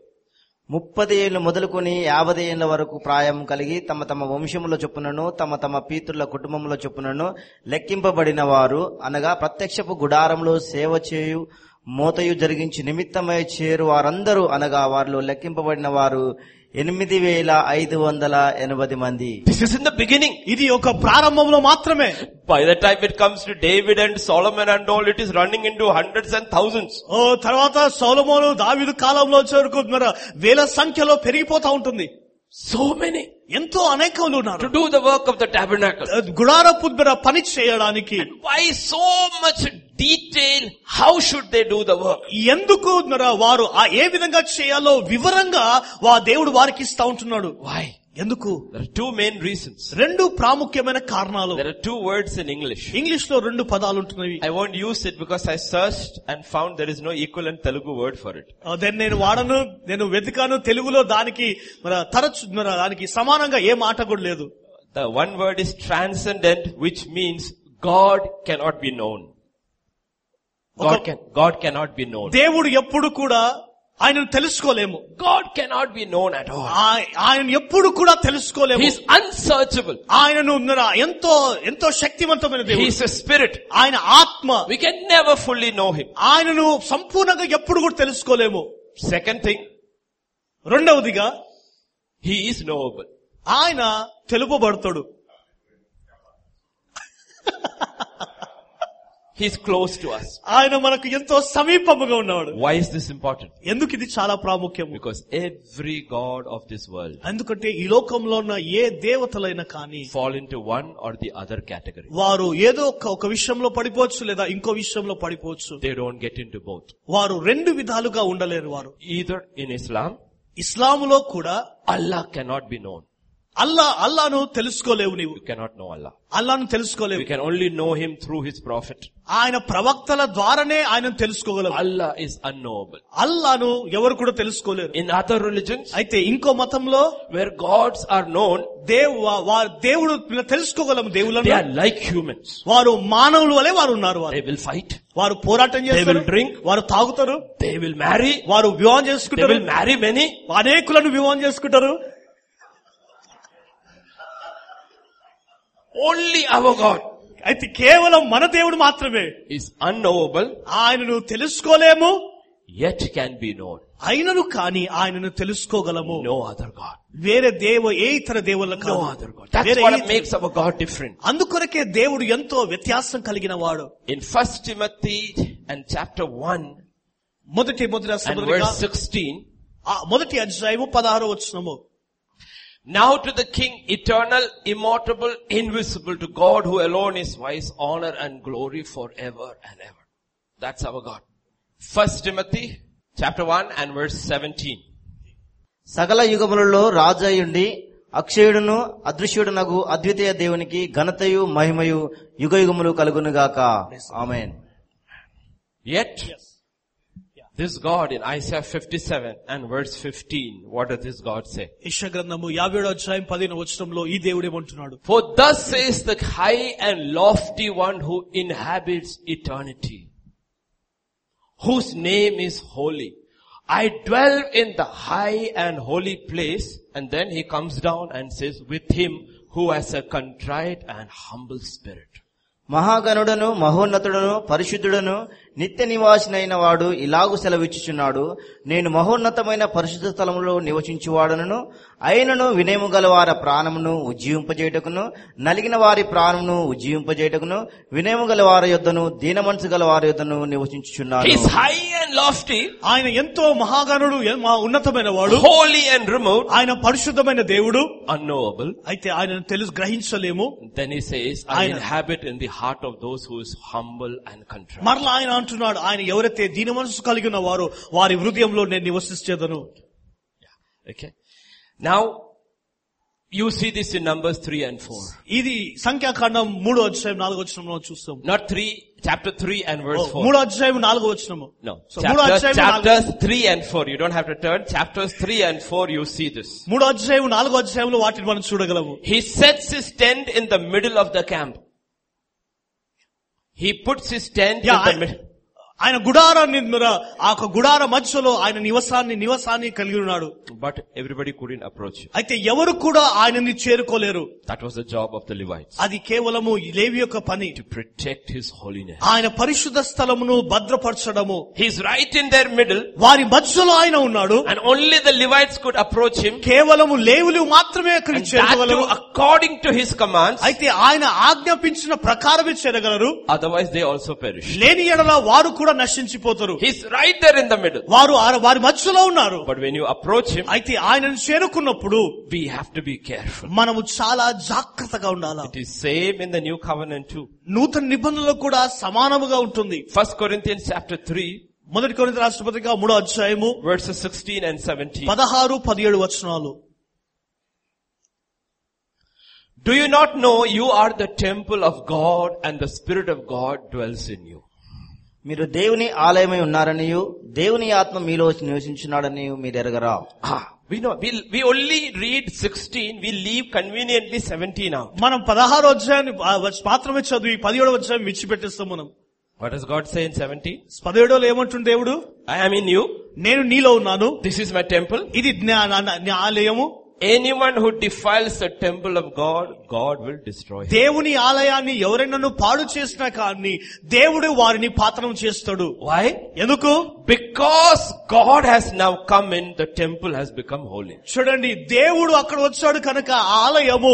S3: ముప్పది ఏళ్ళు మొదలుకొని యాభై ఏళ్ల వరకు ప్రాయం కలిగి తమ తమ వంశముల చొప్పునను తమ తమ పీతుల కుటుంబముల చొప్పునను లెక్కింపబడిన వారు అనగా ప్రత్యక్షపు గుడారంలో సేవ చేయు మోతయు జరిగించి నిమిత్తమై చేరు వారందరూ అనగా వారిలో లెక్కింపబడిన వారు ఎనిమిది వేల ఐదు వందల ఎనభై మంది
S1: This is in the beginning.
S2: ఇది ఒక ప్రారంభంలో మాత్రమే
S1: By the time it comes to David and Solomon and all, it is running into hundreds and thousands.
S2: ఓ తర్వాత సౌలమోను దావిదు కాలంలో చేరుకుంటున్నారు వేల సంఖ్యలో పెరిగిపోతా ఉంటుంది
S1: So many
S2: ఎంతో అనేకములు ఉన్నారు
S1: to do the work of the tabernacle.
S2: గుడారపు మీద పని చేయడానికి
S1: Why so much detail? How should they do the work?
S2: ఎందుకు మరి వారు ఆ ఏ విధంగా చేయాలో వివరంగా వా దేవుడు వారికి ఇస్తా ఉంటున్నాడు
S1: Why?
S2: ఎందుకు
S1: There are two main reasons.
S2: రెండు ప్రాముఖ్యమైన కారణాలు
S1: There are two words in English.
S2: English లో రెండు పదాలు ఉంటున్నవి
S1: I won't use it because I searched and found there is no equivalent Telugu word for it.
S2: ఆ, దాన్ని నేను వాడను నేను వెతికాను తెలుగులో దానికి మరి తరచు మరి దానికి సమానంగా ఏ మాట కూడా లేదు
S1: The one word is transcendent, which means God cannot be known. God can, God cannot be known.
S2: దేవుడు ఎప్పుడు కూడా ఆయనను తెలుసుకోలేము
S1: God cannot be known at all.
S2: ఆయ- ఆయన ఎప్పుడు కూడా తెలుసుకోలేము
S1: He's unsearchable.
S2: ఆయనను ఉన్నరా ఎంతో ఎంతో శక్తివంతమైన దేవుడు
S1: He's a spirit.
S2: ఆయన ఆత్మ
S1: We can never fully know him.
S2: ఆయనను సంపూర్ణంగా ఎప్పుడు కూడా తెలుసుకోలేము
S1: Second thing,
S2: రెండవదిగా
S1: He is knowable.
S2: ఆయన తెలుపబడతాడు
S1: He is close to us.
S2: ఆయన మనకు ఎంతో సమీపముగా ఉన్నాడు
S1: Why is this important?
S2: ఎందుకు ఇది చాలా ప్రాముఖ్యము
S1: Because every God of this world
S2: ఎందుకంటే ఈ లోకంలో ఉన్న ఏ దేవతలైనా కానీ
S1: fall into one or the other category.
S2: వారు ఏదో ఒక ఒక విషయంలో పడిపోవచ్చు లేదా ఇంకో విషయంలో పడిపోవచ్చు
S1: They don't get into both.
S2: వారు రెండు విధాలుగా ఉండలేరు వారు
S1: Either in Islam,
S2: ఇస్లాములో కూడా
S1: Allah cannot be known.
S2: అల్లా అల్లాను తెలుసుకోలేవు నీవు
S1: You cannot know Allah.
S2: అల్లాను
S1: You
S2: తెలుసుకోలేవు
S1: can only know Him through His prophet.
S2: ఆయన ప్రవక్తల ద్వారానే ఆయన తెలుసుకోగలరు
S1: Allah is unknowable.
S2: అల్లాను ఎవరు కూడా తెలుసుకోలేరు
S1: In other religions,
S2: అయితే ఇంకో మతంలో
S1: where gods are known,
S2: దేవు వా- వా- దేవుడు తెలుసుకోగలము
S1: they
S2: దేవులను
S1: are like humans.
S2: వారు మానవులు వలె వారు ఉన్నారు వారు
S1: They will fight,
S2: వారు పోరాటం చేస్తారు
S1: will drink.
S2: వారు తాగుతారు
S1: they will marry,
S2: వారు వివాహం
S1: they
S2: చేసుకుంటారు
S1: will marry many.
S2: అనేకులను వివాహం చేసుకుంటారు
S1: Only our God
S2: అయితే కేవలం మన దేవుడు మాత్రమే
S1: is unknowable,
S2: ఆయనను తెలుసుకోలేము
S1: yet can be known.
S2: అయినను కానీ ఆయనను తెలుసుకోగలము
S1: No other God.
S2: వేరే దేవ ఏ ఇతర దేవుళ్ళ
S1: No
S2: కాదు
S1: other God. That's
S2: వేరే ఏ
S1: what
S2: ఇతర-
S1: makes our God different.
S2: అందుకొరకే దేవుడు ఎంతో వ్యత్యాసం కలిగిన వాడు
S1: In first Timothy and chapter 1
S2: మొదటి మొదటి రాసిన
S1: and
S2: పత్రిక,
S1: verse 16,
S2: ఆ మొదటి అధ్యాయము పదహారు వచ్చినము
S1: Now to the King, eternal, immortal, invisible, to God who alone is wise, honor and glory forever and ever. That's our God. First Timothy chapter 1 and verse 17.
S3: సకల యుగములలో రాజయుండి అక్షయుడును అదృశ్యుడునగు అద్వితీయ దేవునికి ఘనతయు మహిమయు యుగ యుగములు కలుగునుగాక amen
S1: Yet, this God in Isaiah 57 and verse 15, what does this God say?
S2: యెషయా గ్రంథము యాభై ఏడో అధ్యాయం పదిహేను వచనంలో ఈ దేవుడు ఏమంటున్నాడు
S1: For thus says the high and lofty one who inhabits eternity, whose name is holy. I dwell in the high and holy place. And then he comes down and says, with him who has a contrite and humble spirit.
S3: మహాగణుడను మహోన్నతుడను పరిశుద్ధుడను నిత్య నివాసినైన వాడు ఇలాగు సెలవిచ్చుచున్నాడు నేను మహోన్నతమైన పరిశుద్ధ స్థలములో నివసించువాడను అయినను వినయము గల వారి ప్రాణమును ఉజ్జీవింపజేయటకును నలిగిన వారి ప్రాణమును ఉజ్జీవింపజేయటకును వినయము గల వారి యొద్దను దీన మనసు గల వారి యొద్దను నివసించుచున్నాను
S1: He's high and lofty,
S2: ఆయన ఎంతో మహాగణుడు ఎ- మహా ఉన్నతమైన వాడు
S1: holy and remote,
S2: ఆయన పరిశుద్ధమైన దేవుడు
S1: unknowable.
S2: అయితే ఆయనను తెలుసు గ్రహించలేము
S1: And then he says, I
S2: I know.
S1: inhabit in the heart of those who is humble and contrite.
S2: మరలా ఆయన అంటున్నాడు ఆయన ఎవరైతే దీని మనసు కలిగిన వారు వారి హృదయంలో నేను నివసిస్తేదను
S1: Okay. Now, you see this in Numbers 3 and 4.
S2: ఇది సంఖ్యాకాండం మూడో అధ్యాయం నాలుగో వచనంలో చూస్తాం
S1: Not 3, chapter 3 and
S2: oh,
S1: verse 4.
S2: మూడో అధ్యాయం నాలుగో వచనము
S1: No.
S2: Oh, So, మూడో
S1: Chapters,
S2: అధ్యాయం నాలుగో-
S1: chapters 3 and 4. You don't have to turn. Chapters 3 and 4, you see this.
S2: మూడో అధ్యాయం నాలుగో అధ్యాయంలో వాటిని మనం చూడగలము
S1: He sets his tent in the middle of the camp. He puts his tent
S2: Yeah,
S1: in the
S2: I-
S1: middle.
S2: ఆయన గుడారాన్ని మ- ఆ యొక్క గుడార మధ్యలో ఆయన నివసాన్ని నివసాన్ని కలిగి ఉన్నాడు
S1: But everybody couldn't approach him.
S2: అయితే ఎవరు కూడా ఆయనని చేరుకోలేరు
S1: That was the job of the Levites.
S2: అది కేవలము ఈ లేవి యొక్క పని
S1: To protect his holiness.
S2: ఆయన పరిశుద్ధ స్థలమును భద్రపరచడము
S1: He's right in their middle.
S2: వారి మధ్యలో ఆయన ఉన్నాడు
S1: And only the Levites could approach him.
S2: కేవలము లేవులు మాత్రమే అక్కడికి
S1: And that
S2: చేరగలరు
S1: too according to his commands.
S2: అయితే ఆయన ఆజ్ఞాపించిన ప్రకారమే చేరగలరు
S1: Otherwise they also perish.
S2: లేని ఎడల వారు కూడా నశించిపోతారు
S1: He's right there in the middle.
S2: వారు ఆ- వారి మధ్యలో ఉన్నారు
S1: But when you approach him,
S2: అయితే ఆయనను చేరుకున్నప్పుడు
S1: we have to be careful.
S2: మనము చాలా జాగ్రత్తగా ఉండాలి
S1: It is same in the new covenant too.
S2: నూతన నిబంధనలు కూడా సమానముగా ఉంటుంది
S1: First Corinthians chapter 3
S2: మొదటి కొరింథ రాష్ట్రపతిగా మూడో అధ్యాయము
S1: verses 16 and 17.
S2: పదహారు పదిహేడు వచనాలు
S1: Do you not know you are the temple of God and the Spirit of God dwells in you?
S3: మీరు దేవుని ఆలయమై ఉన్నారనియు దేవుని ఆత్మ మీలో నివసించున్నాడని మీరు ఎరగరా
S1: Ah, we know, we, we only read 16, we leave conveniently 17 out.
S2: మనం పదహారు అధ్యాయాన్ని ఆ, వచ్- మాత్రమే చదివి పదిహేడు అధ్యాయం విడిచిపెట్టేస్తాం మనం
S1: What does God say in 17?
S2: పదిహేడులో ఏమంటుంది దేవుడు
S1: I am in you.
S2: నేను నీలో ఉన్నాను
S1: This is my temple.
S2: ఇది నా- నా- నా ఆలయము
S1: Anyone who defiles the temple of God, God will destroy him.
S2: దేవుని ఆలయాన్ని ఎవరైనాను పాడు చేసినా కానీ దేవుడు వారిని పాతనం చేస్తాడు
S1: Why?
S2: ఎందుకు
S1: Because God has now come in, the temple has become holy.
S2: చూడండి దేవుడు అక్కడ వచ్చాడు కనుక ఆ ఆలయము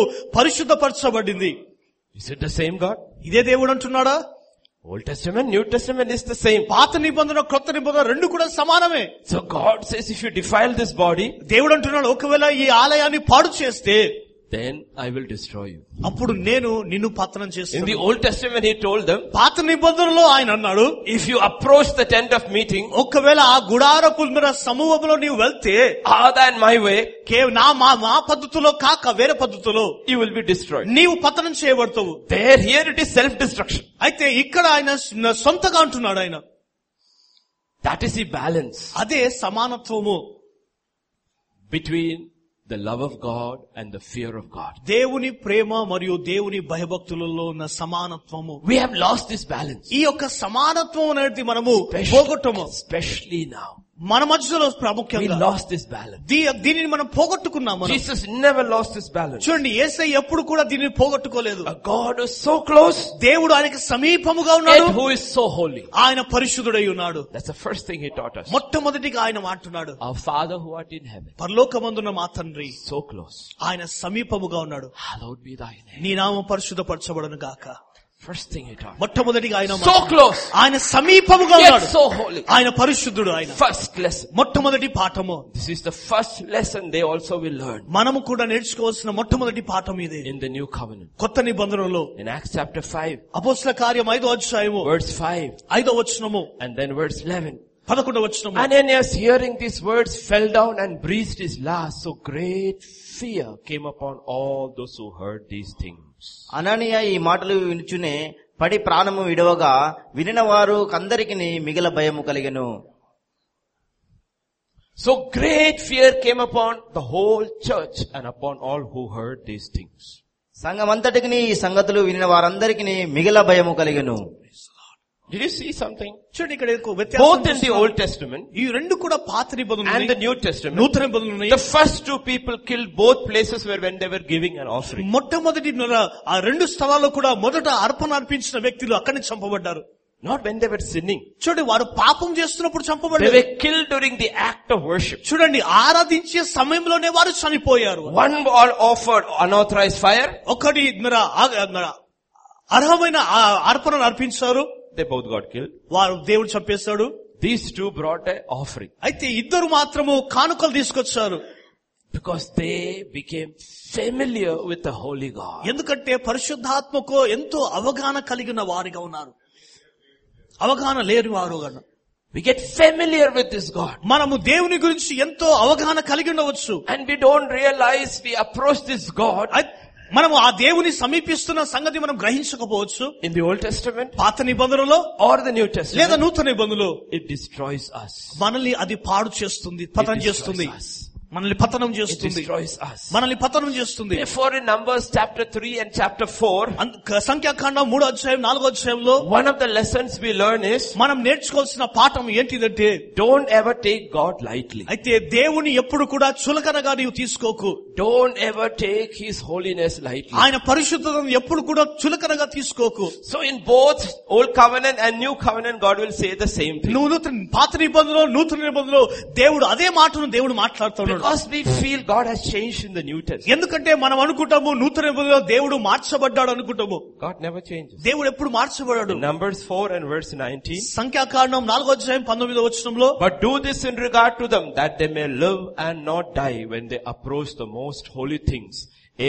S2: పరిశుద్ధపరచబడింది
S1: Is it the same God?
S2: ఇదే దేవుడు అంటున్నాడా
S1: Old Testament, New Testament is the same.
S2: పాత నిబంధన క్రొత్త నిబంధన రెండు కూడా సమానమే
S1: So God says if you defile this body,
S2: దేవుడు అంటున్నాడు ఒకవేళ ఈ ఆలయాన్ని పాడు చేస్తే
S1: then I will destroy you.
S2: అప్పుడు నేను నిన్ను పాతనం
S1: In the
S2: చేస్తాను
S1: Old Testament he told them,
S2: పాత నిబంధనలో ఆయన అన్నాడు
S1: if you approach the tent of meeting,
S2: ఒకవేళ ఆ గుడారపు మీద సమూహంలో నీవు వెళ్తే
S1: other than my way,
S2: కేవ- నా మా మా పద్ధతిలో కాక వేరే పద్ధతిలో
S1: you will be destroyed.
S2: నీవు పతనం చేయబడతావు
S1: There, here it is self-destruction.
S2: అయితే ఇక్కడ ఆయన న- సొంతగా అంటున్నాడు ఆయన
S1: That is the balance
S2: అదే సమానత్వము
S1: between the love of God and the fear of God.
S2: దేవుని ప్రేమ మరియు దేవుని భయభక్తులలో ఉన్న సమానత్వము
S1: We have lost this balance.
S2: ఈ యొక్క సమానత్వం అనేది మనము పోగొట్టము
S1: Especially, especially now.
S2: మన మధ్యలో
S1: We
S2: ప్రాముఖ్యంగా
S1: lost this balance.
S2: దీ- దీనిని మనం పోగొట్టుకున్నాము మనం.
S1: Jesus never lost his balance.
S2: చూడండి ఏసై ఎప్పుడు కూడా దీనిని పోగొట్టుకోలేదు
S1: A God is so close
S2: దేవుడు ఆయనకి సమీపముగా ఉన్నాడు
S1: and who is so holy.
S2: ఆయన పరిశుద్ధుడై ఉన్నాడు
S1: That's the first thing he taught us.
S2: మొట్టమొదటిగా ఆయన మాట్లాడు
S1: Our Father who art in heaven,
S2: పరలోకమందున్న మా తండ్రి
S1: so close.
S2: ఆయన సమీపముగా ఉన్నాడు
S1: Hallowed be thy name.
S2: నీ నామ పరిశుద్ధపరచబడను గాక
S1: First thing he taught.
S2: మొట్టమొదటిగా ఆయన
S1: So
S2: మాట్లాడు.
S1: close.
S2: ఆయన సమీపముగా
S1: Yet
S2: ఉన్నాడు
S1: so holy.
S2: ఆయన పరిశుద్ధుడు ఆయన
S1: First lesson.
S2: మొట్టమొదటి పాఠము
S1: This is the first lesson they also will learn
S2: మనము కూడా నేర్చుకోవాల్సిన మొట్టమొదటి పాఠం ఇదే
S1: in the new covenant.
S2: కొత్త నిబంధనలో
S1: In Acts chapter 5,
S2: అపోస్ల కార్యం ఐదో అధ్యాయము
S1: verse 5,
S2: ఐదో వచనము
S1: and then verse 11.
S2: పదకొండవ వచనము
S1: Ananias hearing these words fell down and breathed his last, so great fear came upon all those who heard these things.
S3: అననీయ ఈ మాటలు వినుచునే పడి ప్రాణము విడవగా వినిన వారు కందరికి మిగిల భయము కలిగెను
S1: So great fear came upon the whole church and upon all who heard these things.
S3: సంఘమంతటికి ఈ సంగతులు వినిన వారందరికి మిగిల భయము కలిగెను
S1: Did you see something?
S2: చూడండి ఇక్కడ ఎక్కువ వ్యత్యాసం
S1: Both in the
S2: చూస్తున్నాం.
S1: Old Testament
S2: ఈ రెండు కూడా పాత నిబంధనలు
S1: and the
S2: ఉన్నాయి.
S1: New Testament,
S2: నూతన నిబంధనలు ఉన్నాయి.
S1: the first two people killed both places were when they were giving an offering.
S2: మొట్టమొదటి నెల ఆ రెండు స్థలాల్లో కూడా మొదట అర్పణ అర్పించిన వ్యక్తులు అక్కడి చంపబడ్డారు
S1: Not when they were sinning.
S2: చూడండి వారు పాపం చేస్తున్నప్పుడు
S1: They
S2: చంపబడ్డారు
S1: were killed during the act of worship.
S2: చూడండి ఆరాధించే సమయంలోనే వారు చనిపోయారు
S1: One all offered unauthorized fire,
S2: ఒకటి మరి ఆ- మరి అర్హమైన ఆ- అర్పణను అర్పించారు
S1: they both got killed.
S2: వారు దేవుడు చంపేశాడు
S1: These two brought an offering
S2: అయితే ఇద్దరు మాత్రము కానుకలు తీసుకొచ్చారు
S1: because they became familiar with the holy God.
S2: ఎందుకంటే పరిశుద్ధాత్మకు ఎంతో అవగాహన కలిగిన వారిగా ఉన్నారు అవగాహన లేని వారు గన.
S1: We get familiar with this God
S2: మనము దేవుని గురించి ఎంతో అవగాహన కలిగి ఉండవచ్చు
S1: and we don't realize we approach this God.
S2: ఐ- మనము ఆ దేవుని సమీపిస్తున్న సంగతి మనం గ్రహించకపోవచ్చు
S1: In the Old Testament
S2: పాత నిబంధనలో
S1: or the New
S2: లేదా
S1: Testament,
S2: నూతన నిబంధనలో
S1: it destroys us.
S2: మనల్ని అది పాడు చేస్తుంది పతనం
S1: It
S2: చేస్తుంది
S1: destroys us.
S2: మనల్ని పతనం
S1: It
S2: చేస్తుంది
S1: destroys us.
S2: మనల్ని పతనం చేస్తుంది
S1: Therefore in Numbers chapter 3 and chapter 4,
S2: అన్- క- సంఖ్యాకాండం మూడో అధ్యాయం నాలుగో అధ్యాయంలో
S1: one of the lessons we learn is
S2: మనం నేర్చుకోవాల్సిన పాఠం ఏంటిదంటే
S1: don't ever take God lightly.
S2: అయితే దేవుని ఎప్పుడు కూడా చులకనగా నీవు తీసుకోకు
S1: Don't ever take His holiness lightly.
S2: ఆయన పరిశుద్ధతను ఎప్పుడు కూడా చులకనగా తీసుకోకు
S1: So in both Old Covenant and New Covenant, God will say the same thing.
S2: నువ్వు నూతన పాత నిబంధనలో నూతన నిబంధనలో దేవుడు అదే మాటను దేవుడు మాట్లాడుతున్నాడు
S1: Because we feel God has changed in the New Testament.
S2: ఎందుకంటే మనం అనుకుంటాము నూతన నిబంధనలో దేవుడు మార్చబడ్డాడు అనుకుంటాము
S1: God never changes.
S2: దేవుడు ఎప్పుడు మార్చబడాడు
S1: In Numbers 4 and verse 19.
S2: సంఖ్యాకాండం నాలుగో అధ్యాయం పంతొమ్మిదో వచనంలో
S1: But do this in regard to them that they may live and not die when they approach the most holy things.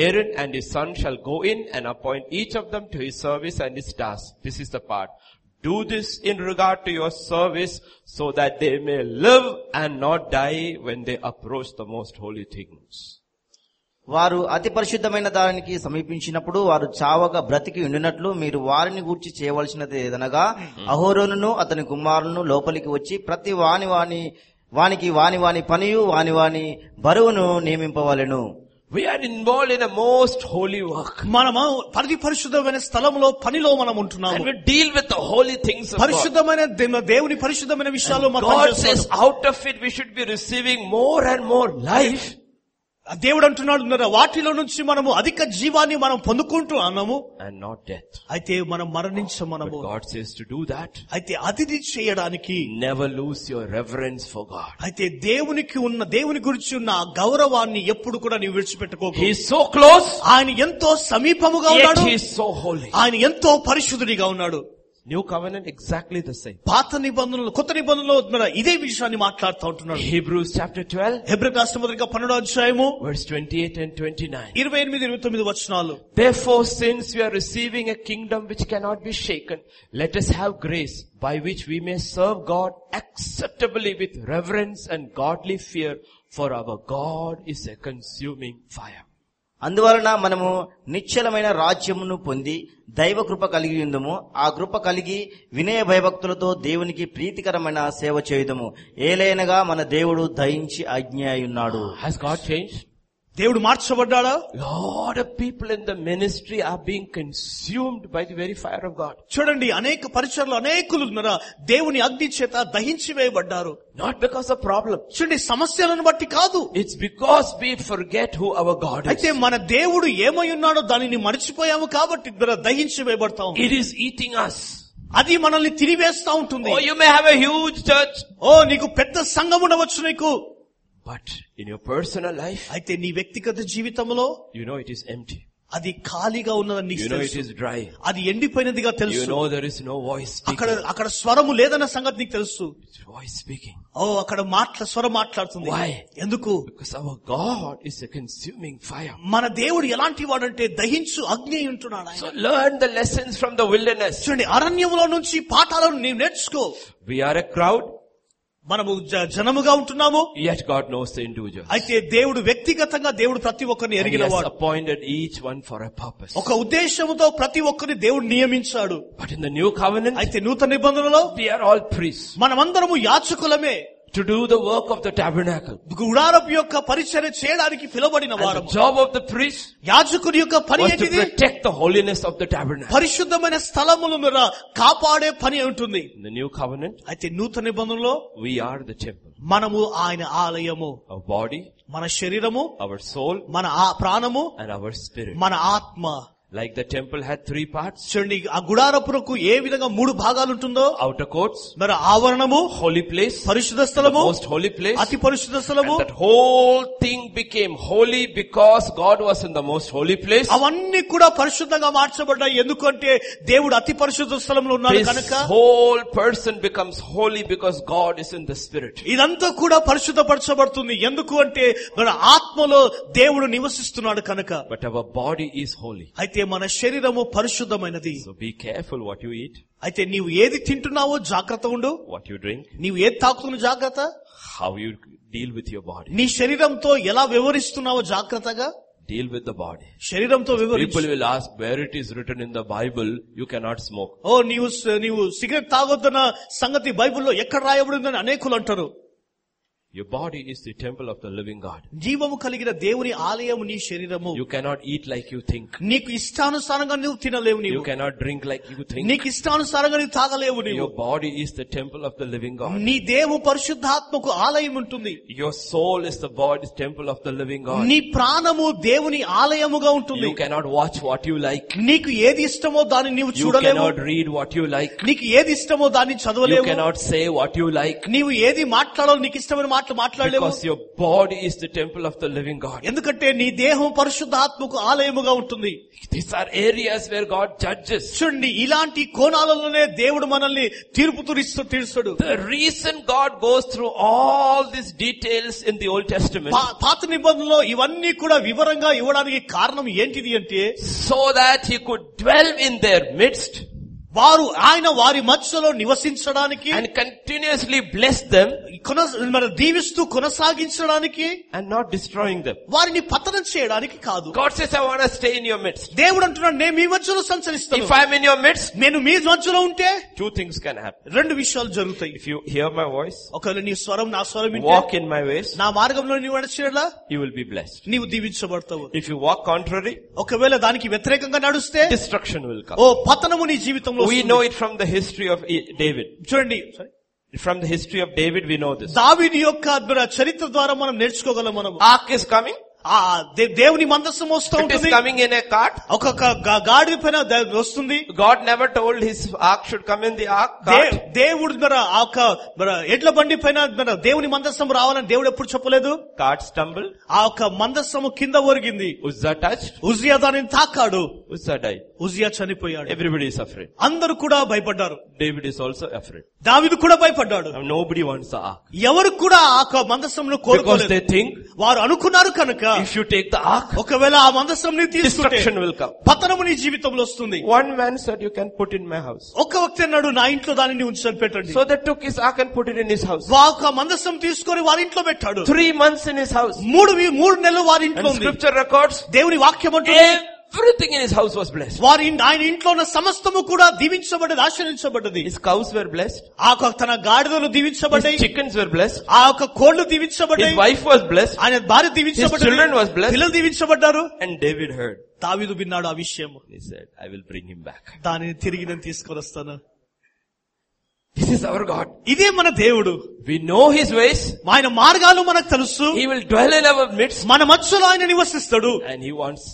S1: Aaron and his son shall go in and appoint each of them to his service and his task. This is the part. Do this in regard to your service so that they may live and not die when they approach the most holy things.
S3: వారు అతి పరిశుద్ధమైన దానికి సమీపించినప్పుడు వారు చావక బ్రతికి ఉండినట్లు మీరు వారిని గూర్చి చేయవలసినది ఏదనగా అహోరోనును అతని కుమారులను లోపలికి వచ్చి ప్రతి వాని వాని వానికి వాని వాని పనియు వాని వాని బరువును నియమింపవలెను
S1: We are involved in a most holy work.
S2: మనము పరిధి పరిశుద్ధమైన స్థలంలో పనిలో మనం
S1: And
S2: ఉంటున్నాము
S1: we deal with the holy things of God.
S2: పరిశుద్ధమైన దే- దేవుని పరిశుద్ధమైన విషయాల్లో మనం
S1: God
S2: పనిచేస్తున్నాము.
S1: says out of it we should be receiving more and more life.
S2: ఆ దేవుడు అంటున్నాడు "నర వాటిలో నుంచి మనము అధిక జీవాన్ని మనం పొందుకుంటూ అన్నాము
S1: and not death.
S2: అయితే మనం మరణించ
S1: But
S2: మనము
S1: God says to do that,
S2: అయితే అతిథి చేయడానికి
S1: never lose your reverence for God.
S2: అయితే దేవునికి ఉన్న దేవుని గురించి ఉన్న ఆ గౌరవాన్ని ఎప్పుడు కూడా నీవు విడిచిపెట్టుకోకు
S1: He is so close,
S2: ఆయన ఎంతో సమీపముగా
S1: yet
S2: ఉన్నాడు
S1: He is so holy.
S2: ఆయన ఎంతో పరిశుద్ధుడిగా ఉన్నాడు
S1: New covenant exactly the same.
S2: పాత నిబంధనలు కొత్త నిబంధనలో మరి ఇదే విషయాన్ని మాట్లాడుతూ ఉంటున్నాడు
S1: Hebrews chapter 12,
S2: హెబ్రి రాష్ట్ర మొదటిగా పన్నెండో అధ్యాయము
S1: verse 28 and 29.
S2: ఇరవై ఎనిమిది ఇరవై తొమ్మిది వచనాలు
S1: Therefore, since we are receiving a kingdom which cannot be shaken, let us have grace by which we may serve God acceptably with reverence and godly fear, for our God is a consuming fire.
S3: అందువలన మనము నిశ్చలమైన రాజ్యమును పొంది దైవ కృప కలిగి ఉందము ఆ కృప కలిగి వినయ భయభక్తులతో దేవునికి ప్రీతికరమైన సేవ చేయుదము ఏలైనగా మన దేవుడు దయించి ఆజ్ఞ అయి ఉన్నాడు
S1: Has God changed?
S2: దేవుడు మార్చబడ్డాడా
S1: Lot of people in the ministry are being consumed by the very fire of God.
S2: చూడండి అనేక పరిచయలు అనేకులు ఉన్నారా దేవుని అగ్ని చేత దహించి వేయబడ్డారు
S1: Not because of problem.
S2: చూడండి సమస్యలను బట్టి కాదు
S1: It's because we forget who our God
S2: అయితే
S1: is.
S2: మన దేవుడు ఏమై ఉన్నాడో దానిని మర్చిపోయాము కాబట్టి ఇద్దరు దహించి వేయబడతాం
S1: It is eating us.
S2: అది మనల్ని తిరివేస్తా ఉంటుంది
S1: Oh, you may have a huge church,
S2: ఓ నీకు పెద్ద సంఘం ఉండవచ్చు నీకు
S1: but in your personal life,
S2: అయితే నీ వ్యక్తిగత జీవితంలో
S1: you know it is empty.
S2: అది ఖాళీగా ఉన్నదని నీకు
S1: You know it
S2: తెలుసు.
S1: is dry.
S2: అది ఎండిపోయినదిగా
S1: You
S2: తెలుసు
S1: know Ah, there is no voice
S2: అక్కడ
S1: speaking.
S2: అక్కడ స్వరము లేదన్న సంగతి నీకు తెలుసు
S1: It's voice speaking.
S2: ఓ అక్కడ మాట్లా స్వరం మాట్లాడుతుంది
S1: Why?
S2: ఎందుకు
S1: Because our God is a consuming fire.
S2: మన దేవుడు ఎలాంటి వాడంటే దహించు అగ్ని అయి ఉంటున్నాడు ఆయన.
S1: So learn the lessons from the wilderness.
S2: చూడండి అరణ్యంలో నుంచి పాఠాలను నీవు నేర్చుకో
S1: We are a crowd,
S2: మనము జ- జనముగా ఉంటున్నాము
S1: yet God knows the individual.
S2: అయితే దేవుడు వ్యక్తిగతంగా దేవుడు ప్రతి ఒక్కరిని
S1: And he has
S2: ఎరిగినవాడు
S1: appointed each one for a purpose.
S2: ఒక ఉద్దేశముతో ప్రతి ఒక్కరిని దేవుడు నియమించాడు
S1: But in the new covenant,
S2: అయితే నూతన నిబంధనలో
S1: we are all priests
S2: మనమందరము యాచకులమే
S1: to do the work of the tabernacle.
S2: గుడారపు యొక్క పరిచర్య చేయడానికి పిలువబడిన
S1: And
S2: వారము
S1: the job of the priest
S2: యాజకుని యొక్క పని
S1: was to
S2: ఏంటిది
S1: protect the holiness of the tabernacle.
S2: పరిశుద్ధమైన స్థలములు మీరా కాపాడే పని ఉంటుంది
S1: In the new covenant,
S2: అయితే నూతన నిబంధనలో
S1: we are the temple.
S2: మనము ఆయన ఆలయము
S1: Our body,
S2: మన శరీరము
S1: our soul,
S2: మన ఆ ప్రాణము
S1: and our spirit.
S2: మన ఆత్మ
S1: Like the temple had three parts,
S2: చూడండి ఆ గుడారపురకు ఏ విధంగా మూడు భాగాలు ఉంటుందో
S1: outer courts,
S2: మరి ఆవరణము
S1: holy place,
S2: పరిశుద్ధ
S1: the
S2: స్థలము
S1: most holy place.
S2: అతి పరిశుద్ధ స్థలము
S1: And that whole thing became holy because God was in the most holy place.
S2: అవన్నీ కూడా పరిశుద్ధంగా మార్చబడ్డాయి ఎందుకంటే దేవుడు అతి పరిశుద్ధ స్థలంలో ఉన్నాడు
S1: This
S2: కనుక
S1: whole person becomes holy because God is in the spirit.
S2: ఇదంతా కూడా పరిశుద్ధపరచబడుతుంది ఎందుకు అంటే మన ఆత్మలో దేవుడు నివసిస్తున్నాడు కనుక
S1: But our body is holy.
S2: అయితే మన శరీరము పరిశుద్ధమైనది
S1: So be careful what you eat,
S2: అయితే నీవు ఏది తింటున్నావో జాగ్రత్త ఉండు
S1: what you drink,
S2: నీవు ఏది తాకుతున్న జాగ్రత్త
S1: how you deal with your body.
S2: నీ శరీరంతో ఎలా వివరిస్తున్నావో జాగ్రత్తగా
S1: Deal with the body.
S2: శరీరంతో
S1: People
S2: వివరించు
S1: will ask where it is written in the Bible, you cannot smoke.
S2: ఓ నీవు స- నీవు సిగరెట్ తాగొద్దన్న సంగతి బైబిల్లో ఎక్కడ రాయబడిందని అనేకులు అంటారు
S1: Your body is the temple of the living God.
S2: జీవము కలిగిన దేవుని ఆలయము నీ శరీరము
S1: You cannot eat like you think.
S2: నీకు ఇష్టానుసారంగా నువ్వు తినలేవు
S1: You
S2: నీవు
S1: cannot drink like you think.
S2: నీకు ఇష్టానుసారంగా నీవు తాగలేవు నీవు
S1: Your body is the temple of the living God.
S2: నీ దేవు పరిశుద్ధాత్మకు ఆలయం ఉంటుంది
S1: Your soul is the body temple of the living God.
S2: నీ ప్రాణము దేవుని ఆలయముగా ఉంటుంది
S1: You cannot watch what you like.
S2: నీకు ఏది ఇష్టమో దాన్ని నీవు
S1: You
S2: చూడలేవు
S1: cannot read what you like.
S2: నీకు ఏది ఇష్టమో దాన్ని
S1: You
S2: చదవలేవు
S1: cannot say what you like.
S2: నీవు ఏది మాట్లాడాలో నీకు ఇష్టమైన మాటలు మాట్లాడలేవు
S1: Because your body is the temple of the living God.
S2: ఎందుకంటే నీ దేహం పరిశుద్ధాత్మకు ఆలయముగా ఉంటుంది
S1: These are areas where God judges.
S2: చూడండి ఇలాంటి కోణాలలోనే దేవుడు మనల్ని తీర్పు తీరుస్తూ తీరుస్తాడు
S1: The reason God goes through all these details in the Old Testament
S2: పా- పాత నిబంధనలో ఇవన్నీ కూడా వివరంగా ఇవ్వడానికి కారణం ఏంటిది అంటే
S1: so that he could dwell in their midst
S2: వారు ఆయన వారి మధ్యలో నివసించడానికి
S1: and continuously bless them
S2: కొన- మన దీవిస్తూ కొనసాగించడానికి
S1: and not destroying them.
S2: వారిని పతనం చేయడానికి కాదు
S1: God says, I want to stay in your midst.
S2: దేవుడు అంటున్నాడు నేను మీ మధ్యలో సంచరిస్తాను
S1: If I'm in your midst,
S2: నేను మీ మధ్యలో ఉంటే
S1: two things can happen.
S2: రెండు విషయాలు జరుగుతాయి
S1: If you hear my voice,
S2: ఒకవేళ నీ స్వరం నా స్వరం వింటే,
S1: walk in my ways,
S2: నా మార్గంలో నీవు నడిచేలా
S1: you will be blessed.
S2: నీవు దీవించబడతావు
S1: If you walk contrary,
S2: ఒకవేళ దానికి వ్యతిరేకంగా నడుస్తే
S1: destruction will come.
S2: ఓ పతనము నీ జీవితంలో
S1: We
S2: వస్తుంది.
S1: know it from the history of E- David.
S2: చూడండి
S1: From the history of David, we know this.
S2: దావీది యొక్క అద్భుత చరిత్ర ద్వారా మనం నేర్చుకోగలం మనం
S1: Ark is coming.
S2: ఆ దే- దేవుని మందస్సు మోస్తూ
S1: It is
S2: ఉంటుంది
S1: coming in a cart.
S2: ఒక క- గా- గాడిద పైన ద- వస్తుంది
S1: God never told his ark should come in the ark
S2: దే-
S1: cart.
S2: దేవుడు మన ఆ యొక్క మన ఎడ్ల బండి పైన మన దేవుని మందస్సము రావాలని దేవుడు ఎప్పుడు చెప్పలేదు
S1: Cart stumbled.
S2: ఆ యొక్క మందస్సము కింద ఒరిగింది
S1: Uzza touched.
S2: ఉజియా దానిని తాకాడు
S1: Uzza died.
S2: ఉజియా చనిపోయాడు
S1: Everybody is afraid.
S2: అందరూ కూడా భయపడ్డారు
S1: David is also afraid.
S2: దావిదు కూడా భయపడ్డాడు
S1: Now nobody wants the ark.
S2: ఎవరు కూడా ఆ యొక్క మందస్సమును
S1: Because
S2: కోరుకోలేదు
S1: they think
S2: వారు అనుకున్నారు కనుక
S1: if you take the ark,
S2: ఒకవేళ ఆ మందస్సం ని తీసుకుంటే
S1: destruction will come.
S2: పతనము నీ జీవితంలో వస్తుంది
S1: One man said, you can put in my house.
S2: ఒక్క వ్యక్తి అన్నాడు నా ఇంట్లో దానిని ఉంచని పెట్టండి
S1: So they took his ark and put it in his house.
S2: వా- ఒక మందస్సం తీసుకొని వారి ఇంట్లో పెట్టాడు
S1: Three months in his house.
S2: మూడు వి- మూడు నెలలు వారి ఇంట్లో
S1: And
S2: ఉంది
S1: scripture records,
S2: దేవుని వాక్యం అంటుంది
S1: everything in his house was blessed.
S2: వారి ఇన్- ఆయన ఇంట్లో ఉన్న సమస్తము కూడా దీవించబడ్డది ఆశ్రయించబడ్డది
S1: His cows were blessed.
S2: ఆ యొక్క తన గాడిదలు
S1: His
S2: దీవించబడ్డాయి
S1: chickens were blessed.
S2: ఆ యొక్క కోళ్లు
S1: His
S2: దీవించబడ్డాయి
S1: wife was blessed.
S2: ఆయన భార్య
S1: children was
S2: దీవించబడ్డారు
S1: blessed.
S2: పిల్లలు దీవించబడ్డారు
S1: And David heard.
S2: తావీదు విన్నాడు ఆ విషయం
S1: He said, I will bring him back.
S2: దానిని తిరిగి నేను తీసుకొని వస్తాను
S1: This is our God.
S2: ఇదే మన దేవుడు
S1: We know his ways.
S2: ఆయన మార్గాలు మనకు తెలుసు
S1: He will dwell in our midst.
S2: మన మధ్యలో ఆయన నివసిస్తాడు
S1: And he wants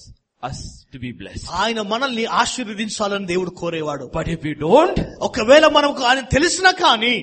S1: us to be blessed.
S2: ఆయన మనల్ని ఆశీర్వదించాలని దేవుడు కోరేవాడు
S1: But if we don't,
S2: ఒకవేళ మనకు ఆయన తెలిసినా కానీ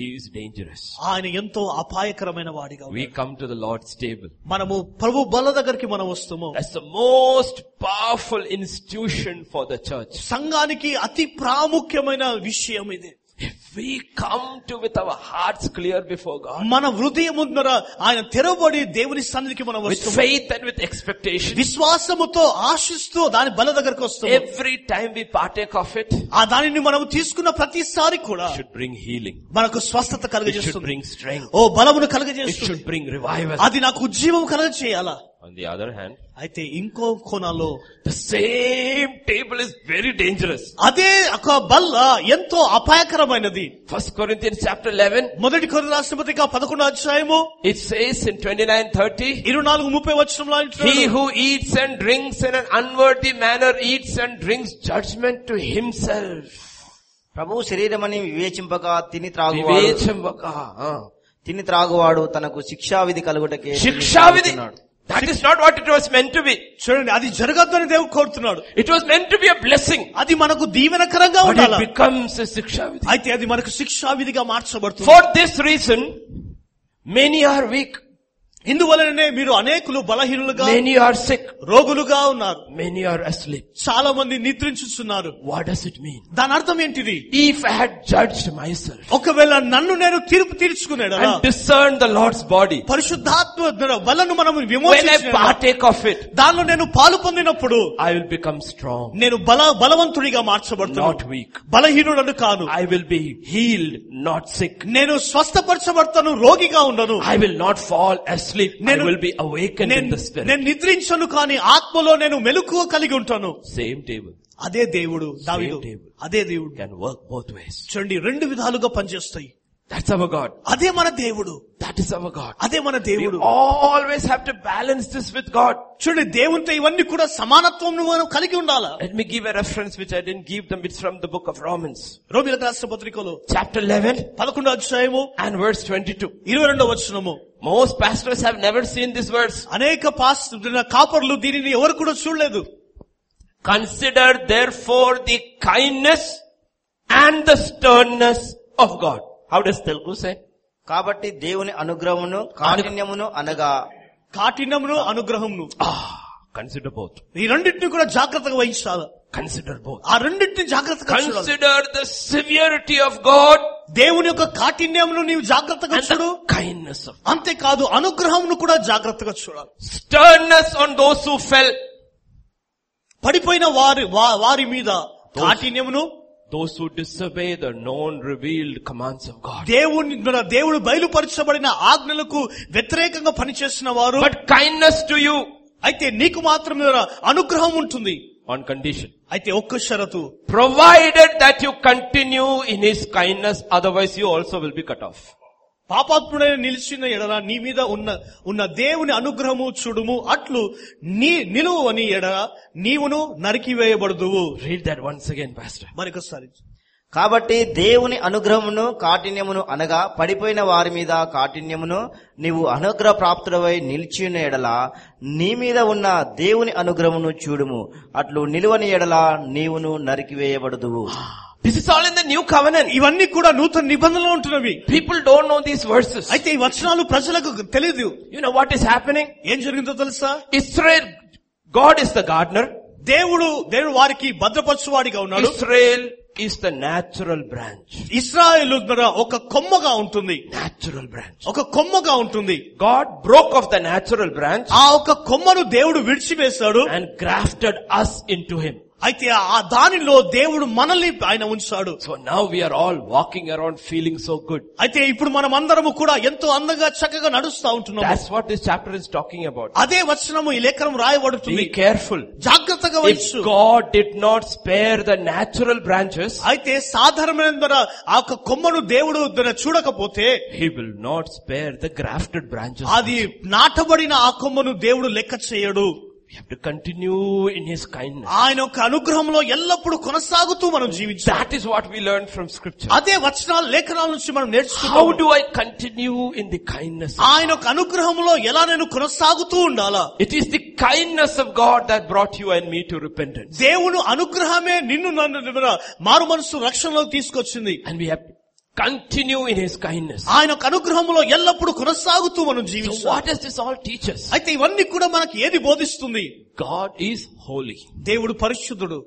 S1: he is dangerous.
S2: ఆయన ఎంతో అపాయకరమైన వాడిగా
S1: We come to the Lord's table.
S2: మనము ప్రభు బల దగ్గరికి మనం వస్తాము
S1: That's the most powerful institution for the church.
S2: సంఘానికి అతి ప్రాముఖ్యమైన విషయం ఇది
S1: If we come to with our hearts clear before God,
S2: మన హృదయం ముందర ఆయన తెరబడి దేవుని సన్నిధికి మనం
S1: with
S2: వస్తాము
S1: faith and with expectation,
S2: విశ్వాసముతో ఆశిస్తూ దాని బల దగ్గరకు వస్తాము
S1: every time we partake of it, it
S2: ఆ దానిని మనం తీసుకున్న ప్రతిసారి కూడా
S1: should bring healing.
S2: మనకు స్వస్థత
S1: It should
S2: కలుగజేస్తుంది
S1: bring strength.
S2: ఓ బలమును
S1: It
S2: కలుగజేస్తుంది
S1: should bring revival.
S2: అది నాకు ఉజ్జీవం కలుగజేయాలా
S1: On the other hand,
S2: అయితే ఇంకో కోణాలో
S1: the same table is very dangerous.
S2: అదే ఒక బల్ల ఎంతో అపాయకరమైనది
S1: First Corinthians chapter 11,
S2: మొదటి కొరి రాష్ట్రపతిగా పదకొండు అధ్యాయము
S1: it says in 29, 30,
S2: ఇరవై నాలుగు ముప్పై వచ్చంలో
S1: He who eats and drinks in an unworthy manner eats and drinks judgment to himself.
S3: ప్రభు శరీరమని వివేచింపక తిని త్రాగువాడు
S1: Vivechambaka.
S3: తిని త్రాగువాడు తనకు శిక్షావిధి కలుగుటకే తిని
S1: Shikshavidi.
S3: త్రాగుతున్నాడు.
S1: That is not what it was meant to be.
S2: చూడండి అది జరగద్దని దేవుడు కోరుతున్నాడు
S1: It was meant to be a blessing.
S2: అది మనకు దీవెనకరంగా
S1: But
S2: ఉండాలి
S1: it becomes a Shikshavidi.
S2: అయితే అది మనకు శిక్షావిధిగా మార్చబడుతుంది
S1: For this reason, many are weak,
S2: ఇందువలననే మీరు అనేకులు బలహీనులుగా
S1: many are sick,
S2: రోగులుగా ఉన్నారు
S1: many are asleep.
S2: చాలా మంది నిద్రించుచున్నారు
S1: What does it mean?
S2: దాని అర్థం ఏంటిది
S1: If I had judged myself
S2: ఒకవేళ నన్ను నేను తీర్పు తీర్చుకున్నాడు
S1: and discerned the Lord's body,
S2: పరిశుద్ధాత్మ ధర బలను మనం
S1: when I
S2: విమోచించిన
S1: partake of it,
S2: దానిలో నేను పాలు పొందినప్పుడు
S1: I will become strong,
S2: నేను బల బలవంతుడిగా మార్చబడుతున్నాను
S1: not weak.
S2: బలహీనుడను కాను
S1: I will be healed, not sick.
S2: నేను స్వస్థపరచబడతాను రోగిగా ఉండను
S1: I will not fall asleep. I
S2: నేను-
S1: will be awakened in
S2: నేను
S1: the spirit.
S2: నేను నిద్రించను కానీ ఆత్మలో నేను మెలకువ కలిగి ఉంటాను
S1: Same table
S2: అదే దేవుడు దావీదు
S1: Same table.
S2: అదే దేవుడు
S1: can work both ways.
S2: చూడండి రెండు విధాలుగా పనిచేస్తాయి
S1: That's our God.
S2: అదే మన దేవుడు
S1: That is our God.
S2: అదే మన
S1: We
S2: దేవుడు
S1: always have to balance this with God.
S2: చూడండి దేవునితో ఇవన్నీ కూడా సమానత్వం మనం కలిగి ఉండాలా
S1: Let me give a reference which I didn't give them. It's from the book of Romans,
S2: రోమిలకు రాష్ట్ర పత్రికలో
S1: chapter 11
S2: పదకొండో అధ్యాయము
S1: and verse 22.
S2: ఇరవై రెండో వచనము
S1: Most pastors have never seen this verse.
S2: అనేక పాస్ కాపర్లు దీనిని ఎవరు కూడా చూడలేదు
S1: Consider therefore the kindness and the sternness of God. How does Telugu say?
S3: కాబట్టి దేవుని అనుగ్రహమును కాఠిన్యమును అనగా
S2: కాఠిన్యమును అనుగ్రహమును
S1: Ah, consider both.
S2: ఈ రెండింటిని కూడా జాగ్రత్తగా వహించాలి
S1: Consider both.
S2: ఆ రెండింటిని జాగ్రత్తగా చూడాలి.
S1: Consider the severity of God
S2: దేవుని యొక్క కాఠిన్యమును నీవు జాగ్రత్తగా
S1: and
S2: చూడు
S1: the kindness of
S2: అంతేకాదు అనుగ్రహమును కూడా జాగ్రత్తగా చూడాలి
S1: sternness on those who fell,
S2: పడిపోయిన వారి వా- వారి మీద కాఠిన్యమును
S1: those who disobey the known revealed commands of God.
S2: దేవుని మన దేవుడు బయలుపరచబడిన ఆజ్ఞలకు వ్యతిరేకంగా పనిచేసిన వారు
S1: But kindness to you
S2: అయితే నీకు మాత్రం అనుగ్రహం ఉంటుంది
S1: on condition.
S2: అయితే ఒక్క షరతు
S1: Provided that you continue in his kindness, otherwise you also will be cut off.
S2: పాపాత్ముడైన నిలిచిన ఎడల నీ మీద ఉన్న ఉన్న దేవుని అనుగ్రహము చూడుము అట్లు నీ నిలువు అని ఎడల నీవును నరికివేయబడదువు
S1: Read that once again, Pastor.
S2: మరొకసారి
S3: కాబట్టి దేవుని అనుగ్రహమును కాఠిన్యమును అనగా పడిపోయిన వారి మీద కాఠిన్యమును నీవు అనుగ్రహ ప్రాప్తుడవై నిలిచిన ఎడల నీ మీద ఉన్న దేవుని అనుగ్రహమును చూడుము అట్లు నిలువని ఎడల నీవును నరికివేయబడదువు
S1: This is all in the new covenant.
S2: ఇవన్నీ కూడా నూతన నిబంధనలు ఉంటున్నవి
S1: People don't know these verses.
S2: అయితే ఈ వచనాలు ప్రజలకు తెలియదు
S1: You know what is happening?
S2: ఏం జరిగిందో తెలుసా
S1: Israel, God is the gardener.
S2: దేవుడు దేవుడు వారికి భద్రపరచువాడిగా ఉన్నాడు
S1: Israel is the natural branch.
S2: ఇస్రాయేల్ ఒక కొమ్మగా ఉంటుంది
S1: Natural branch.
S2: ఒక కొమ్మగా ఉంటుంది
S1: God broke off the natural branch
S2: ఆ ఒక కొమ్మను దేవుడు విడిచివేశాడు
S1: and grafted us into Him.
S2: అయితే ఆ దానిలో దేవుడు మనల్ని ఆయన ఉంచాడు
S1: So now we are all walking around feeling so good.
S2: అయితే ఇప్పుడు మనం అందరము కూడా ఎంతో అందంగా చక్కగా నడుస్తా ఉంటున్నాము
S1: That's what this chapter is talking about.
S2: అదే వచనము ఈ లేఖనం రాయబడుతుంది
S1: Be careful.
S2: జాగ్రత్తగా వహించు
S1: If God did not spare the natural branches,
S2: అయితే సాధారణమైన ద్వారా ఆ యొక్క కొమ్మను దేవుడు ద్వారా చూడకపోతే
S1: He will not spare the grafted branches.
S2: అది నాటబడిన ఆ కొమ్మను దేవుడు లెక్క చేయడు
S1: We have to continue in His kindness.
S2: ఆయన యొక్క అనుగ్రహంలో ఎల్లప్పుడూ కొనసాగుతూ మనం జీవించాలి
S1: That is what we learned from scripture.
S2: అదే వచనాల లేఖనాల నుంచి మనం
S1: How
S2: నేర్చుకుంటాం
S1: do I continue in the kindness? of-
S2: ఆయన యొక్క అనుగ్రహంలో ఎలా నేను కొనసాగుతూ ఉండాలా
S1: It is the kindness of God that brought you and me to repentance.
S2: దేవుని అనుగ్రహమే నిన్ను నన్ను నిన్ను మారు మనసు రక్షణలోకి తీసుకొచ్చింది
S1: And we have to continue in His kindness.
S2: ఆయన యొక్క అనుగ్రహంలో ఎల్లప్పుడూ కొనసాగుతూ మనం
S1: So
S2: జీవించాలి
S1: what does this all teach us?
S2: అయితే ఇవన్నీ కూడా మనకి ఏది బోధిస్తుంది
S1: God is holy
S2: దేవుడు పరిశుద్ధుడు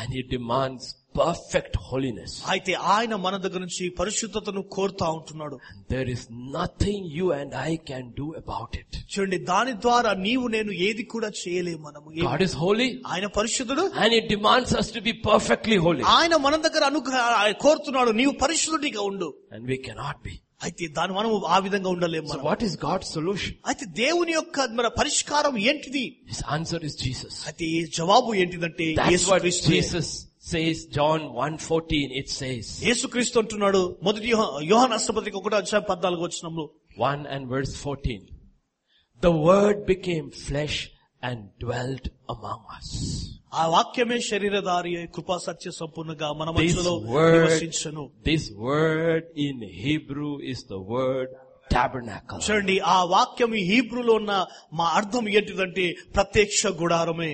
S1: and He demands perfect holiness.
S2: అయితే ఆయన మన దగ్గర నుంచి పరిశుద్ధతను కోరుతా ఉంటున్నాడు
S1: There is nothing you and I can do about it.
S2: చూడండి దాని ద్వారా నీవు నేను ఏది కూడా చేయలేము మనము ఏ-
S1: God is holy
S2: ఆయన పరిశుద్ధుడు
S1: and He demands us to be perfectly holy.
S2: ఆయన మన దగ్గర అనుగ్రహ ఆయన కోరుతున్నాడు నీవు పరిశుద్ధుడిగా ఉండు
S1: And we cannot be.
S2: అయితే దాని మనము ఆ విధంగా ఉండలేము
S1: So
S2: మనం.
S1: what is God's solution?
S2: అయితే దేవుని యొక్క మన పరిష్కారం ఏంటిది
S1: His answer is Jesus.
S2: అయితే ఈ జవాబు ఏంటిదంటే
S1: That's what
S2: యేసుక్రీస్తు
S1: Jesus says, John 1.14, it says,
S2: యేసుక్రీస్తు అంటున్నాడు మొదటి యోహన్ అష్టపత్రిక ఒకటో అధ్యాయం పద్నాలుగు వచ్చినంలో
S1: 1 and verse 14, the word became flesh and dwelt among us.
S2: ఆ వాక్యమే శరీరధారి అయి కృపా సత్య సంపూర్ణంగా మన
S1: This
S2: మధ్యలో
S1: word,
S2: నివసించను
S1: this word in Hebrew is the word tabernacle.
S2: చూడండి ఆ వాక్యం ఈ హీబ్రూలో ఉన్న మా అర్థం ఏంటిదంటే ప్రత్యక్ష గుడారమే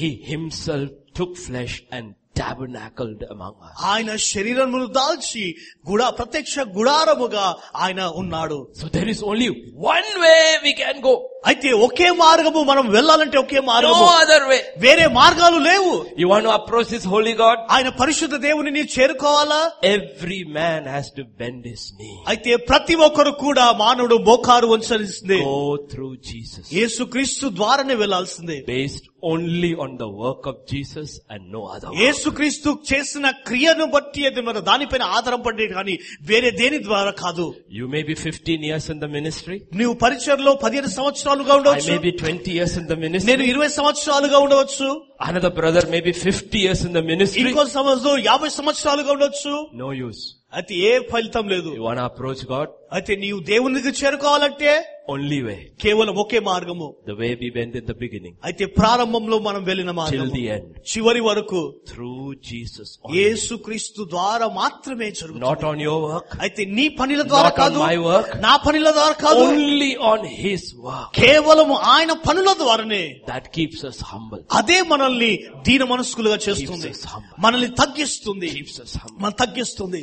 S1: He himself took flesh and tabernacled among us.
S2: ఆయన శరీరమును దాల్చి గుడా ప్రత్యక్ష గుడారముగా ఆయన ఉన్నాడు
S1: So there is only one way we can go.
S2: అయితే ఒకే మార్గము మనం వెళ్ళాలంటే ఒకే మార్గము
S1: No other way.
S2: వేరే మార్గాలు లేవు
S1: You want to approach this holy God?
S2: ఆయన పరిశుద్ధ దేవుని నీవు చేరుకోవాలా
S1: Every man has to bend his knee.
S2: అయితే ప్రతి ఒక్కరు కూడా మానవుడు మోకారు వంచాల్సిందే
S1: Go through Jesus.
S2: యేసుక్రీస్తు ద్వారానే వెళ్లాల్సిందే
S1: Based only on the work of Jesus and no other. work.
S2: యేసుక్రీస్తు చేసిన క్రియను బట్టి అది మన దానిపైన ఆధారం పడే కానీ వేరే దేని ద్వారా కాదు
S1: You may be 15 years in the ministry.
S2: నువ్వు పరిచయంలో పదిహేను సంవత్సరాలుగా
S1: I
S2: ఉండవచ్చు
S1: may be 20 years in the
S2: నేను
S1: ministry.
S2: ఇరవై సంవత్సరాలుగా ఉండవచ్చు
S1: Another brother may be 50 years in the ministry.
S2: ఇంకో సంవత్సరం యాభై సంవత్సరాలుగా ఉండవచ్చు
S1: No use.
S2: అయితే ఏ ఫలితం లేదు
S1: You want to approach God?
S2: అయితే నీవు దేవుని దగ్గరికి చేరుకోవాలంటే
S1: Only way.
S2: కేవలం ఒకే మార్గము
S1: The way we went in the beginning.
S2: అయితే ప్రారంభంలో మనం వెళ్ళిన
S1: Till
S2: మార్గము
S1: the end.
S2: చివరి వరకు
S1: Through Jesus. only.
S2: యేసుక్రీస్తు ద్వారా మాత్రమే జరుగుతుంది
S1: Not on your work.
S2: అయితే నీ పనుల ద్వారా
S1: Not on
S2: కాదు
S1: my work.
S2: నా పనుల ద్వారా కాదు
S1: Only on His work.
S2: కేవలం ఆయన పనుల ద్వారానే
S1: That keeps us humble.
S2: అదే మనల్ని దీన మనస్కులుగా చేస్తుంది
S1: Keeps us humble.
S2: మనల్ని తగ్గిస్తుంది
S1: Keeps us humble.
S2: మన తగ్గిస్తుంది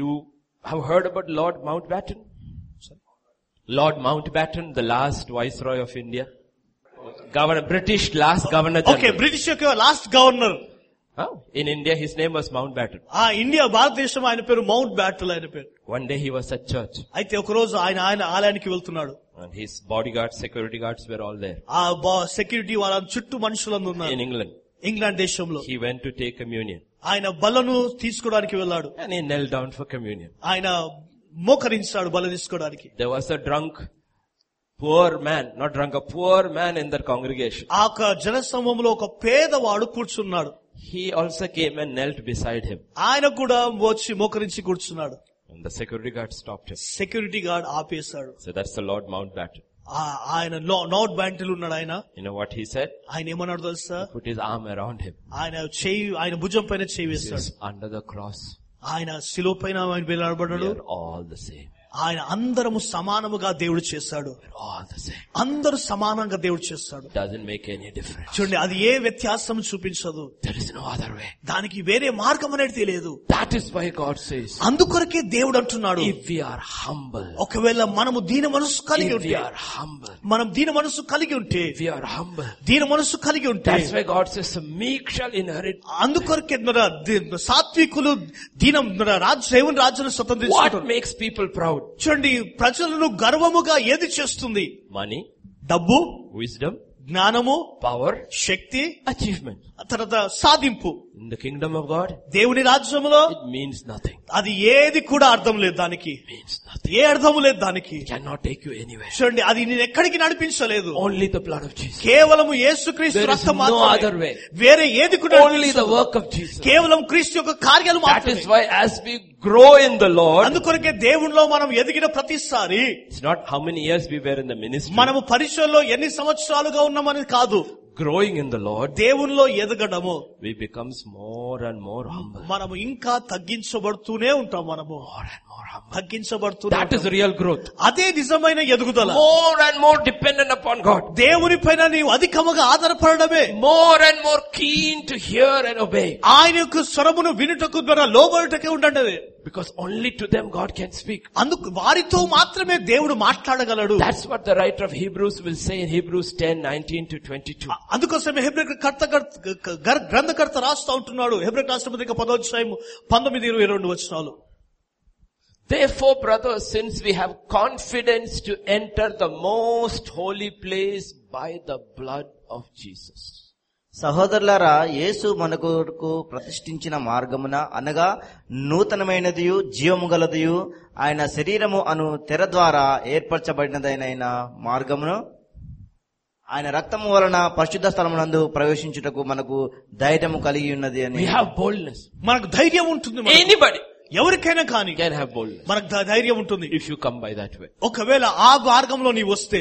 S1: You have heard about Lord Mountbatten? Lord Mountbatten, the last Viceroy of India. Governor, British last Governor
S2: okay
S1: General.
S2: British యొక్క last governor
S1: Huh? In India, his name was Mountbatten.
S2: ఆ India భారతదేశం ఆయన పేరు mount battle ఆయన పేరు
S1: One day he was at church
S2: అయితే ఒక రోజు ఆయన ఆయన ఆలయానికి వెళ్తున్నాడు
S1: and his bodyguards, security guards were all there
S2: ఆ సెక్యూరిటీ వాళ్ళ చుట్టూ మనుషులందరూ
S1: in
S2: ఉన్నారు
S1: England.
S2: ఇంగ్లాండ్ దేశంలో
S1: He went to take communion
S2: ఆయన బలను తీసుకోవడానికి వెళ్ళాడు
S1: and he knelt down for communion.
S2: ఆయన మోకరించాడు బల తీసుకోవడానికి
S1: There was a drunk, poor man, not drunk, a poor man in that congregation.
S2: ఆ యొక్క జనసమూహంలో ఒక పేదవాడు కూర్చున్నాడు
S1: He also came and knelt beside him
S2: ఆయన కూడా వచ్చి మోకరించి కూర్చున్నాడు
S1: and the security guard stopped him.
S2: Security guard ఆపేశాడు
S1: So that's the Lord Mountbatten.
S2: ఆ- ఆయన లో- నోట్ బ్యాంటిల్ ఉన్నాడు ఆయన
S1: You know what he said?
S2: ఆయన ఏమన్నాడు తెలుసా
S1: Put his arm around him.
S2: ఆయన చేయి ఆయన భుజం పైన చేయి
S1: He
S2: వేస్తాడు
S1: was under the cross.
S2: ఆయన శిలువ పైన ఆయన
S1: We
S2: వేలాడబడ్డాడు
S1: are all the same.
S2: ఆయన అందరము సమానముగా దేవుడు చేశాడు
S1: We're all the same.
S2: అందరూ సమానంగా దేవుడు చేస్తాడు
S1: Doesn't make any difference.
S2: చూడండి అది ఏ వ్యత్యాసం చూపించదు
S1: There is no other way.
S2: దానికి వేరే మార్గం అనేది తెలియదు
S1: That is why God says,
S2: అందుకొరకే దేవుడు అంటున్నాడు
S1: if we are humble,
S2: ఒకవేళ మనము దీని మనసు కలిగి
S1: if we
S2: ఉంటే
S1: are humble,
S2: మనం దీని మనసు కలిగి ఉంటే
S1: if we are humble,
S2: దీని మనసు కలిగి ఉంటే
S1: that's why God says, the meek shall inherit.
S2: అందుకొరకే మన ది- సాత్వికులు దీనం మన రాజు దేవుని రాజును
S1: What
S2: స్వతంత్రించుకుంటారు
S1: makes people proud?
S2: చూడండి ప్రజలను గర్వముగా ఏది చేస్తుంది
S1: Money,
S2: డబ్బు
S1: wisdom,
S2: జ్ఞానము
S1: power,
S2: శక్తి
S1: achievement.
S2: తర్వాత సాధింపు
S1: In the kingdom of God,
S2: దేవుని రాజ్యంలో
S1: it means nothing.
S2: అది ఏది కూడా అర్థం లేదు దానికి
S1: It means nothing.
S2: ఏ అర్థం లేదు దానికి
S1: It cannot take you anywhere.
S2: చూడండి అది నేను ఎక్కడికి నడిపించలేదు
S1: Only the blood of Jesus.
S2: కేవలం యేసుక్రీస్తు
S1: There is
S2: రక్తం
S1: no other
S2: మాత్రమే
S1: way.
S2: వేరే ఏది కూడా
S1: Only the
S2: నడిపించదు.
S1: work of Jesus.
S2: కేవలం క్రీస్తు యొక్క కార్యాలు
S1: That
S2: మాత్రమే
S1: is why as we grow in the Lord,
S2: అందుకొరకే దేవునిలో మనం ఎదిగిన ప్రతిసారి
S1: It's not how many years we were in the ministry.
S2: మనము పరిచయంలో ఎన్ని సంవత్సరాలుగా ఉన్నామని కాదు
S1: Growing in the Lord,
S2: దేవునిలో ఎదగడము
S1: we becomes more and more humble.
S2: మనము ఇంకా తగ్గించబడుతూనే ఉంటాం మనము
S1: More and more humble.
S2: తగ్గించబడుతూనే
S1: That is
S2: ఉంటాం.
S1: real growth.
S2: అదే నిజమైన ఎదుగుదల
S1: More and more dependent upon God.
S2: దేవుని పైన నీవు అధికముగా ఆధారపడమే
S1: More and more keen to hear and obey.
S2: ఆయన యొక్క స్వరమును వినుటకు ద్వారా లోబడుటకే ఉండండి
S1: Because only to them God can speak.
S2: అందుకు వారితో మాత్రమే దేవుడు మాట్లాడగలడు
S1: That's what the writer of Hebrews will say in Hebrews 10, 19 to 22.
S2: అందుకోసమే హెబ్రి కర్త కర్త- గర్- గ్రంథకర్త రాస్తా ఉంటున్నాడు హెబ్రి రాష్ట్రపతి పదోధ్యాయం పంతొమ్మిది ఇరవై రెండు వచ్చినాలు
S1: Therefore, brothers, since we have confidence to enter the most holy place by the blood of Jesus.
S3: సహోదరులారా యేసు మనకు ప్రతిష్ఠించిన మార్గమున అనగా నూతనమైనదియు జీవము గలదియు ఆయన శరీరము అను తెర ద్వారా ఏర్పరచబడినదైన మార్గమును ఆయన రక్తము వలన పరిశుద్ధ స్థలమునందు ప్రవేశించుటకు మనకు ధైర్యము కలిగి ఉన్నది అని
S1: We have boldness.
S2: మనకు ధైర్యం ఉంటుంది మనకు.
S1: Anybody
S2: ఎవరికైనా కానీ
S1: can have boldness
S2: మనకు ధై- ధైర్యం ఉంటుంది
S1: if you come by that way.
S2: ఒకవేళ ఆ మార్గంలో నీవు వస్తే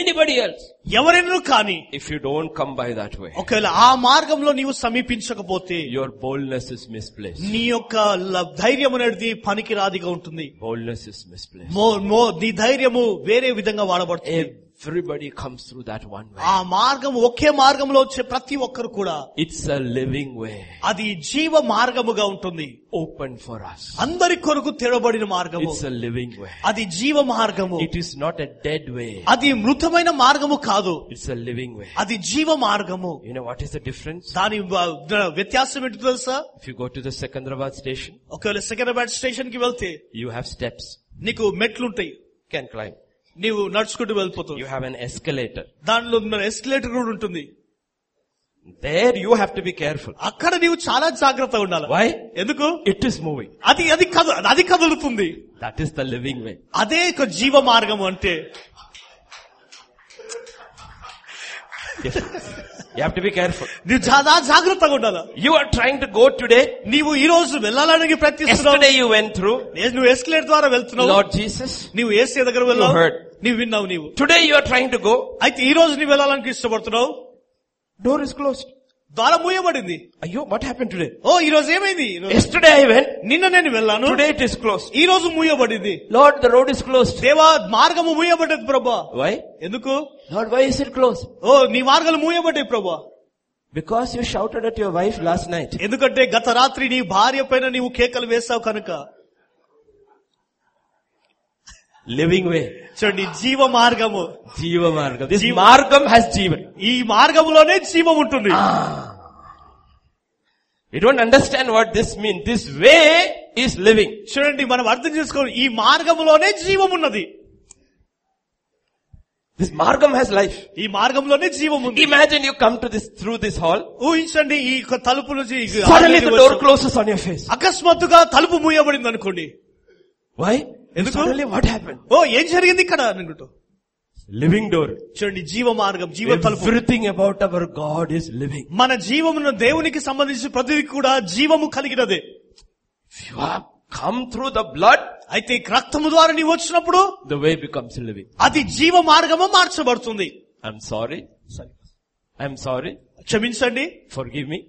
S1: Anybody else,
S2: ఎవరైనా కానీ
S1: if you don't come by that way,
S2: ఒకవేళ ఆ మార్గంలో నీవు సమీపించకపోతే
S1: your boldness is misplaced.
S2: నీ యొక్క ల- ధైర్యం అనేది పనికిరాదిగా ఉంటుంది
S1: Boldness is misplaced.
S2: మో మో నీ ధైర్యము వేరే విధంగా వాడబడుతుంది
S1: Everybody comes through that one way.
S2: ఆ మార్గం ఒకే మార్గంలో వచ్చే ప్రతి ఒక్కరు కూడా
S1: It's a living way,
S2: అది జీవ మార్గముగా ఉంటుంది
S1: open for us.
S2: అందరి కొరకు తెరబడిన మార్గము
S1: It's a living way.
S2: అది జీవ మార్గము
S1: It is not a dead way.
S2: అది మృతమైన మార్గము కాదు
S1: It's a living way.
S2: అది జీవ మార్గము
S1: You know what is the difference?
S2: దాని వ- వ్యత్యాసం ఏంటి తెలుసా
S1: If you go to the Secunderabad station,
S2: ఒకవేళ సికింద్రాబాద్ స్టేషన్ కి వెళ్తే
S1: you have steps,
S2: నీకు మెట్లుంటాయి
S1: can climb.
S2: నీవు నడుచుకుంటూ వెళ్ళిపోతావు
S1: You have an escalator.
S2: దానిలో ఎస్కలేటర్ కూడా ఉంటుంది
S1: There you have to be careful.
S2: అక్కడ నీవు చాలా జాగ్రత్త ఉండాలి
S1: Why?
S2: ఎందుకు
S1: It is moving.
S2: అది అది కదు అది కదులుతుంది
S1: That is the living way.
S2: అదే ఒక జీవ మార్గం అంటే
S1: You have to be careful.
S2: నువ్వు చాలా జాగ్రత్తగా ఉండాలి
S1: You are trying to go today.
S2: నీవు ఈ రోజు వెళ్ళాలని ప్రయత్నిస్తున్నావు
S1: Yesterday you went through.
S2: ఏ- నువ్వు ఎస్కలేట్ ద్వారా వెళ్తున్నావు
S1: Lord Jesus.
S2: నీవు ఏసీ దగ్గర వెళ్ళావు
S1: You heard.
S2: నీవు విన్నావు నీవు
S1: Today you are trying to go.
S2: అయితే ఈ రోజు నీవు వెళ్ళాలని ఇష్టపడుతున్నావు
S1: Door is closed.
S2: ద్వారం మూయబడింది
S1: Ayo, what happened today?
S2: ఓ ఈ రోజు ఏమైంది ఈ రోజు-
S1: Yesterday I went.
S2: నిన్న నేను వెళ్ళాను
S1: Today it is closed.
S2: ఈ రోజు మూయబడింది
S1: Lord, the road is closed.
S2: దేవా మార్గము మూయబడ్డది ప్రభా
S1: Why?
S2: ఎందుకు
S1: Lord, why is it closed?
S2: ఓ నీ మార్గాలు మూయబడ్డాయి ప్రభా
S1: Because you shouted at your wife last night.
S2: ఎందుకంటే గత రాత్రి నీ భార్య పైన నీవు కేకలు వేసావు కనుక
S1: Living way.
S2: చూడండి జీవ మార్గము
S1: Jiva Margam. This
S2: Jeeva-
S1: Margam has Jiva.
S2: ఈ మార్గంలోనే జీవం ఉంటుంది
S1: You don't understand what this means. This way is living.
S2: చూడండి మనం అర్థం చేసుకోవాలి ఈ మార్గంలోనే జీవం ఉన్నది
S1: This Margam has life.
S2: ఈ మార్గంలోనే జీవం ఉంది
S1: Imagine you come to this, through this hall.
S2: ఊహించండి ఈ యొక్క తలుపు నుంచి ఈ
S1: Suddenly the
S2: ఆలోచన
S1: door
S2: వచ్చాం.
S1: closes on your face.
S2: అకస్మాత్తుగా తలుపు మూయబడింది అనుకోండి
S1: Why?
S2: Enduku?
S1: Suddenly what happened?
S2: ఓ ఏం జరిగింది ఇక్కడ అనుకుంటూ
S1: Living door.
S2: చూడండి జీవ మార్గం జీవ తలుపు
S1: Everything about our God is living.
S2: మన జీవమున దేవునికి సంబంధించి ప్రతిదీ కూడా జీవము కలిగినదే
S1: If you have come through the blood,
S2: అయితే ఈ రక్తము ద్వారా నీవు వచ్చినప్పుడు
S1: the way becomes living.
S2: అది జీవ మార్గము మార్చబడుతుంది
S1: I'm sorry.
S2: సరే.
S1: I'm sorry.
S2: క్షమించండి
S1: Forgive me.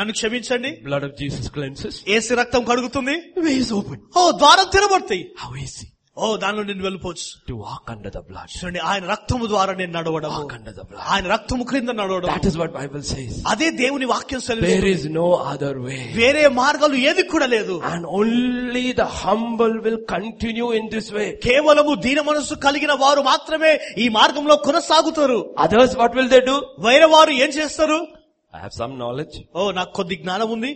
S2: నన్ను క్షమించండి
S1: Blood of Jesus cleanses.
S2: ఏసి రక్తం కడుగుతుంది
S1: The way is open.
S2: ఓ ద్వారం తెరబడతాయి
S1: How easy
S2: ఓ దానిలో నేను వెళ్ళిపోవచ్చు
S1: to walk under the blood.
S2: చూడండి ఆయన రక్తము ద్వారా నేను నడవడం
S1: Walk under the blood.
S2: ఆయన రక్తము క్రింద నడవడం
S1: That is what Bible says.
S2: అదే దేవుని వాక్యం
S1: There
S2: సెలవు
S1: is no other way.
S2: వేరే మార్గాలు ఏది కూడా లేదు
S1: And only the humble will continue in this way.
S2: కేవలము దీన మనస్సు కలిగిన వారు మాత్రమే ఈ మార్గంలో కొనసాగుతారు
S1: Others, what will they do?
S2: వేరే వారు ఏం చేస్తారు
S1: I have some knowledge.
S2: ఓ నాకు కొద్ది జ్ఞానం ఉంది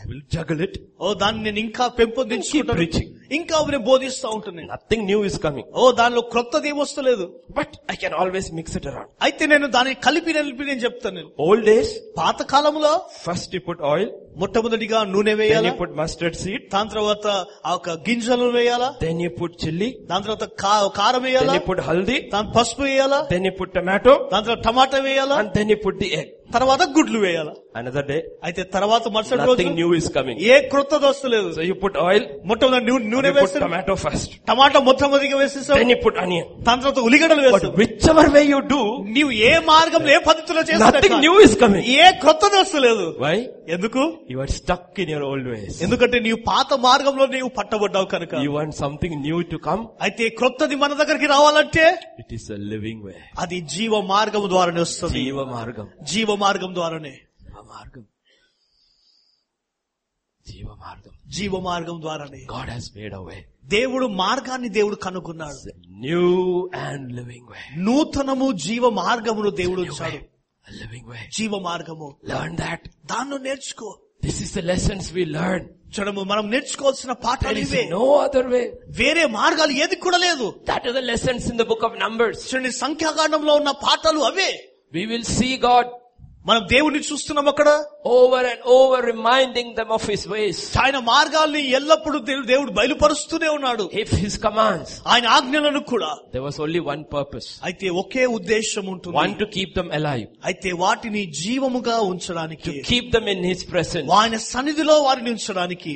S1: I will juggle it.
S2: ఓ దాన్ని నేను ఇంకా
S1: Keep
S2: పెంపొందించుకుంటాను
S1: preaching.
S2: ఇంకా నేను బోధిస్తా ఉంటున్నాను
S1: Nothing new is coming.
S2: ఓ దానిలో క్రొత్తది ఏం వస్తలేదు
S1: But I can always mix it around.
S2: అయితే నేను దాన్ని కలిపి నలిపి నేను చెప్తాను నేను
S1: Old days,
S2: పాత కాలంలో
S1: first you put oil,
S2: మొట్టమొదటిగా నూనె
S1: then you
S2: వేయాలి
S1: put mustard seed,
S2: దాని తర్వాత ఆ యొక్క గింజలు వేయాలా
S1: then you put chili,
S2: దాని తర్వాత కా- కారం
S1: then
S2: వేయాలా
S1: you put haldi,
S2: దాని పసుపు వేయాలా
S1: then you put tomato,
S2: దాని తర్వాత టమాటా వేయాలా
S1: and then you put the egg.
S2: తర్వాత గుడ్లు వేయాలా
S1: Another day,
S2: అయితే తర్వాత మరుసటి రోజు
S1: nothing new is coming.
S2: ఏ క్రొత్తది వస్తలేదు
S1: So you put oil,
S2: మొట్టమొదటి నూ- నూనె
S1: you put
S2: వేస్తాం
S1: tomato first,
S2: టమాటా మొట్టమొదటిగా వేసేస్తాం
S1: then you put onion.
S2: దాని తర్వాత ఉల్లిగడ్డలు వేస్తాం
S1: But whichever way you do,
S2: నీవు ఏ మార్గం ఏ పద్ధతిలో
S1: nothing
S2: చేస్తా
S1: new is coming.
S2: ఏ క్రొత్తది వస్తలేదు
S1: Why?
S2: ఎందుకు
S1: You are stuck in your old ways.
S2: ఎందుకంటే నీవు పాత మార్గంలో నీవు పట్టబడ్డావు కనుక
S1: You want something new to come?
S2: అయితే క్రొత్తది మన దగ్గరికి రావాలంటే
S1: It is a living way.
S2: అది జీవ మార్గం ద్వారానే వస్తుంది
S1: Jiva Margam.
S2: జీవ మార్గం ద్వారానే
S1: జీవ మార్గం జీవ మార్గం
S2: జీవ మార్గం ద్వారానే
S1: గాడ్ హాస్ మేడ్ అవే
S2: దేవుడు మార్గాన్ని దేవుడు కనుగొన్నాడు
S1: న్యూ అండ్ లివింగ్ వే
S2: నూతనము జీవ మార్గమును దేవుడు ఉంచాడు
S1: లివింగ్ వే
S2: జీవ మార్గము
S1: లర్న్ దాట్
S2: దాన్ని నేర్చుకో
S1: this is the lessons we learn
S2: చూడము మనం నేర్చుకోవాల్సిన పాఠాలు ఇవే
S1: నో అదర్ వే
S2: వేరే మార్గాలు ఏది కూడా లేదు
S1: that is the lessons in the book of Numbers
S2: చూడండి సంఖ్యాకాండంలో ఉన్న పాఠాలు అవే
S1: వి విల్ సీ గాడ్
S2: మనం దేవుడిని చూస్తున్నాం అక్కడ
S1: over and over reminding them of his ways
S2: ఆయన మార్గాల్ని ఎల్లప్పుడూ దేవు- దేవుడు బయలుపరుస్తూనే ఉన్నాడు
S1: ఇఫ్ హిస్ కమాండ్స్
S2: ఆయన ఆజ్ఞలను కూడా
S1: there was only one purpose
S2: అయితే ఒకే ఉద్దేశం
S1: వన్
S2: ఉంటుంది
S1: టు కీప్ దమ్ అలైవ్
S2: అయితే వాటిని జీవముగా ఉంచడానికి
S1: keep them in his presence
S2: ఆయన సన్నిధిలో వారిని ఉంచడానికి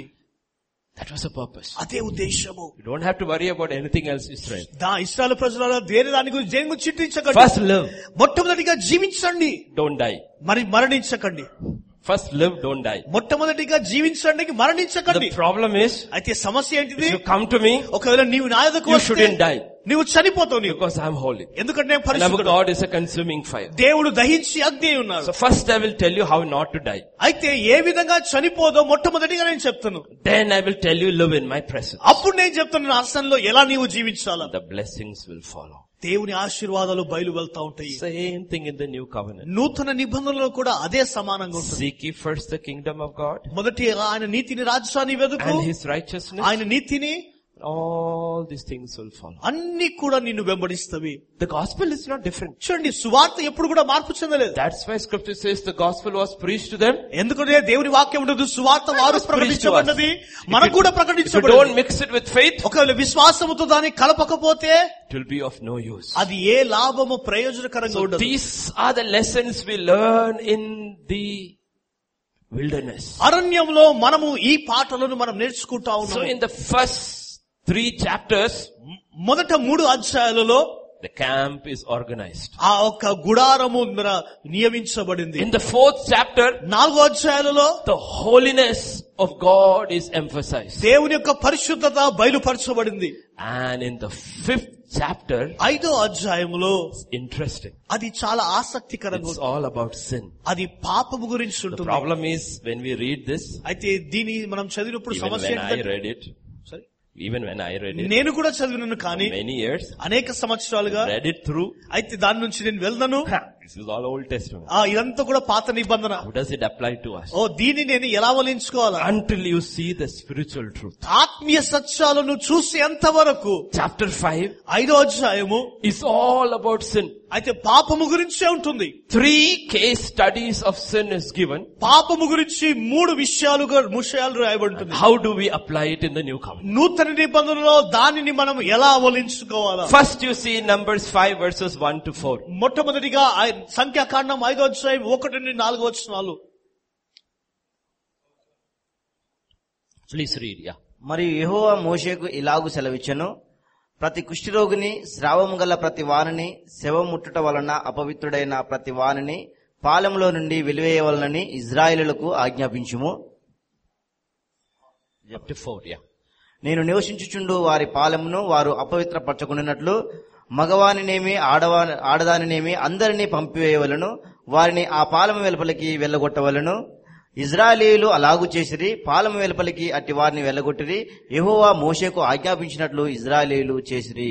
S1: దట్ వాస్ అ పర్పస్
S2: అదే ఉద్దేశము
S1: you don't have to worry about anything else Israel
S2: దా ఇస్రాయల్ ప్రజల దేని దాని గురించి దేని గురించి చింతించకండి
S1: First live,
S2: మొట్టమొదటిగా జీవించండి
S1: don't die.
S2: మరి మరణించకండి
S1: First live, don't die.
S2: మొట్టమొదటిగా జీవించండి మరణించకండి
S1: The problem is,
S2: అయితే సమస్య ఏంటిది
S1: if you come to me,
S2: ఒకవేళ నీవు నా యొద్దకు
S1: You
S2: వస్తే
S1: shouldn't die.
S2: నీవు చనిపోతావు నీవు
S1: because I'm holy.
S2: ఎందుకంటే నేను
S1: And our
S2: పరిశుద్ధుడు.
S1: God is a consuming fire.
S2: దేవుడు దహించి అగ్ని అయి
S1: So
S2: ఉన్నాడు
S1: first I will tell you how not to die.
S2: అయితే ఏ విధంగా చనిపోదో మొట్టమొదటిగా నేను చెప్తాను
S1: Then I will tell you live in my presence.
S2: అప్పుడు నేను చెప్తాను నా ఆసనంలో ఎలా నీవు జీవించాలా
S1: The blessings will follow.
S2: దేవుని ఆశీర్వాదాలు బయలు వెళ్తా ఉంటాయి
S1: Same thing in the new covenant.
S2: నూతన నిబంధనలు కూడా అదే సమానంగా ఉంటుంది
S1: Seek ye first the kingdom of God
S2: మొదటి ఆయన నీతిని రాజ్యాన్ని వెదుకు
S1: and his righteousness.
S2: ఆయన నీతిని
S1: All these things will follow.
S2: అన్ని కూడా నిన్ను వెంబడిస్తవి
S1: The gospel is not different.
S2: చూడండి సువార్త ఎప్పుడు కూడా మార్పు చెందలేదు
S1: That's why scripture says the gospel was preached to them.
S2: ఎందుకంటే దేవుని వాక్యం ఉండదు సువార్త వారు
S1: It was preached to us.
S2: ప్రకటించబడినది మనకు కూడా
S1: If you don't
S2: ప్రకటించబడింది
S1: mix it with faith,
S2: ఒకవేళ విశ్వాసముతో దాన్ని కలపకపోతే
S1: it will be of no use.
S2: అది ఏ లాభము ప్రయోజనకరంగా
S1: So
S2: ఉండదు
S1: these are the lessons we learn in the wilderness.
S2: అరణ్యంలో మనము ఈ పాటలను మనం నేర్చుకుంటా
S1: So
S2: ఉన్నాము
S1: in the first three chapters,
S2: మొదట మూడు అధ్యాయాలలో
S1: the camp is organized.
S2: ఆ ఒక్క గుడారము మన నియమించబడింది
S1: In the fourth chapter,
S2: నాలుగో అధ్యాయాలలో
S1: the holiness of God is emphasized.
S2: దేవుని యొక్క పరిశుద్ధత బయలుపరచబడింది
S1: And in the fifth chapter,
S2: ఐదో అధ్యాయంలో
S1: it's interesting.
S2: అది చాలా ఆసక్తికరంగా
S1: It's
S2: ఉంది.
S1: all about sin.
S2: అది పాపము గురించి
S1: The
S2: ఉంటుంది
S1: problem is when we read this,
S2: అయితే దీని మనం చదివినప్పుడు
S1: even
S2: సమస్య
S1: when I
S2: ఏంటంటే-
S1: read it,
S2: Sorry?
S1: even when I read it,
S2: నేను కూడా చదివినాను కానీ
S1: many years,
S2: అనేక సంవత్సరాలుగా
S1: read it through.
S2: అయితే దాని నుంచి నేను వెళ్ళను
S1: This is all Old Testament.
S2: ఆ ఇదంతా కూడా పాత నిబంధన
S1: How does it apply to us?
S2: ఓ దీన్ని నేను ఎలా వలించుకోవాలా
S1: until you see the spiritual truth.
S2: ఆత్మీయ సత్యాలను చూసేంత వరకు
S1: Chapter 5
S2: ఐదో అధ్యాయము
S1: is all about sin.
S2: అయితే పాపము గురించే ఉంటుంది
S1: Three case studies of sin is given.
S2: పాపము గురించి మూడు విషయాలుగా విషయాలు రాయబడుతుంది
S1: How do we apply it in the new covenant?
S2: నూతన నిబంధనలో దానిని మనం ఎలా అవలించుకోవాలా
S1: First you see Numbers 5 verses 1 to 4.
S2: మొట్టమొదటిగా ఆయన- సంఖ్యాకాండం ఐదో అధ్యాయం ఒకటి నుండి నాలుగో వచనాలు
S1: Please read, yeah.
S3: మరియు యెహోవా మోషేకు ఇలాగు సెలవిచ్చెను ప్రతి కుష్ఠిరోగిని స్రావము గల ప్రతి వానిని శవముట్టుట వలన అపవిత్రుడైన ప్రతి వానిని పాలెంలో నుండి వెలివేయవలనని ఇజ్రాయేలులకు ఆజ్ఞాపించుము
S1: Up to four, yeah.
S3: నేను నివసించుచుండు వారి పాలెమును వారు అపవిత్రపరచుకున్నట్లు మగవానినేమి ఆడవా ఆడదానినేమి అందరినీ పంపివేయవలను వారిని ఆ పాలెము వెలుపలికి వెళ్ళగొట్టవలను ఇజ్రాయేలీయులు అలాగు చేసిరి పాలెము వెలుపలికి అట్టి వారిని వెళ్ళగొట్టిరి యెహోవా మోషేకు ఆజ్ఞాపించినట్లు ఇజ్రాయేలీయులు చేసిరి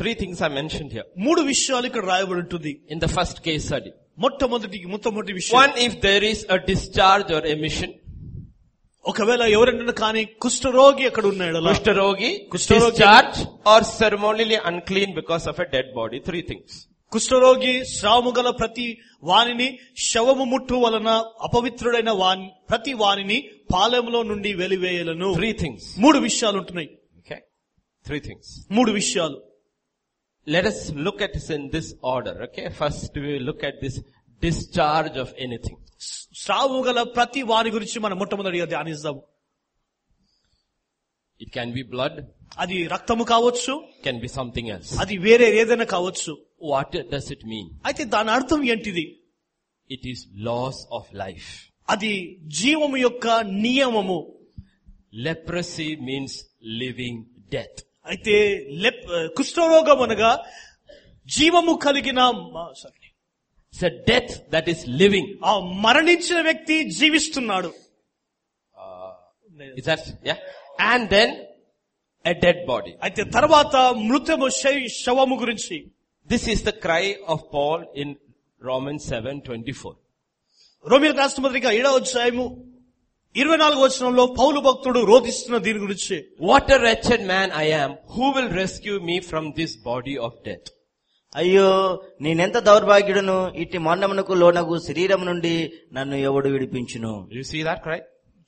S1: Three things are mentioned here.
S2: మూడు విషయాలు ఇక్కడ రాయబడి ఉంటుంది
S1: In the first case study.
S2: మొట్టమొదటి మొట్టమొదటి విషయం
S1: One, if there is a discharge or emission,
S2: ఒకవేళ ఎవరైనా కానీ కుష్ఠరోగి అక్కడ ఉన్నాడు
S1: kushtarogi,
S2: Kushtarogi.
S1: discharge or ceremonially unclean because of a dead body. Three things.
S2: కుష్ఠరోగి శ్రావము గల ప్రతి వాణిని శవము ముట్టు వలన అపవిత్రుడైన వాణి ప్రతి వాణిని పాలెంలో నుండి వెలివేయలను
S1: Three things.
S2: మూడు విషయాలు ఉంటున్నాయి
S1: Okay. Three things.
S2: మూడు విషయాలు
S1: Let us look at this in this order. Okay. First, we will look at this discharge of anything.
S2: శ్రావము గల ప్రతి వాణి గురించి మనం మొట్టమొదటిగా ధ్యానిస్తాము
S1: It can be blood,
S2: అది రక్తము కావచ్చు
S1: can be something else.
S2: అది వేరే ఏదైనా కావచ్చు
S1: What does it mean?
S2: అయితే దాని అర్థం ఏంటిది
S1: It is loss of life.
S2: అది జీవము యొక్క నియమము
S1: Leprosy means living death.
S2: అయితే లెప్ కుష్ఠరోగం అనగా జీవము కలిగిన మ- sorry.
S1: It's a death that is living.
S2: ఆ మరణించిన వ్యక్తి జీవిస్తున్నాడు
S1: Is that, yeah? And then a dead body.
S2: అయితే తర్వాత మృతము శై- శవము గురించి
S1: This is the cry of Paul in Romans 7:24.
S2: రోమిల్ రాష్ట్రపతిగా ఏడవ అధ్యాయము ఇరవై నాలుగు వచనంలో పౌలు భక్తుడు రోధిస్తున్న దీని గురించి
S1: What a wretched man I am. Who will rescue me from this body of death?
S3: అయ్యో నేనెంత దౌర్భాగ్యుడను ఇట్టి మరణమునకు లోనగు శరీరం నుండి నన్ను ఎవడు విడిపించును
S1: You see that cry?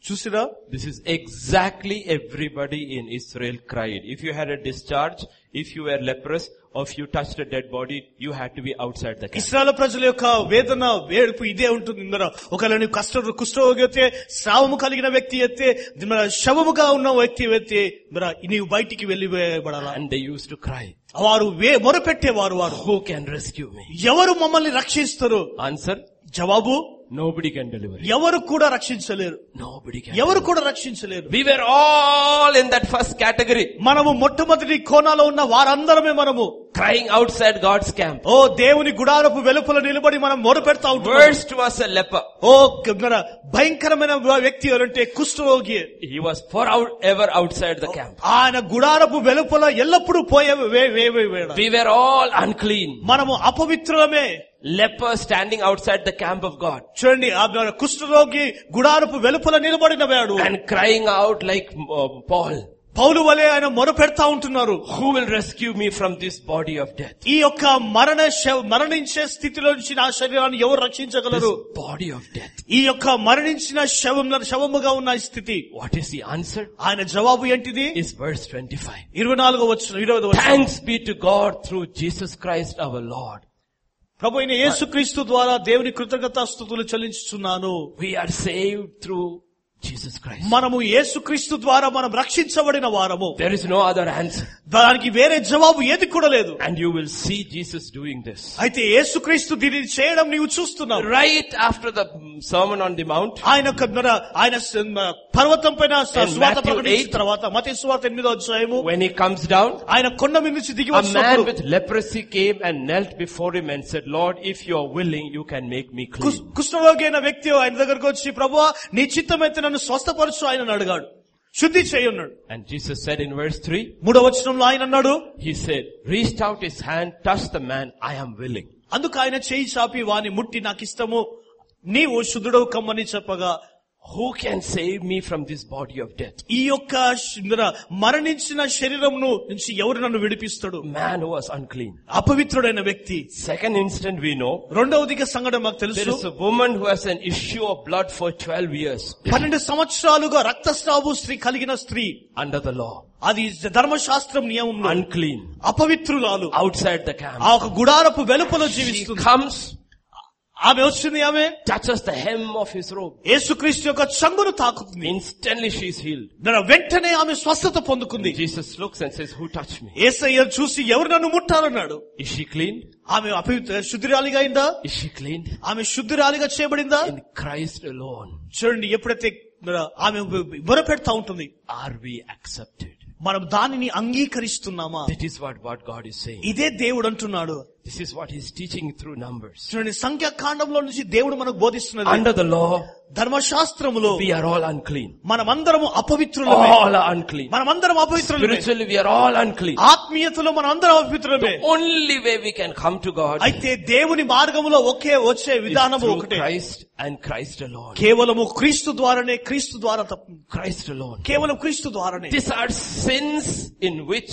S2: చూసిరా
S1: This is exactly everybody in Israel cried. If you had a discharge, if you were leprous, or if you touched a dead body, you had to be outside the camp.
S2: Israel ప్రజల యొక్క వేదన వేడుపు ఇదే ఉంటుంది ఇందర ఒకవేళ నీవు కష్ట కుష్ఠరోగి అయితే శ్రావము కలిగిన వ్యక్తి అయితే మన శవముగా ఉన్న వ్యక్తి అయితే మరి నీవు బయటికి వెళ్ళివేయబడాలా
S1: And they used to cry,
S2: వారు వే మొరపెట్టేవారు వారు
S1: who can rescue me?
S2: ఎవరు మమ్మల్ని రక్షిస్తారు
S1: Answer,
S2: జవాబు
S1: nobody can deliver you.
S2: ఎవరు కూడా రక్షించలేరు
S1: Nobody can.
S2: ఎవరు కూడా రక్షించలేరు
S1: We were all in that first category,
S2: మనము మొట్టమొదటి కోణాలో ఉన్న వారందరమే మనము
S1: crying outside God's camp.
S2: ఓ దేవుని గుడారపు వెలుపల నిలబడి మనం మొరపెడతా ఉంటాం
S1: Worst was a leper.
S2: ఓ మన భయంకరమైన వ్యక్తి ఎవరంటే కుష్ఠరోగి
S1: He was forever outside the camp.
S2: ఆయన గుడారపు వెలుపల ఎల్లప్పుడూ పోయే వే- వే- వే- వేడ.
S1: We were all unclean.
S2: మనము అపవిత్రులమే
S1: Leper standing outside the camp of God
S2: చూడండి ఆ మన కుష్ఠరోగి గుడారపు వెలుపల నిలబడిన వాడు
S1: and crying out like uh, Paul,
S2: పౌలు వలె ఆయన మొరపెడతా ఉంటున్నారు
S1: who will rescue me from this body of death?
S2: ఈ యొక్క మరణ శ- మరణించే స్థితిలో నుంచి నా శరీరాన్ని ఎవరు
S1: This
S2: రక్షించగలరు
S1: body of death.
S2: ఈ యొక్క మరణించిన శవం శవముగా ఉన్న ఈ స్థితి
S1: What is the answer?
S2: ఆయన జవాబు ఏంటిది
S1: Is verse 25.
S2: ఇరవై నాలుగో వచ్చిన ఇరవై వచ్చిన
S1: Thanks be to God through Jesus Christ our Lord.
S2: ప్రభు అయిన యేసుక్రీస్తు ద్వారా దేవుని కృతజ్ఞతాస్తుతులు చెల్లించుచున్నాను
S1: We are saved through Jesus Christ.
S2: మనము యేసుక్రీస్తు ద్వారా మనం రక్షించబడిన వారము
S1: There is no other answer.
S2: దానికి వేరే జవాబు ఏది కూడా లేదు
S1: And you will see Jesus doing this.
S2: అయితే యేసుక్రీస్తు దీనిని చేయడం నీవు చూస్తున్నావు
S1: Right after the mm, Sermon on the Mount,
S2: ఆయన యొక్క మన ఆయన స- మన పర్వతం పైన స-
S1: In
S2: సువార్త
S1: Matthew
S2: ప్రకటించిన
S1: 8,
S2: తర్వాత మతే సువార్త ఎనిమిదో అధ్యాయము
S1: when he comes down,
S2: ఆయన కొండ మీద నుంచి దిగి
S1: a man
S2: వచ్చినప్పుడు
S1: with leprosy came and knelt before him and said, Lord, if you are willing, you can make me
S2: Kush-
S1: clean.
S2: కుష్ఠరోగి అయిన వ్యక్తి ఆయన దగ్గరకు వచ్చి ప్రభువా నీ చిత్తమైతే నన్ను స్వస్థపరచు ఆయన అడిగాడు శుద్ధి చేయన్నాడు
S1: And Jesus said in verse 3,
S2: మూడో వచనంలో ఆయన అన్నాడు
S1: he said, reached out his hand, touched the man, I am willing.
S2: అందుకు ఆయన చేయి చాపి వాని ముట్టి నాకు ఇష్టము నీవు శుద్ధుడవు కమ్మని చెప్పగా
S1: Who can save me from this body of death?
S2: ఈ యొక్క శుంద్ర మరణించిన శరీరంను నుంచి ఎవరు నన్ను విడిపిస్తాడు
S1: Man who was unclean.
S2: అపవిత్రుడైన వ్యక్తి
S1: Second instant we know,
S2: రెండవదిగా సంఘటన మాకు
S1: there
S2: తెలుసు
S1: is a woman who has an issue of blood for 12 years
S2: పన్నెండు సంవత్సరాలుగా రక్తస్రావు స్త్రీ కలిగిన స్త్రీ
S1: under the law.
S2: అది ధర్మశాస్త్రం నియమంలో
S1: Unclean.
S2: అపవిత్రురాలు
S1: Outside the
S2: ఆ
S1: camp.
S2: ఒక గుడారపు వెలుపల
S1: She
S2: జీవిస్తుంది
S1: comes
S2: ఆమె వచ్చింది ఆమె
S1: touches the hem of his robe.
S2: యేసుక్రీస్తు యొక్క చంగును తాకుతుంది
S1: Instantly she is healed.
S2: దాని వెంటనే ఆమె స్వస్థత పొందుకుంది
S1: Jesus looks and says, who touched me?
S2: ఏసయ్య చూసి ఎవరు నన్ను ముట్టాలన్నాడు
S1: Is she clean?
S2: ఆమె అపవిత్ర శుద్ధిరాలిగా అయిందా
S1: Is she clean?
S2: ఆమె శుద్ధిరాలిగా చేయబడిందా
S1: In Christ alone
S2: చూడండి ఎప్పుడైతే మరి ఆమె బొరపెడతా ఉంటుంది
S1: are we accepted.
S2: మనం దానిని అంగీకరిస్తున్నామా
S1: That is what, what God is saying.
S2: ఇదే దేవుడు అంటున్నాడు
S1: This is what he's teaching through numbers.
S2: చూడండి సంఖ్యాకాండంలో నుంచి దేవుడు మనకు బోధిస్తున్నది
S1: Under the law,
S2: ధర్మశాస్త్రములో
S1: we are all unclean.
S2: మనమందరము అపవిత్రులమే
S1: All are unclean.
S2: మనమందరం అపవిత్రులమే
S1: Spiritually, we are all unclean.
S2: ఆత్మీయతలో మనమందరం అపవిత్రులమే
S1: The only way we can come to God
S2: అయితే దేవుని మార్గములో ఒకే వచ్చే
S1: is
S2: విధానము
S1: through
S2: ఒకటే
S1: Christ and Christ alone.
S2: కేవలము క్రీస్తు ద్వారానే క్రీస్తు ద్వారా తప్ప
S1: Christ alone.
S2: కేవలం క్రీస్తు ద్వారానే
S1: These are sins in which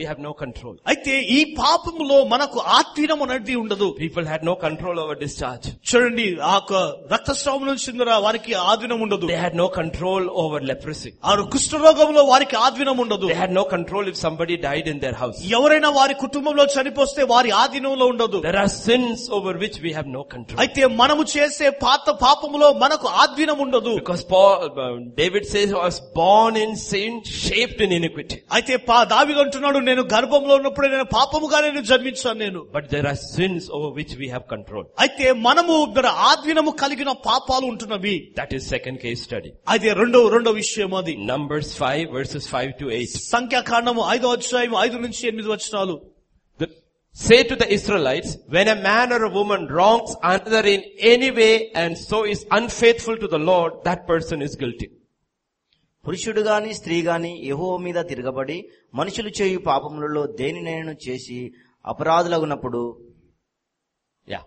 S1: we have no control.
S2: అయితే ఈ పాపములో మనకు ఆత్మీయం అనేది ఉండదు
S1: People had no control over discharge.
S2: చూడండి ఆ యొక్క రక్తస్రావం నుంచి ఉన్న వారికి ఆధీనం ఉండదు
S1: They had no control over leprosy.
S2: ఆ కుష్ఠరోగంలో వారికి ఆధీనం ఉండదు
S1: They had no control if somebody died in their house.
S2: ఎవరైనా వారి కుటుంబంలో చనిపోస్తే వారి ఆధీనంలో ఉండదు
S1: There are sins over which we have no control.
S2: అయితే మనము చేసే పాత పాపములో మనకు ఆధీనం ఉండదు
S1: Because Paul, uh, David says, I was born in sin, shaped in iniquity.
S2: అయితే పా దావిగా అంటున్నాడు నేను గర్భంలో ఉన్నప్పుడే నేను పాపముగా నేను జన్మించాను నేను
S1: But there are sins over which we have control.
S2: అయితే మనము మన ఆధీనము కలిగిన పాపాలు ఉంటున్నవి
S1: That is second case study.
S2: అయితే రెండో రెండో విషయం అది
S1: Numbers 5 verses 5 to 8.
S2: సంఖ్యాకాండము ఐదో అధ్యాయం ఐదు నుంచి ఎనిమిది వచనాలు
S1: The- Say to the Israelites, when a man or a woman wrongs another in any way and so is unfaithful to the Lord, that person is guilty.
S3: పురుషుడు గాని స్త్రీ గాని యహో మీద తిరగబడి మనుషులు చేయు పాపములలో దేనినైనా చేసి అపరాధులగునప్పుడు
S1: Yeah.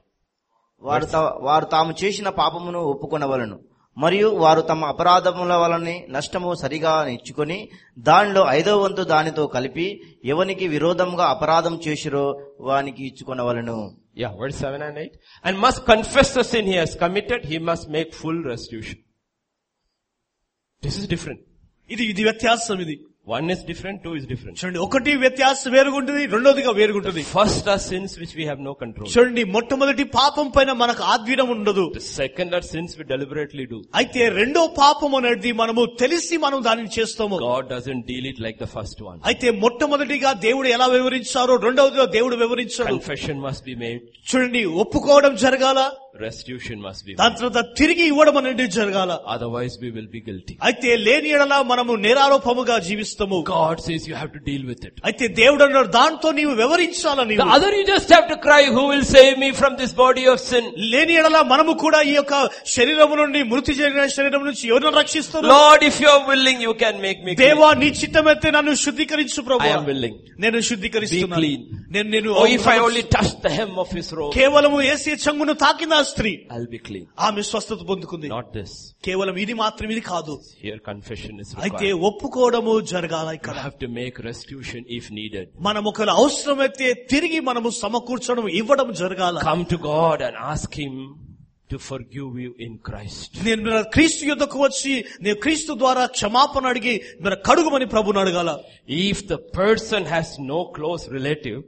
S3: వారు తా- వారు తాము చేసిన పాపమును ఒప్పుకొనవలను మరియు వారు తమ అపరాధముల వలని నష్టము సరిగా ఇచ్చుకొని దానిలో ఐదో వంతు దానితో కలిపి ఎవనికి విరోధంగా అపరాధం చేసిరో వానికి ఇచ్చుకొనవలను
S1: Yeah, verse 7 and 8. And must confess the sin he has committed, he must make full restitution. This is different.
S2: ఇది ఇది వ్యత్యాసం ఇది
S1: One is different, two is different.
S2: చూడండి ఒకటి వ్యత్యాసం వేరుగుంటుంది రెండోదిగా వేరుగుంటుంది
S1: First are sins which we have no control.
S2: చూడండి మొట్టమొదటి పాపం పైన మనకు ఆధీనం ఉండదు
S1: The second are sins we deliberately do.
S2: అయితే రెండో పాపం అనేది మనము తెలిసి మనం దానిని చేస్తాము
S1: God doesn't deal it like the first one.
S2: అయితే మొట్టమొదటిగా దేవుడు ఎలా వివరించారో రెండవదిగా దేవుడు వివరించాడు
S1: Confession must be made,
S2: చూడండి ఒప్పుకోవడం జరగాల
S1: restitution must be made.
S2: దాని తర్వాత తిరిగి ఇవ్వడం అనేది జరగాల
S1: Otherwise we will be guilty.
S2: అయితే లేని ఎడల మనము నేరారోపముగా జీవిస్తాము
S1: God says you have to deal with it.
S2: అయితే దేవుడు అన్నాడు దాంతో నీవు వివరించాలని
S1: The other you just have to cry, who will save me from this body of sin?
S2: లేని ఎడల మనము కూడా ఈ యొక్క శరీరం నుండి మృతి జరిగిన శరీరం నుంచి ఎవరిని రక్షిస్తాను
S1: Lord, if you are willing, you can make me clean.
S2: దేవా నీ చిత్తమైతే నన్ను శుద్ధీకరించు
S1: I
S2: ప్రభు
S1: am willing.
S2: నేను శుద్ధీకరిస్తున్నాను
S1: Be clean.
S2: నేను నేను
S1: Oh, if I only touch the hem of his robe,
S2: కేవలము ఏసీ చంగును తాకిన ఆ స్త్రీ
S1: I'll be clean.
S2: ఆమె స్వస్థత పొందుకుంది
S1: Not this.
S2: కేవలం ఇది మాత్రం ఇది కాదు
S1: Here confession is
S2: అయితే
S1: required.
S2: ఒప్పుకోవడము జరగాల
S1: You
S2: ఇక్కడ
S1: have to make restitution if needed.
S2: మనం ఒకవేళ అవసరమైతే తిరిగి మనము సమకూర్చడం ఇవ్వడం జరగాల
S1: Come to God and ask him to forgive you in Christ.
S2: నేను మన క్రీస్తు యుద్ధకు వచ్చి నేను క్రీస్తు ద్వారా క్షమాపణ అడిగి మన కడుగుమని ప్రభుని అడగాల
S1: If the person has no close relative,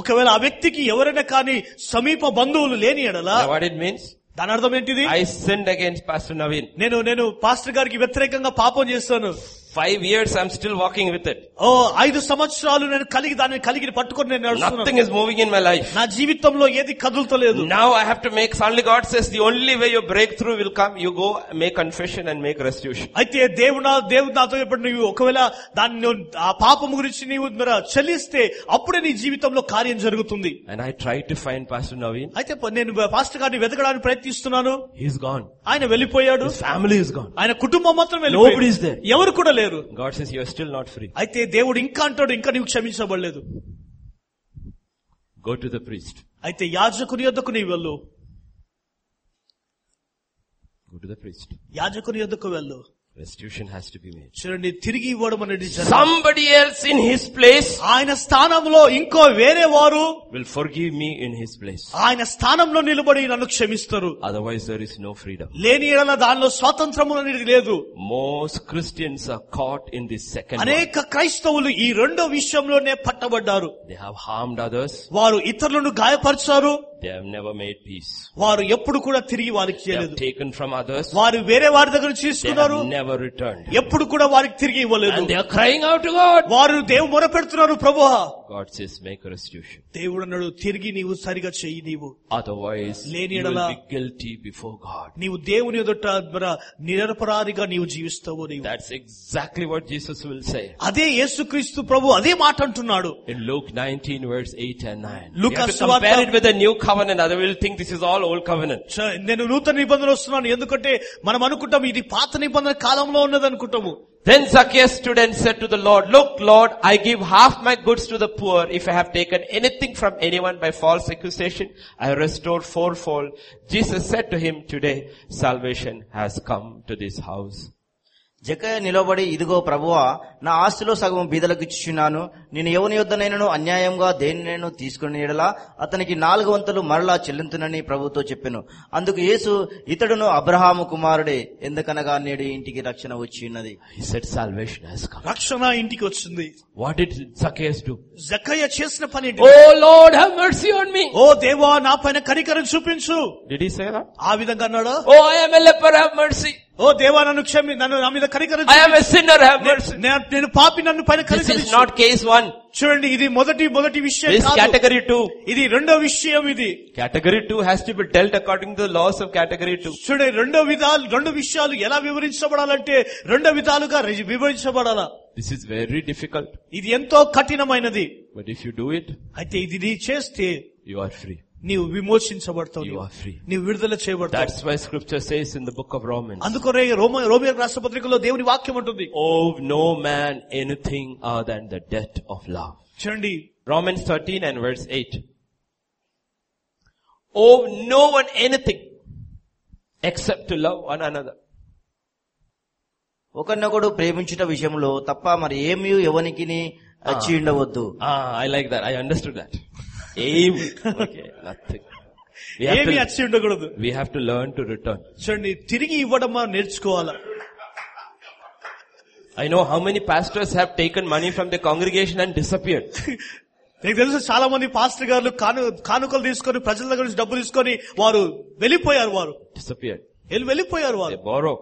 S2: ఒకవేళ ఆ వ్యక్తికి ఎవరైనా కానీ సమీప బంధువులు లేని ఎడలా
S1: now what it means?
S2: దాని అర్థం ఏంటిది
S1: I sinned against Pastor Naveen.
S2: నేను నేను పాస్టర్ గారికి వ్యతిరేకంగా పాపం చేస్తాను
S1: Five years I'm still walking with it.
S2: ఓ ఐదు సంవత్సరాలు నేను కలిగి దాన్ని కలిగి పట్టుకొని నేను
S1: Nothing
S2: నడుస్తున్నాను
S1: is moving in my life.
S2: నా జీవితంలో ఏది కదులుతలేదు
S1: Now I have to make, suddenly God says the only way your breakthrough will come, you go make confession and make restitution.
S2: అయితే దేవుడు నా దేవుడు నాతో ఇప్పుడు నువ్వు ఒకవేళ దాన్ని నువ్వు ఆ పాపం గురించి నీవు మరి చెల్లిస్తే అప్పుడే నీ జీవితంలో కార్యం జరుగుతుంది
S1: And I tried to find Pastor Naveen.
S2: అయితే ప- నేను పాస్టర్ గారిని వెతకడానికి ప్రయత్నిస్తున్నాను
S1: He's gone.
S2: ఆయన వెళ్ళిపోయాడు
S1: His family is gone.
S2: ఆయన కుటుంబం మాత్రం
S1: Nobody is
S2: వెళ్ళిపోయింది
S1: there.
S2: ఎవరు కూడా లేరు
S1: God says you are still not free.
S2: అయితే దేవుడు ఇంకా అంటాడు ఇంకా నీవు క్షమించబడలేదు
S1: Go to the priest.
S2: అయితే యాజకుని యొద్దకు నీవు వెళ్ళు
S1: Go to the priest.
S2: యాజకుని యొద్దకు వెళ్ళు
S1: Restitution has to be made.
S2: చూడండి తిరిగి ఇవ్వడం అనేది జరగాలి.
S1: Somebody else in his place
S2: ఆయన స్థానంలో ఇంకో వేరే వారు
S1: will forgive me in his place.
S2: ఆయన స్థానంలో నిలబడి నన్ను క్షమిస్తారు
S1: Otherwise there is no freedom.
S2: లేని ఎడల దానిలో స్వాతంత్రము అనేది లేదు
S1: Most Christians are caught in this second one.
S2: అనేక క్రైస్తవులు ఈ రెండో విషయంలోనే పట్టబడ్డారు
S1: They have harmed others.
S2: వారు ఇతరులను గాయపరిచారు
S1: They have never made peace.
S2: వారు ఎప్పుడు కూడా తిరిగి వారికి
S1: They
S2: చేయలేదు
S1: have taken from others.
S2: వారు వేరే వారి దగ్గర
S1: They
S2: తీసుకున్నారు
S1: have never returned.
S2: ఎప్పుడు కూడా వారికి తిరిగి ఇవ్వలేదు
S1: And they are crying out to God.
S2: వారు దేవు మొర పెడుతున్నారు ప్రభు
S1: God says, make a restitution.
S2: దేవుడు అన్నాడు తిరిగి నీవు సరిగా చెయ్యి నీవు
S1: Otherwise,
S2: లేని
S1: you will
S2: ఎడల-
S1: be guilty before God.
S2: నీవు దేవుని ఎదుట మరి నిరపరాధిగా నీవు జీవిస్తావు నీవు
S1: That's exactly what Jesus will say.
S2: అదే యేసుక్రీస్తు ప్రభు అదే మాట అంటున్నాడు
S1: In Luke 19 verse 8 and 9.
S2: Luke
S1: we have to
S2: Aswatha-
S1: compare it with the new covenant, other will think this is all old covenant.
S2: చ- నేను నూతన నిబంధన వస్తున్నాను ఎందుకంటే మనం అనుకుంటాం ఇది పాత నిబంధన కాలంలో ఉన్నది అనుకుంటాము
S1: Then Zacchaeus stood and said to the Lord, Look, Lord, I give half my goods to the poor. If I have taken anything from anyone by false accusation, I restore fourfold. Jesus said to him, Today salvation has come to this house.
S3: జకయ నిలబడి ఇదిగో ప్రభువా నా ఆస్తిలో సగం బీదలకు ఇచ్చుచున్నాను నేను ఎవని యొద్దనైనను అన్యాయంగా దేనినైనా తీసుకుని ఎడలా అతనికి నాలుగు వంతులు మరలా చెల్లింతునని ప్రభుతో చెప్పెను అందుకు యేసు ఇతడును అబ్రహాము కుమారుడే ఎందుకనగా నేడు ఇంటికి రక్షణ వచ్చి ఉన్నది
S1: He said salvation has come.
S2: రక్షణ ఇంటికి వచ్చింది
S1: What did Zacchaeus do?
S2: జక్కయ్య చేసిన పని ఏంటి?
S1: Oh Lord, have mercy on me.
S2: ఓ దేవా నా పైన కనికరం చూపించు
S1: Did he say that?
S2: ఆ విధంగా అన్నాడు
S1: Oh, I am a leper, have mercy.
S2: ఓ దేవా నన్ను క్షమి నన్ను నా మీద కనికరం
S1: I am a sinner, have
S2: చూపించు.
S1: mercy.
S2: నే- నేను పాపి నన్ను పైన
S1: This
S2: కనికరించు
S1: is not case one.
S2: చూడండి ఇది మొదటి మొదటి విషయం
S1: This
S2: కాదు.
S1: category two.
S2: ఇది రెండో విషయం ఇది
S1: Category two has to be dealt according to the laws of category two.
S2: చూడండి రెండో విధాలు రెండు విషయాలు ఎలా వివరించబడాలంటే రెండో విధాలుగా రి- వివరించబడాలా
S1: This is very difficult,
S2: ఇది ఎంతో కఠినమైనది
S1: but if you do it,
S2: అయితే ఇది నీ చేస్తే
S1: you are free.
S2: నీవు విమోచించబడతావు
S1: You
S2: నీవు.
S1: are free.
S2: నీవు విడుదల చేయబడతావు
S1: That's why scripture says in the book of Romans,
S2: అందుకొనే రోమ రోమియో రాష్ట్రపత్రికలో దేవుని వాక్యం ఉంటుంది
S1: owe "Oh, no man anything other than the debt of love.
S2: చూడండి
S1: Romans 13 and verse 8. Owe no one anything except to love one another.
S3: ఒకనొకడు ప్రేమించుట విషయంలో తప్ప మరి ఏమీ ఎవనికి వచ్చి ఉండవద్దు
S1: Ah, I like that. I understood that. Aim. Okay, nothing. We have,
S2: ఏమి
S1: to,
S2: అచ్చి ఉండకూడదు
S1: we have to learn to return.
S2: చూడండి తిరిగి ఇవ్వడం నేర్చుకోవాలా
S1: I know how many pastors have taken money from the congregation and disappeared.
S2: నీకు తెలుసు చాలా మంది పాస్టర్ గారు కాను కానుకలు తీసుకొని ప్రజల దగ్గర నుంచి డబ్బులు తీసుకొని వారు వెళ్ళిపోయారు వారు
S1: Disappeared.
S2: వెళ్ళి- వెళ్ళిపోయారు
S1: They
S2: వారు
S1: borrow,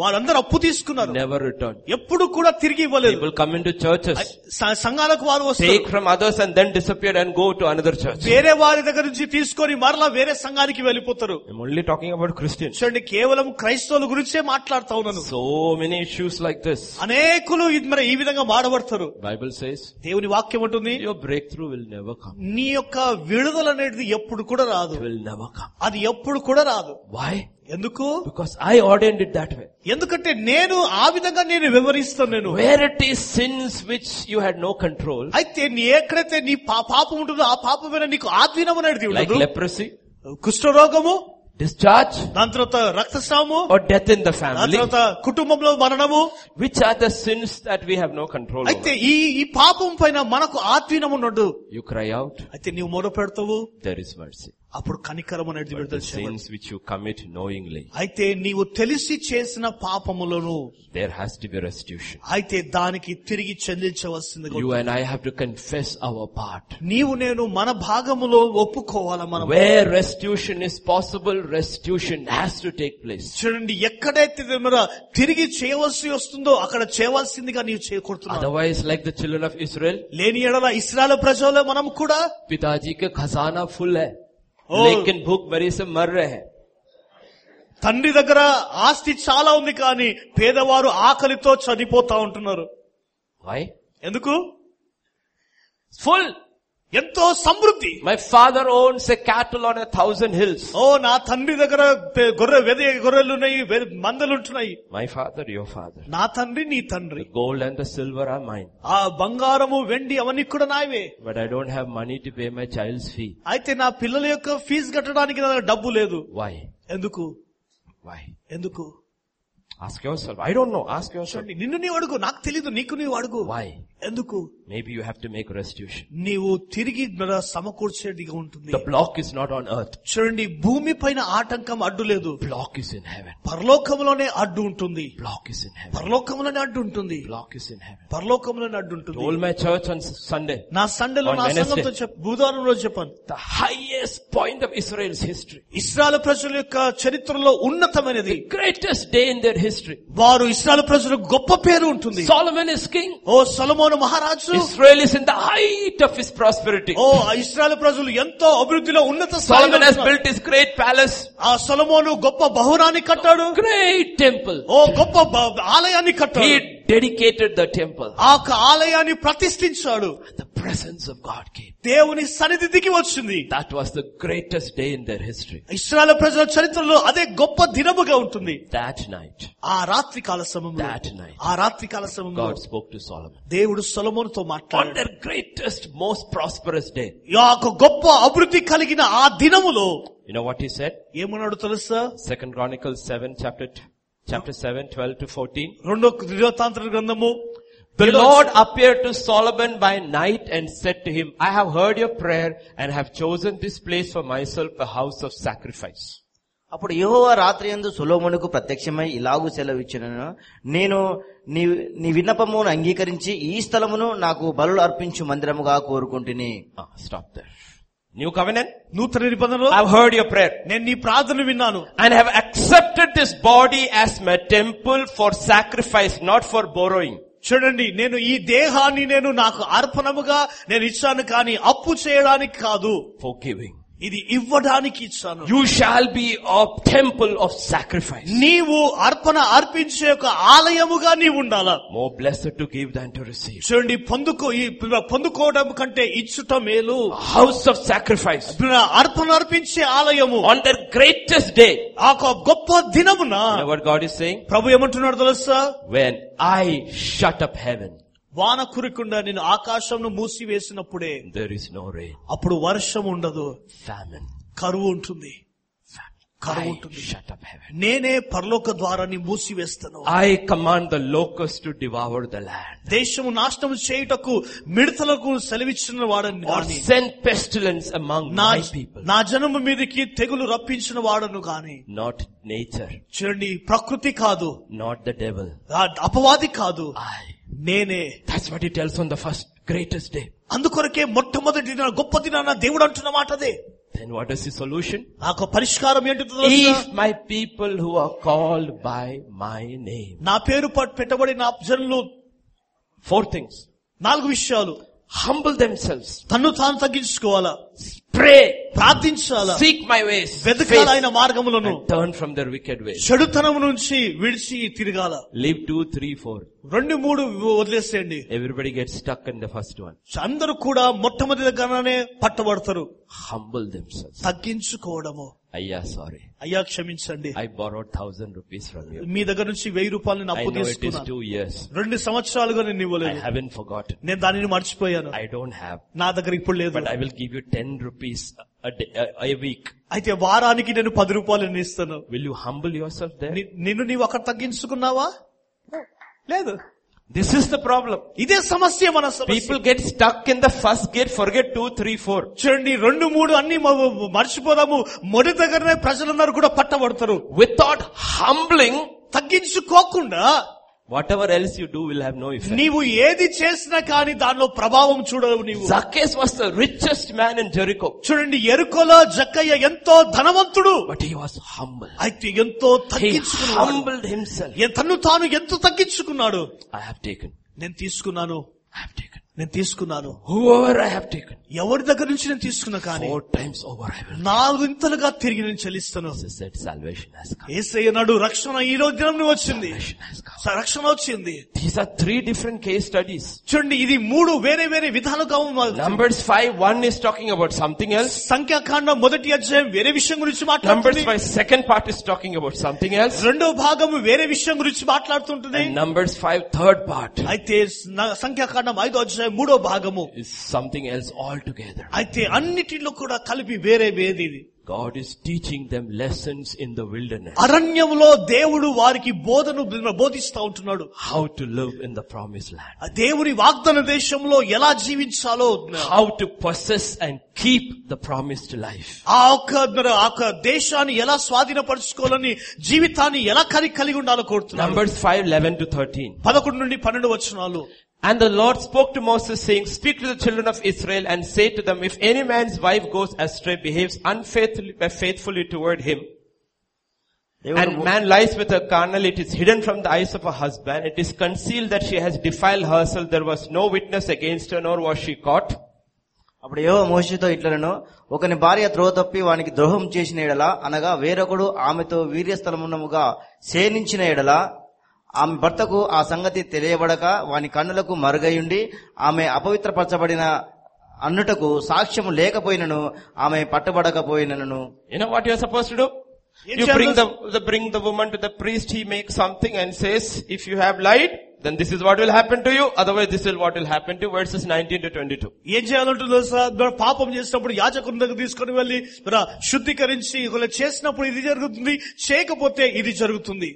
S2: వారందరూ అప్పు తీసుకున్నారు
S1: never return.
S2: ఎప్పుడు కూడా తిరిగి ఇవ్వలేదు
S1: People come into churches,
S2: స- సంఘాలకు వారు
S1: take
S2: వస్తారు
S1: from others and then disappear and go to another church.
S2: వేరే వారి దగ్గర నుంచి తీసుకొని మరలా వేరే సంఘానికి వెళ్ళిపోతారు
S1: I'm only talking about Christians.
S2: చూడండి కేవలం క్రైస్తవుల గురించే మాట్లాడుతా ఉన్నాను
S1: So many issues like this.
S2: అనేకులు ఇది మరి ఈ విధంగా మాడబడతారు
S1: Bible says,
S2: దేవుని వాక్యం ఉంటుంది
S1: your breakthrough will never come.
S2: నీ యొక్క విడుదల అనేది ఎప్పుడు కూడా రాదు
S1: It will never come.
S2: అది ఎప్పుడు కూడా రాదు
S1: Why?
S2: ఎందుకు
S1: Because I ordained it that way.
S2: ఎందుకంటే నేను ఆ విధంగా నేను వివరిస్తాను నేను
S1: Where it is sins which you had no control,
S2: అయితే నీ ఎక్కడైతే నీ పా- పాపం ఉంటుందో ఆ పాపం మీద నీకు ఆధీనం అనేది
S1: like
S2: ఉండదు
S1: leprosy,
S2: కుష్ఠరోగము
S1: discharge,
S2: దాని తర్వాత రక్తస్రావము
S1: or death in the
S2: దాని
S1: family,
S2: తర్వాత కుటుంబంలో మరణము
S1: which are the sins that we have no control
S2: అయితే
S1: over.
S2: ఈ ఈ పాపం పైన మనకు ఆధీనం ఉండదు
S1: You cry out,
S2: అయితే నీవు మొర పెడతావు
S1: there is mercy.
S2: అప్పుడు కనికరం అనేది
S1: But
S2: విడుదల
S1: the
S2: చేయబడుతుంది.
S1: sins which you commit knowingly,
S2: అయితే నీవు తెలిసి చేసిన పాపములను
S1: there has to be restitution.
S2: అయితే దానికి తిరిగి చెల్లించవలసింది
S1: You and I have to confess our part.
S2: నీవు నేను మన భాగములో ఒప్పుకోవాలా మనం
S1: Where restitution is possible, restitution has to take place.
S2: చూడండి ఎక్కడైతే మన తిరిగి చేయవలసి వస్తుందో అక్కడ చేయవలసిందిగా నీవు చేయకూడదు
S1: Otherwise, like the children of Israel,
S2: లేని ఎడల ఇస్రాయల్ ప్రజలు మనం కూడా
S1: पिताजी के खजाना फुल है
S2: ओ।
S1: लेकिन भूखमरी से मर रहे हैं
S2: తండ్రి దగ్గర ఆస్తి చాలా ఉంది కానీ పేదవారు ఆకలితో చనిపోతా ఉంటున్నారు
S1: Why?
S2: ఎందుకు
S1: Full.
S2: ఎంతో సమృద్ధి
S1: My father owns a cattle on a thousand hills.
S2: ఓ నా తండ్రి దగ్గర పె- గొర్రె వెదే గొర్రెలు ఉన్నాయి వె- మందలు ఉంటున్నాయి
S1: My father, your father.
S2: నా తండ్రి నీ తండ్రి
S1: The gold and the silver are mine.
S2: ఆ బంగారము వెండి అవన్నీ కూడా నావే
S1: But I don't have money to pay my child's fee.
S2: అయితే నా పిల్లల యొక్క ఫీజు కట్టడానికి నా దగ్గర డబ్బు లేదు
S1: Why?
S2: ఎందుకు
S1: Why?
S2: ఎందుకు
S1: Ask yourself. I don't know. Ask yourself.
S2: చూడండి నిన్ను నీవు అడుగు నాకు తెలియదు నీకు నీవు అడుగు
S1: Why?
S2: ఎందుకు
S1: Maybe you have to make restitution.
S2: నీవు తిరిగి మన సమకూర్చేదిగా ఉంటుంది
S1: The block is not on earth.
S2: చూడండి భూమి పైన ఆటంకం అడ్డు లేదు
S1: Block is in heaven.
S2: పరలోకంలోనే అడ్డు ఉంటుంది
S1: Block is in heaven.
S2: పరలోకంలోనే అడ్డు ఉంటుంది
S1: Block is in heaven.
S2: పరలోకంలోనే అడ్డు ఉంటుంది
S1: Told my church on S- Sunday.
S2: నా సండలో
S1: On
S2: నా
S1: Wednesday.
S2: సంఘంతో చెప్ బుధవారం రోజు చెప్పాను
S1: The highest greatest point of Israel's history.
S2: Israel ప్రజల యొక్క చరిత్రలో ఉన్నతమైనది
S1: Greatest day in their history.
S2: వారు ఇస్రాయల్ ప్రజలకు గొప్ప పేరు ఉంటుంది
S1: Solomon is king.
S2: ఓ సొలొమోను మహారాజు
S1: Israel is in the height of his prosperity.
S2: ఓ ఆ ఇస్రాయల్ ప్రజలు ఎంతో అభివృద్ధిలో ఉన్నత స్థాయిలో
S1: Solomon has
S2: ఉన్నారు.
S1: built his great palace,
S2: ఆ సొలొమోను గొప్ప బహురాన్ని కట్టాడు
S1: great temple.
S2: ఓ గొప్ప బ- ఆలయాన్ని కట్టాడు
S1: He dedicated the temple.
S2: ఆ యొక్క ఆలయాన్ని ప్రతిష్ఠించాడు
S1: The presence of God came.
S2: దేవుని సన్నిధి దిగి వచ్చింది
S1: That was the greatest day in their history.
S2: Israel ప్రజల చరిత్రలో అదే గొప్ప దినముగా ఉంటుంది
S1: That night,
S2: ఆ రాత్రి కాల సమయంలో
S1: That night.
S2: ఆ రాత్రి కాల సమయంలో
S1: God spoke to Solomon.
S2: దేవుడు సొలొమోనుతో
S1: On
S2: మాట్లాడాడు
S1: their greatest, most prosperous day.
S2: ఆ యొక్క గొప్ప అభివృద్ధి కలిగిన ఆ దినములో
S1: You know what he said?
S2: ఏమన్నాడు తెలుసా
S1: Second Chronicles 7, chapter, t- chapter 7, 12 to 14.
S2: రెండో దినోతాంత్ర గ్రంథము
S1: The Lord appeared to Solomon by night and said to him, I have heard your prayer and have chosen this place for myself a house of sacrifice.
S3: అప్పుడు యెహోవా రాత్రి యందు సొలొమోనుకు ప్రత్యక్షమై ఇలాగు సెలవిచ్చినను నేను నీ నీ విన్నపమును అంగీకరించి ఈ స్థలమును నాకు బలులు అర్పించు మందిరముగా కోరుకుంటుని
S1: Ah, stop there. New covenant?
S2: నూతన నిబంధనలో
S1: I've heard your prayer
S2: నేను నీ ప్రార్థన విన్నాను
S1: and have accepted this body as my temple for sacrifice, not for borrowing.
S2: చూడండి నేను ఈ దేహాన్ని నేను నాకు అర్పణముగా నేను ఇచ్చాను కానీ అప్పు చేయడానికి కాదు
S1: For giving.
S2: ఇది ఇవ్వడానికి ఇచ్చాను
S1: You shall be a temple of sacrifice.
S2: నీవు అర్పణ అర్పించే ఒక ఆలయముగా నీవు ఉండాలా
S1: More blessed to give than to receive.
S2: చూడండి పొందుకో ఈ పొందుకోవడం కంటే ఇచ్చుట మేలు
S1: A house of sacrifice.
S2: ఇప్పుడు నా అర్పణ అర్పించే ఆలయము
S1: On their greatest day.
S2: ఆ ఒక గొప్ప దినమున
S1: You know what God is saying?
S2: ప్రభు ఏమంటున్నాడు తెలుసా
S1: When I shut up heaven,
S2: వాన కురికుండా నేను ఆకాశంను మూసివేసినప్పుడే
S1: there is no rain.
S2: అప్పుడు వర్షం ఉండదు
S1: Famine.
S2: కరువు ఉంటుంది
S1: Famine. I
S2: Karuvunthundi.
S1: shut up heaven.
S2: నేనే పరలోక ద్వారాన్ని మూసివేస్తాను
S1: I command the locusts to devour the land.
S2: దేశము నాశనం చేయుటకు మిడతలకు సెలవిచ్చిన వాడని
S1: Or
S2: గాని
S1: send pestilence among
S2: నా
S1: my people.
S2: నా జనము మీదకి తెగులు రప్పించిన వాడను గాని
S1: Not nature.
S2: చూడండి ప్రకృతి కాదు
S1: Not the devil.
S2: ఆ అపవాది కాదు
S1: I.
S2: నేనే
S1: That's what he tells on the first greatest day.
S2: అందుకొరకే మొట్టమొదటి దినాన గొప్ప దినాన దేవుడు అంటున్న మాట అదే
S1: Then what is the solution?
S2: ఆ యొక్క పరిష్కారం ఏంటో తెలుసా?
S1: If my people who are called by my name.
S2: నా పేరు పట్- పెట్టబడి నా జనులు
S1: Four things.
S2: నాలుగు విషయాలు
S1: Humble themselves.
S2: తన్ను తాను తగ్గించుకోవాలా
S1: Pray.
S2: ప్రార్థించాలా
S1: Seek my ways.
S2: వెతకాల
S1: Faith.
S2: ఆయన మార్గములను
S1: And turn from their wicked ways.
S2: చెడుతనం నుంచి విడిచి తిరగాల
S1: Leave two, three, four.
S2: రెండు మూడు వదిలేసేయండి
S1: Everybody gets stuck in the first one.
S2: అందరూ కూడా మొట్టమొదటి దగ్గరనే పట్టబడతారు
S1: Humble themselves.
S2: తగ్గించుకోవడము
S1: Ayya, sorry.
S2: అయ్యా క్షమించండి
S1: I borrowed thousand rupees from you.
S2: మీ దగ్గర నుంచి వెయ్యి రూపాయలు నేను
S1: I
S2: అప్పు
S1: know it is
S2: తీసుకున్నాను
S1: two years.
S2: రెండు సంవత్సరాలుగా నేను
S1: I
S2: ఇవ్వలేదు
S1: haven't forgotten.
S2: నేను దానిని మర్చిపోయాను
S1: I don't have.
S2: నా దగ్గర ఇప్పుడు లేదు
S1: But I will give you ten rupees a, day, a, a week.
S2: అయితే వారానికి నేను పది రూపాయలు నేను ఇస్తాను
S1: Will you humble yourself there?
S2: ని- నిన్ను నీవు అక్కడ తగ్గించుకున్నావా లేదు
S1: This is the problem.
S2: ఇదే సమస్య మన సమస్య
S1: People get stuck in the first gate, forget two, three, four.
S2: చూడండి రెండు మూడు అన్ని మ- మర్చిపోదాము మొదటి దగ్గరనే ప్రజలందరూ కూడా పట్టబడతారు
S1: Without humbling,
S2: తగ్గించుకోకుండా
S1: whatever else you do will have no effect.
S2: నీవు ఏది చేసినా కానీ దానిలో ప్రభావం చూడవు నీవు
S1: Zacchaeus was the richest man in Jericho,
S2: చూడండి ఎరుకలో జక్కయ్య ఎంతో ధనవంతుడు
S1: but he was humble.
S2: అయితే ఎంతో
S1: He
S2: తగ్గించుకున్నాడు
S1: humbled himself.
S2: ఏ- తన్ను తాను ఎంతో తగ్గించుకున్నాడు
S1: I have taken.
S2: నేను తీసుకున్నాను
S1: I have taken.
S2: నేను తీసుకున్నాను
S1: Whoever I have taken,
S2: ఎవరి దగ్గర నుంచి నేను తీసుకున్నా కానీ
S1: four times over I will.
S2: నాలుగింతలుగా తిరిగి నేను చెల్లిస్తాను
S1: Jesus said, salvation has come.
S2: ఏసయ్య నాడు రక్షణ ఈ రోజు దినం వచ్చింది
S1: Salvation has come.
S2: రక్షణ వచ్చింది
S1: These are three different case studies.
S2: చూడండి ఇది మూడు వేరే వేరే విధాలుగా ఉన్న-
S1: Numbers 5, one is talking about something else.
S2: సంఖ్యాకాండం మొదటి అధ్యాయం వేరే విషయం గురించి
S1: Numbers
S2: మాట్లాడుతుంది
S1: 5, second part is talking about something else.
S2: రెండో భాగం వేరే విషయం గురించి మాట్లాడుతుంటుంది
S1: And Numbers 5, third part
S2: అయితే న- సంఖ్యాకాండం ఐదో అధ్యాయం మూడో భాగము
S1: is something else altogether.
S2: అయితే అన్నిటిలో కూడా కలిపి వేరే వేది ఇది.
S1: God is teaching them lessons in the wilderness.
S2: అరణ్యంలో దేవుడు వారికి బోధను బోధిస్తా ఉంటున్నాడు
S1: How to live in the promised land.
S2: ఆ దేవుని వాగ్దాన దేశంలో ఎలా జీవించాలో
S1: How to possess and keep the promised life.
S2: ఆ ఒక్క మరి ఆ ఒక్క దేశాన్ని ఎలా స్వాధీనపరచుకోవాలని జీవితాన్ని ఎలా కలిగి కలిగి ఉండాలో కోరుతున్నాడు
S1: Numbers 5, 11 to 13.
S2: పదకొండు నుండి పన్నెండు వచనాలు
S1: And the Lord spoke to Moses saying, speak to the children of Israel and say to them, if any man's wife goes astray, behaves unfaithfully, uh, faithfully toward him, and
S3: దేవుడు
S1: man lies with her carnal, it is hidden from the eyes of her husband, it is concealed that she has defiled herself, there was no witness against her, nor was she caught.
S3: అప్పుడు ఏవో మోషితో ఇట్లను ఒకని భార్య త్రోవ తప్పి వానికి ద్రోహం చేసిన ఎడల అనగా వేరొకడు ఆమెతో వీర్యస్థలమునముగా సేనించిన ఎడల ఆమె భర్తకు ఆ సంగతి తెలియబడక వాని కన్నులకు మరుగయుండి ఆమె అపవిత్రపరచబడిన అన్నుటకు సాక్ష్యము లేకపోయినను ఆమె పట్టుబడకపోయినను
S1: You know what you're supposed to do?
S2: Yes,
S1: You
S2: sir.
S1: bring the, the, bring the woman to the priest, he makes something and says, if you have lied, then this is what will happen to you, otherwise this is what will happen to you, verses 19 to 22.
S2: ఏం చేయాలంటుందో sir మీరు పాపం చేసినప్పుడు యాజకుని దగ్గర తీసుకొని వెళ్ళి మీరు శుద్ధీకరించి ఒకవేళ చేసినప్పుడు ఇది జరుగుతుంది చేయకపోతే ఇది జరుగుతుంది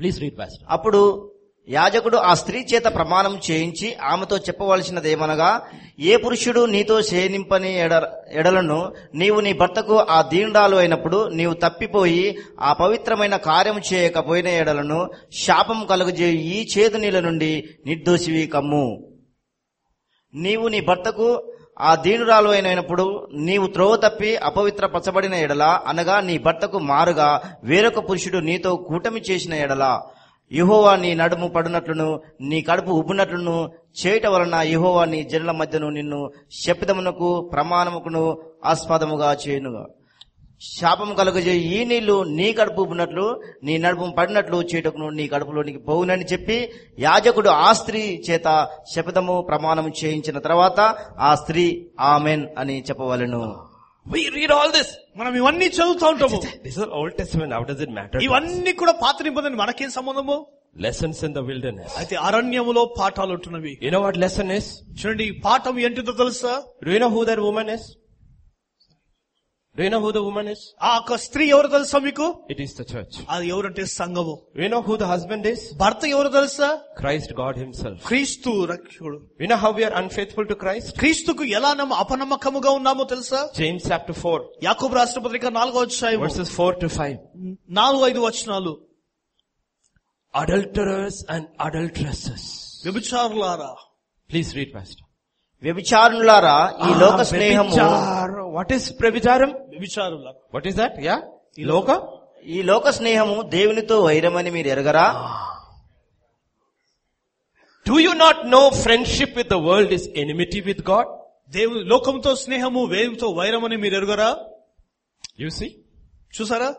S1: Please read Pastor.
S3: అప్పుడు యాజకుడు ఆ స్త్రీ చేత ప్రమాణం చేయించి ఆమెతో చెప్పవలసినదేమనగా ఏ పురుషుడు నీతో శయనింపని ఎడ- ఎడలను నీవు నీ భర్తకు ఆ దీనుడాలు అయినప్పుడు నీవు తప్పిపోయి ఆ పవిత్రమైన కార్యం చేయకపోయిన ఎడలను శాపం కలుగజేయు ఈ చేదు నీళ్ళ నుండి నిర్దోషివి కమ్ము నీవు నీ భర్తకు ఆ దీనురాలు అయినప్పుడు నీవు త్రోవ తప్పి అపవిత్ర పచ్చబడిన ఎడల అనగా నీ భర్తకు మారుగా వేరొక పురుషుడు నీతో కూటమి చేసిన ఎడల యెహోవా నీ నడుము పడినట్లును నీ కడుపు ఉబ్బునట్లును చేయట వలన యెహోవా నీ జనుల మధ్యను నిన్ను శపితమునకు ప్రమాణముకును ఆస్పదముగా చేయునుగా శాపం కలుగజే ఈ నీళ్లు నీ కడుపు ఉబ్బినట్లు నీ నడుపు పడినట్లు చేటకును నీ కడుపులోనికి పోవునని చెప్పి యాజకుడు ఆ స్త్రీ చేత శపథము ప్రమాణం చేయించిన తర్వాత ఆ స్త్రీ ఆమెన్ అని చెప్పవలెను
S1: We read all this.
S2: మనం ఇవన్నీ చదువుతా ఉంటాము
S1: These are Old Testament, how does it matter? to us?
S2: ఇవన్నీ కూడా పాత నిబంధన మనకేం సంబంధము
S1: Lessons in the wilderness.
S2: అయితే అరణ్యములో పాఠాలు ఉంటున్నవి
S1: You know what lesson is?
S2: చూడండి ఈ పాఠం ఏంటిదో తెలుసా
S1: Do you know who that woman is? Do you know who the woman is?
S2: ఆ యొక్క స్త్రీ ఎవరు తెలుసా మీకు
S1: It is the church.
S2: అది ఎవరంటే సంఘము
S1: Do you know who the husband is?
S2: భర్త ఎవరు తెలుసా
S1: Christ God himself.
S2: క్రీస్తు రక్షకుడు
S1: You know how we are unfaithful to Christ?
S2: క్రీస్తుకు ఎలా నమ్మ అపనమ్మకముగా ఉన్నామో తెలుసా
S1: James chapter 4,
S2: యాకోబు రాష్ట్ర పత్రిక నాలుగో అధ్యాయం
S1: verses 4 to 5.
S2: నాలుగు ఐదు వచనాలు
S1: Adulterers and adulteresses.
S2: వ్యభిచారులారా
S1: Please read, Pastor.
S3: వ్యభిచారులారా ఈ లోక
S1: Ah,
S3: స్నేహము
S1: Pravichar. What is pravicharam?
S2: వ్యభిచారులారా
S1: What is that? Yeah? Loka?
S3: ఈ లోక స్నేహము దేవునితో వైరమని మీరు ఎరగరా
S1: Do you not know friendship with the world is enmity with God?
S2: దేవుని లోకంతో స్నేహము వేయంతో వైరమని మీరు ఎరుగరా
S1: You see?
S2: చూసారా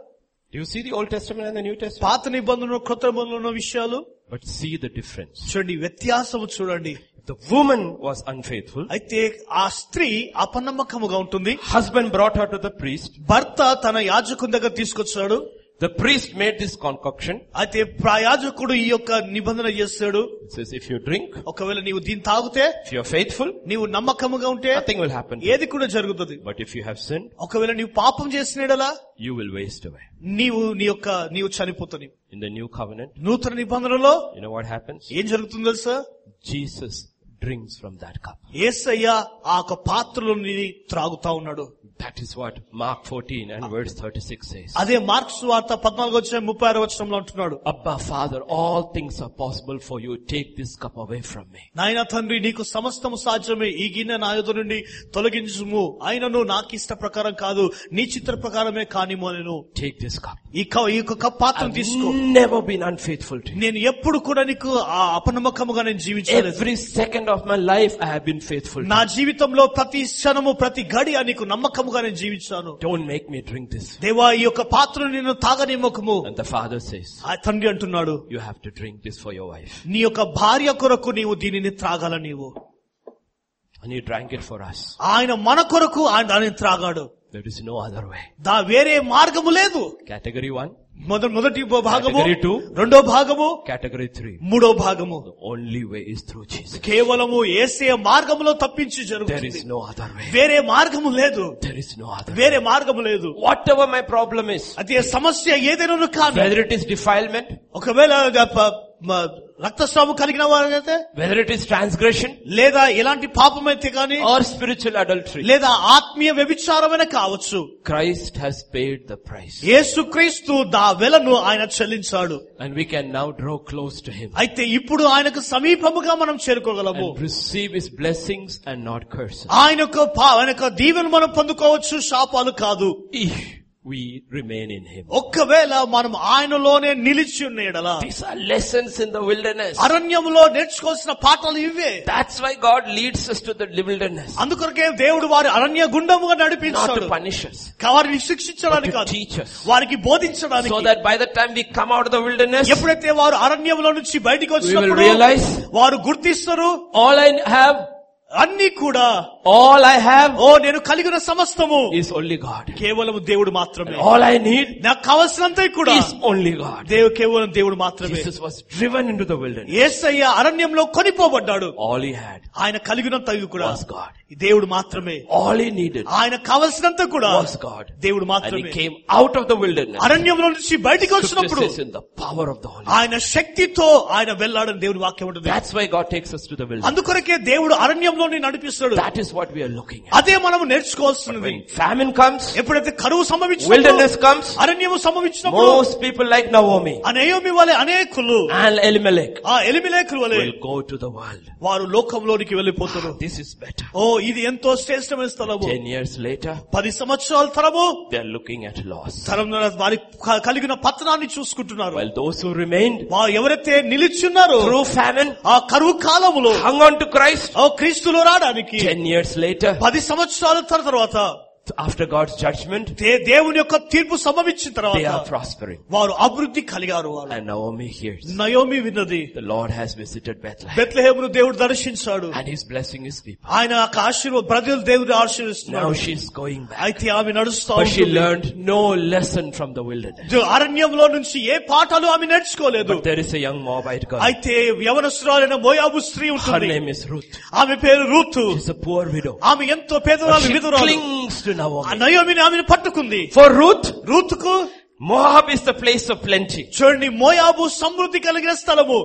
S1: Do you see the Old Testament and the New Testament?
S2: పాత నిబంధనలు కొత్త నిబంధనలు ఉన్న విషయాలు
S1: But see the difference.
S2: చూడండి వ్యత్యాసము చూడండి
S1: If the woman was unfaithful,
S2: అయితే ఆ స్త్రీ అపనమ్మకముగా ఉంటుంది
S1: husband brought her to the priest,
S2: భర్త తన యాజకుని దగ్గర తీసుకొచ్చాడు
S1: the priest made this concoction.
S2: అయితే ప్రా యాజకుడు ఈ యొక్క నిబంధన చేస్తాడు
S1: It says if you drink,
S2: ఒకవేళ నీవు దీన్ని తాగితే
S1: if you're faithful,
S2: నీవు నమ్మకముగా ఉంటే
S1: nothing will happen. to you.
S2: ఏది కూడా జరుగుతుంది
S1: But if you have sinned,
S2: ఒకవేళ నీవు పాపం చేసినడలా
S1: you will waste away.
S2: నీవు నీ యొక్క నీవు చనిపోతుంది
S1: In the new covenant,
S2: నూతన నిబంధనలో
S1: you know what happens?
S2: ఏం జరుగుతుంది తెలుసా
S1: Jesus drinks from that cup.
S2: ఏసయ్య ఆ యొక్క పాత్రలో నీది త్రాగుతా ఉన్నాడు
S1: That is what Mark 14 and verse 36 says.
S2: అదే మార్క్స్ వార్త పద్నాలుగు వచ్చిన ముప్పై ఆరు వచనంలో అంటున్నాడు
S1: Abba, Father, all things are possible for you. Take this cup away from me.
S2: నాయన తండ్రి నీకు సమస్తము సాధ్యమే ఈ గిన్నె నా ఎదురు నుండి తొలగించుము ఆయనను నాకు ఇష్ట ప్రకారం కాదు నీ చిత్ర ప్రకారమే కానిమో నేను
S1: Take this cup.
S2: ఈ క- ఈ యొక్క కప్ పాత్రను
S1: I've
S2: తీసుకో
S1: never been unfaithful to you.
S2: నేను ఎప్పుడు కూడా నీకు ఆ అపనమ్మకముగా నేను జీవించలేదు
S1: Every second of my life I have been faithful to
S2: నా
S1: you.
S2: జీవితంలో ప్రతి క్షణము ప్రతి గడియ నీకు నమ్మకముగా నేను జీవించాను
S1: Don't make me drink this.
S2: దేవా ఈ యొక్క పాత్రను నేను తాగనిమ్మకము
S1: And the father says,
S2: ఆ తండ్రి అంటున్నాడు
S1: you have to drink this for your wife.
S2: నీ యొక్క భార్య కొరకు నీవు దీనిని త్రాగాల నీవు
S1: And he drank it for us.
S2: ఆయన మన కొరకు ఆయన దానిని త్రాగాడు
S1: There is no other way.
S2: దా వేరే మార్గము లేదు
S1: Category one,
S2: మొద- మొదటి భాగము
S1: Category two.
S2: రెండో భాగము
S1: category three.
S2: మూడో భాగము
S1: The only way is through Jesus.
S2: కేవలము ఏసే మార్గములో తప్పించి
S1: There
S2: జరుగుతుంది
S1: is no other way.
S2: వేరే మార్గము లేదు
S1: There is no other way.
S2: వేరే మార్గము లేదు
S1: Whatever my problem is,
S2: అదే సమస్య ఏదైనా కానీ
S1: whether it is defilement,
S2: ఒకవేళ అది ప- మ- రక్తస్రావం కలిగిన వారైతే
S1: Whether it is transgression
S2: లేదా ఎలాంటి పాపమైతే కానీ
S1: or spiritual adultery,
S2: లేదా ఆత్మీయ వ్యభిచారమైన కావచ్చు
S1: Christ has paid the price.
S2: యేసుక్రీస్తు దా వెలను ఆయన చెల్లించాడు
S1: And we can now draw close to Him
S2: అయితే ఇప్పుడు ఆయనకు సమీపముగా మనం చేరుకోగలము
S1: and receive His blessings and not curses.
S2: ఆయన యొక్క పా- ఆయన యొక్క దీవెను మనం పొందుకోవచ్చు శాపాలు కాదు
S1: If we remain in Him.
S2: ఒక్కవేళ మనం ఆయనలోనే నిలిచి ఉండేడలా
S1: These are lessons in the wilderness.
S2: అరణ్యంలో నేర్చుకోవాల్సిన పాఠాలు ఇవే
S1: That's why God leads us to the wilderness.
S2: అందుకొరకే దేవుడు వారి అరణ్య గుండముగా
S1: Not to
S2: నడిపించాడు
S1: punish us,
S2: వారిని
S1: but
S2: శిక్షించడానికి
S1: to
S2: కాదు
S1: teach us.
S2: వారికి బోధించడానికి
S1: So that by the time we come out of the wilderness,
S2: ఎప్పుడైతే వారు అరణ్యంలో నుంచి బయటికి వచ్చినప్పుడు
S1: realize-
S2: వారు గుర్తిస్తారు
S1: all I have,
S2: అన్ని కూడా
S1: all I have
S2: ఓ నేను కలిగిన సమస్తము
S1: is only God.
S2: కేవలం దేవుడు మాత్రమే
S1: All I need
S2: నాకు కావలసినంత కూడా
S1: is only God.
S2: దేవు కేవలం దేవుడు మాత్రమే
S1: Jesus was driven into the wilderness.
S2: ఏసయ్య అరణ్యంలో కొనిపోబడ్డాడు
S1: All he had
S2: ఆయన కలిగినంత కూడా
S1: was God.
S2: దేవుడు మాత్రమే
S1: All he needed
S2: ఆయన కావలసినంత కూడా
S1: was God.
S2: దేవుడు
S1: And he
S2: మాత్రమే
S1: came out of the wilderness.
S2: అరణ్యంలో నుంచి బయటికి
S1: Scripture
S2: వచ్చినప్పుడు
S1: says in the power of the Holy Spirit.
S2: ఆయన శక్తితో ఆయన వెళ్ళాడని దేవుడు వాక్యం ఉంటుంది
S1: That's why God takes us to the wilderness.
S2: అందుకొరకే దేవుడు అరణ్యంలోని నడిపిస్తాడు
S1: That is what we are looking at.
S2: అదే మనం నేర్చుకోవాల్సినది
S1: When famine comes,
S2: ఎప్పుడైతే కరువు
S1: wilderness
S2: సంభవించినప్పుడు
S1: comes,
S2: అరణ్యము సంభవించినప్పుడు
S1: most people like Naomi
S2: అనేయోమి వలె అనేకులు
S1: and Elimelech
S2: ఆ ఎలిమిలేకులు వలె
S1: will go to the world.
S2: వారు లోకంలోనికి వెళ్ళిపోతారు
S1: This is better.
S2: ఓ ఇది ఎంతో శ్రేష్టమైన స్థలము
S1: Ten years later,
S2: పది సంవత్సరాల తరము
S1: they are looking at loss.
S2: తరం వారి క- కలిగిన పతనాన్ని చూసుకుంటున్నారు
S1: While those who remained
S2: వారు ఎవరైతే నిలిచున్నారో
S1: through famine
S2: ఆ కరువు కాలములో
S1: hung on to Christ.
S2: ఆ క్రీస్తులో రావడానికి
S1: Ten years later,
S2: పది సంవత్సరాల తర- తర్వాత
S1: after God's judgment,
S2: దే- దేవుని యొక్క తీర్పు సంభవించిన
S1: they are
S2: తర్వాత
S1: prospering.
S2: వారు అభివృద్ధి కలిగారు వాళ్ళు
S1: And Naomi hears,
S2: నయోమి విన్నది
S1: the Lord has visited Bethlehem
S2: బెత్లహేమును దేవుడు దర్శించాడు
S1: and he's blessing his people.
S2: ఆయన యొక్క ఆశీర్వ ప్రజలు దేవుడు
S1: Now
S2: ఆశీర్విస్తున్నాడు
S1: she's going back.
S2: అయితే ఆమె నడుస్తా
S1: But she
S2: ఉంటుంది.
S1: learned no lesson from the wilderness.
S2: దే- అరణ్యంలో నుంచి ఏ పాఠాలు ఆమె నేర్చుకోలేదు
S1: But there is a young Moabite girl.
S2: అయితే యవనస్తురాలైన మోయాబు స్త్రీ
S1: Her
S2: ఉంటుంది
S1: name is Ruth.
S2: ఆమె పేరు Ruth
S1: She's a poor widow.
S2: ఆమె ఎంతో
S1: But
S2: పేదవాళ్ళు
S1: she
S2: విధురాలు
S1: clings to
S2: ఆ
S1: Naomi.
S2: నయోమిని ఆమెను పట్టుకుంది
S1: For Ruth,
S2: రూతుకు
S1: Moab is the place of plenty.
S2: చూడండి మోయాబు సమృద్ధి కలిగిన స్థలము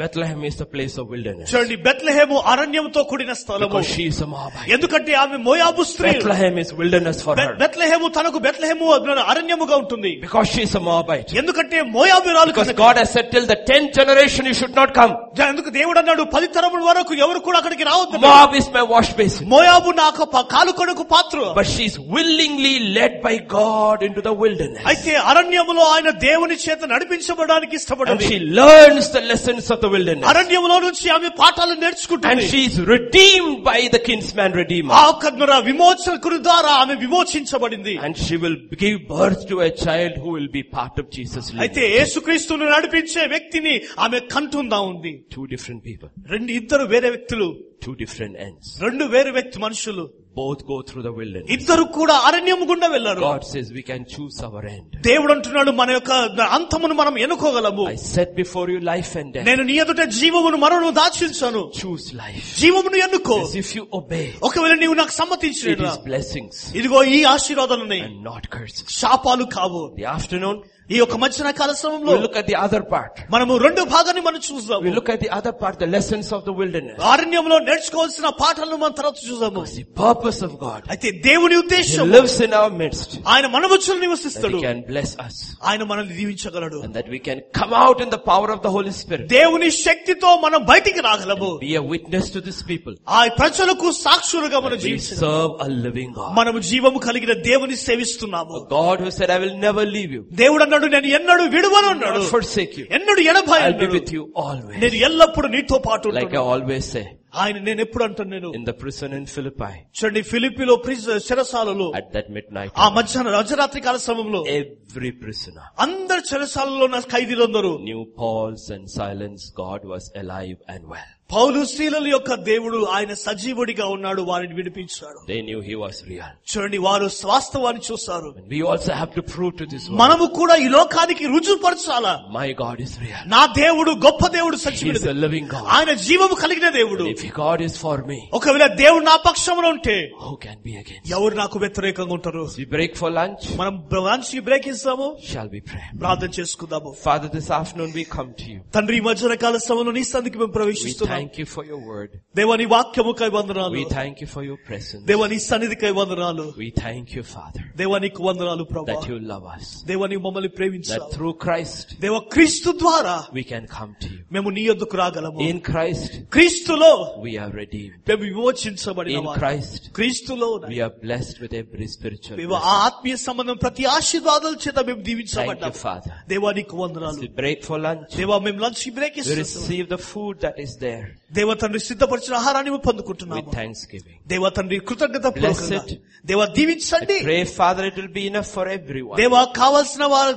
S1: Bethlehem is the place of wilderness.
S2: చూడండి బెత్లహేము అరణ్యంతో కూడిన స్థలము
S1: Because she is a Moabite.
S2: ఎందుకంటే ఆమె మోయాబు స్త్రీ
S1: Bethlehem is wilderness for
S2: బె-
S1: her.
S2: బెత్లెహేము తనకు బెత్లెహేము అరణ్యముగా ఉంటుంది
S1: Because she is a Moabite.
S2: ఎందుకంటే మోయాబిరాలు
S1: Because God has said till the 10th generation you should not come.
S2: ఎందుకు దేవుడు అన్నాడు పది తరముల వరకు ఎవరు కూడా అక్కడికి రావద్దు
S1: Moab is my wash basin.
S2: మోయాబు నాకు ప- కాలు కొడుకు పాత్ర
S1: But she is willingly led by God into the wilderness.
S2: అయితే అరణ్యములో ఆయన దేవుని చేత నడిపించబడడానికి
S1: And
S2: ఇష్టపడింది
S1: she learns the lessons of the wilderness.
S2: అరణ్యములో నుంచి ఆమె పాఠాలు
S1: And
S2: నేర్చుకుంటుంది
S1: she is redeemed by the kinsman
S2: ఆ
S1: redeemer.
S2: కన్నుర విమోచకుని ద్వారా ఆమె విమోచించబడింది
S1: And she will give birth to a child who will be part of Jesus'
S2: అయితే
S1: lineage.
S2: యేసుక్రీస్తును నడిపించే వ్యక్తిని ఆమె కంటుందా ఉంది
S1: Two different people.
S2: రెండు ఇద్దరు వేరే వ్యక్తులు
S1: Two different ends.
S2: రెండు వేరే వ్యక్తి మనుషులు
S1: Both go through the wilderness.
S2: ఇద్దరు కూడా అరణ్యం గుండా వెళ్ళారు
S1: God says we can choose our end.
S2: దేవుడు అంటున్నాడు మన యొక్క అంతమును మనం ఎన్నుకోగలము
S1: I set before you life and death.
S2: నేను నీ ఎదుట జీవమును మరణము దాచించాను
S1: Choose life.
S2: జీవమును ఎన్నుకో
S1: As if you obey,
S2: ఒకవేళ నీవు నాకు
S1: it
S2: సమ్మతించిన
S1: is blessings
S2: ఇదిగో ఈ ఆశీర్వాదాలున్నాయి
S1: and not curses.
S2: శాపాలు కావు
S1: The afternoon,
S2: ఈ యొక్క మధ్యన కాల
S1: we
S2: సమయంలో
S1: look at the other part.
S2: మనము రెండు భాగాన్ని మనం
S1: We
S2: చూద్దాము
S1: look at the other part, the lessons of the wilderness.
S2: అరణ్యంలో నేర్చుకోవాల్సిన పాఠాలను మనం తర్వాత చూద్దాము
S1: It's the purpose of God.
S2: అయితే దేవుని
S1: He
S2: ఉద్దేశం
S1: lives in our midst.
S2: ఆయన మనవచ్చులు
S1: That
S2: నివసిస్తాడు
S1: he can bless us.
S2: ఆయన మనల్ని దీవించగలడు
S1: And that we can come out in the power of the Holy Spirit.
S2: దేవుని శక్తితో మనం బయటికి రాగలము
S1: Be a witness to this people.
S2: ఆ ప్రజలకు సాక్షులుగా మనం
S1: We
S2: జీవిస్తున్నాం
S1: serve a living God.
S2: మనము జీవము కలిగిన దేవుని సేవిస్తున్నాము
S1: A God who said, I will never leave you.
S2: దేవుడు అన్నాడు నేను ఎన్నడు విడువను అన్నాడు
S1: Not forsake you.
S2: ఎన్నడు ఎడబాయి
S1: I'll be
S2: అన్నాడు
S1: with you always.
S2: నేను ఎల్లప్పుడు నీతో పాటు
S1: Like I
S2: ఉంటాను.
S1: always say,
S2: ఆయన నేను ఎప్పుడు అంటాను నేను
S1: in the prison in Philippi,
S2: చూడండి ఫిలిపిలో ప్రిజ్ చెరసాలలో
S1: at that midnight,
S2: ఆ మధ్యాహ్నం రాజరాత్రి కాల సమయంలో
S1: every prisoner
S2: అందరు చెరసాలలో ఉన్న ఖైదీలందరూ
S1: knew Paul's and Silas God was alive and well.
S2: పౌలు శీలల యొక్క దేవుడు ఆయన సజీవుడిగా ఉన్నాడు వారిని విడిపించాడు
S1: They knew he was real.
S2: చూడండి వారు వాస్తవాన్ని చూస్తారు
S1: And we also have to prove to this world,
S2: మనము కూడా ఈ లోకానికి రుజువుపరచాలా
S1: my God is real.
S2: నా దేవుడు గొప్ప దేవుడు
S1: He
S2: సజీవుడు
S1: is a living God.
S2: ఆయన జీవము కలిగిన దేవుడు
S1: And if God is for me,
S2: ఒకవేళ దేవుడు నా పక్షంలో ఉంటే
S1: who can be against?
S2: ఎవరు నాకు వ్యతిరేకంగా ఉంటారు
S1: As we break for lunch,
S2: మనం లంచ్ బ్రేక్ ఇస్తాము
S1: shall we pray?
S2: ప్రార్థన చేసుకుందాము
S1: Father, this afternoon we come to you.
S2: తండ్రి ఈ మధ్య రకాల సమయంలో నీ సందికి మేము
S1: We
S2: ప్రవేశిస్తున్నాం
S1: thank you for your word.
S2: దేవాని వాక్యము కై వందనాలు
S1: We thank you for your presence.
S2: దేవాని సన్నిధి కై వందనాలు
S1: We thank you, Father,
S2: దేవానికి వందనాలు ప్రభా
S1: that you love us.
S2: దేవాని మమ్మల్ని
S1: That
S2: ప్రేమించావు
S1: through Christ,
S2: దేవ క్రీస్తు ద్వారా
S1: we can come to you.
S2: మేము నీ యొద్దకు రాగలము
S1: In Christ,
S2: క్రీస్తులో
S1: we are redeemed.
S2: మేము
S1: In
S2: విమోచించబడిన
S1: Christ,
S2: క్రీస్తులో
S1: we are blessed with every spiritual
S2: మేము
S1: blessing.
S2: ఆ ఆత్మీయ సంబంధం ప్రతి ఆశీర్వాదాల చేత మేము
S1: Thank you,
S2: దీవించబడ్డాం
S1: Father.
S2: దేవానికి
S1: As
S2: వందనాలు
S1: we break for lunch,
S2: దేవా మేము లంచ్ బ్రేక్
S1: we
S2: ఇస్తున్నాం
S1: receive the food that is there
S2: దేవ తండ్రి సిద్ధపరిచిన ఆహారాన్ని మేము
S1: with
S2: పొందుకుంటున్నాము
S1: thanksgiving.
S2: దేవ తండ్రి కృతజ్ఞత
S1: Blessed.
S2: దేవ
S1: I
S2: దీవించండి
S1: pray, Father, it will be enough for everyone.
S2: దేవా కావాల్సిన వారు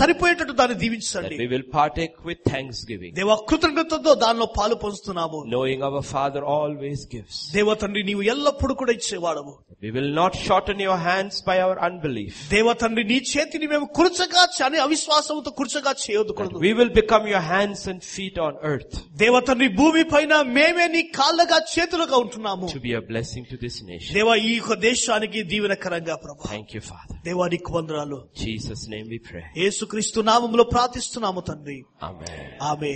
S2: సరిపోయేటట్టు దాన్ని
S1: That
S2: దీవించండి
S1: we will partake with thanksgiving,
S2: దేవా కృతజ్ఞతతో దానిలో పాలు పొందుతున్నాము
S1: knowing our Father always gives.
S2: దేవ తండ్రి నీవు ఎల్లప్పుడూ కూడా ఇచ్చేవాడము
S1: We will not shorten your hands by our unbelief.
S2: దేవ తండ్రి నీ చేతిని మేము కురచగా అని అవిశ్వాసంతో కురచగా చేయొద్దు
S1: We will become your hands and feet on earth
S2: దేవ తండ్రి భూమి పైన మేమే నీ కాళ్ళగా చేతులుగా ఉంటున్నాము
S1: to be a blessing to this nation.
S2: దేవ ఈ యొక్క దేశానికి దీవెనకరంగా ప్రభా
S1: Thank you, Father.
S2: దేవానికి వందనాలు
S1: In Jesus' name we pray.
S2: యేసుక్రీస్తు నామములో ప్రార్థిస్తున్నాము తండ్రి
S1: Amen.
S2: ఆమె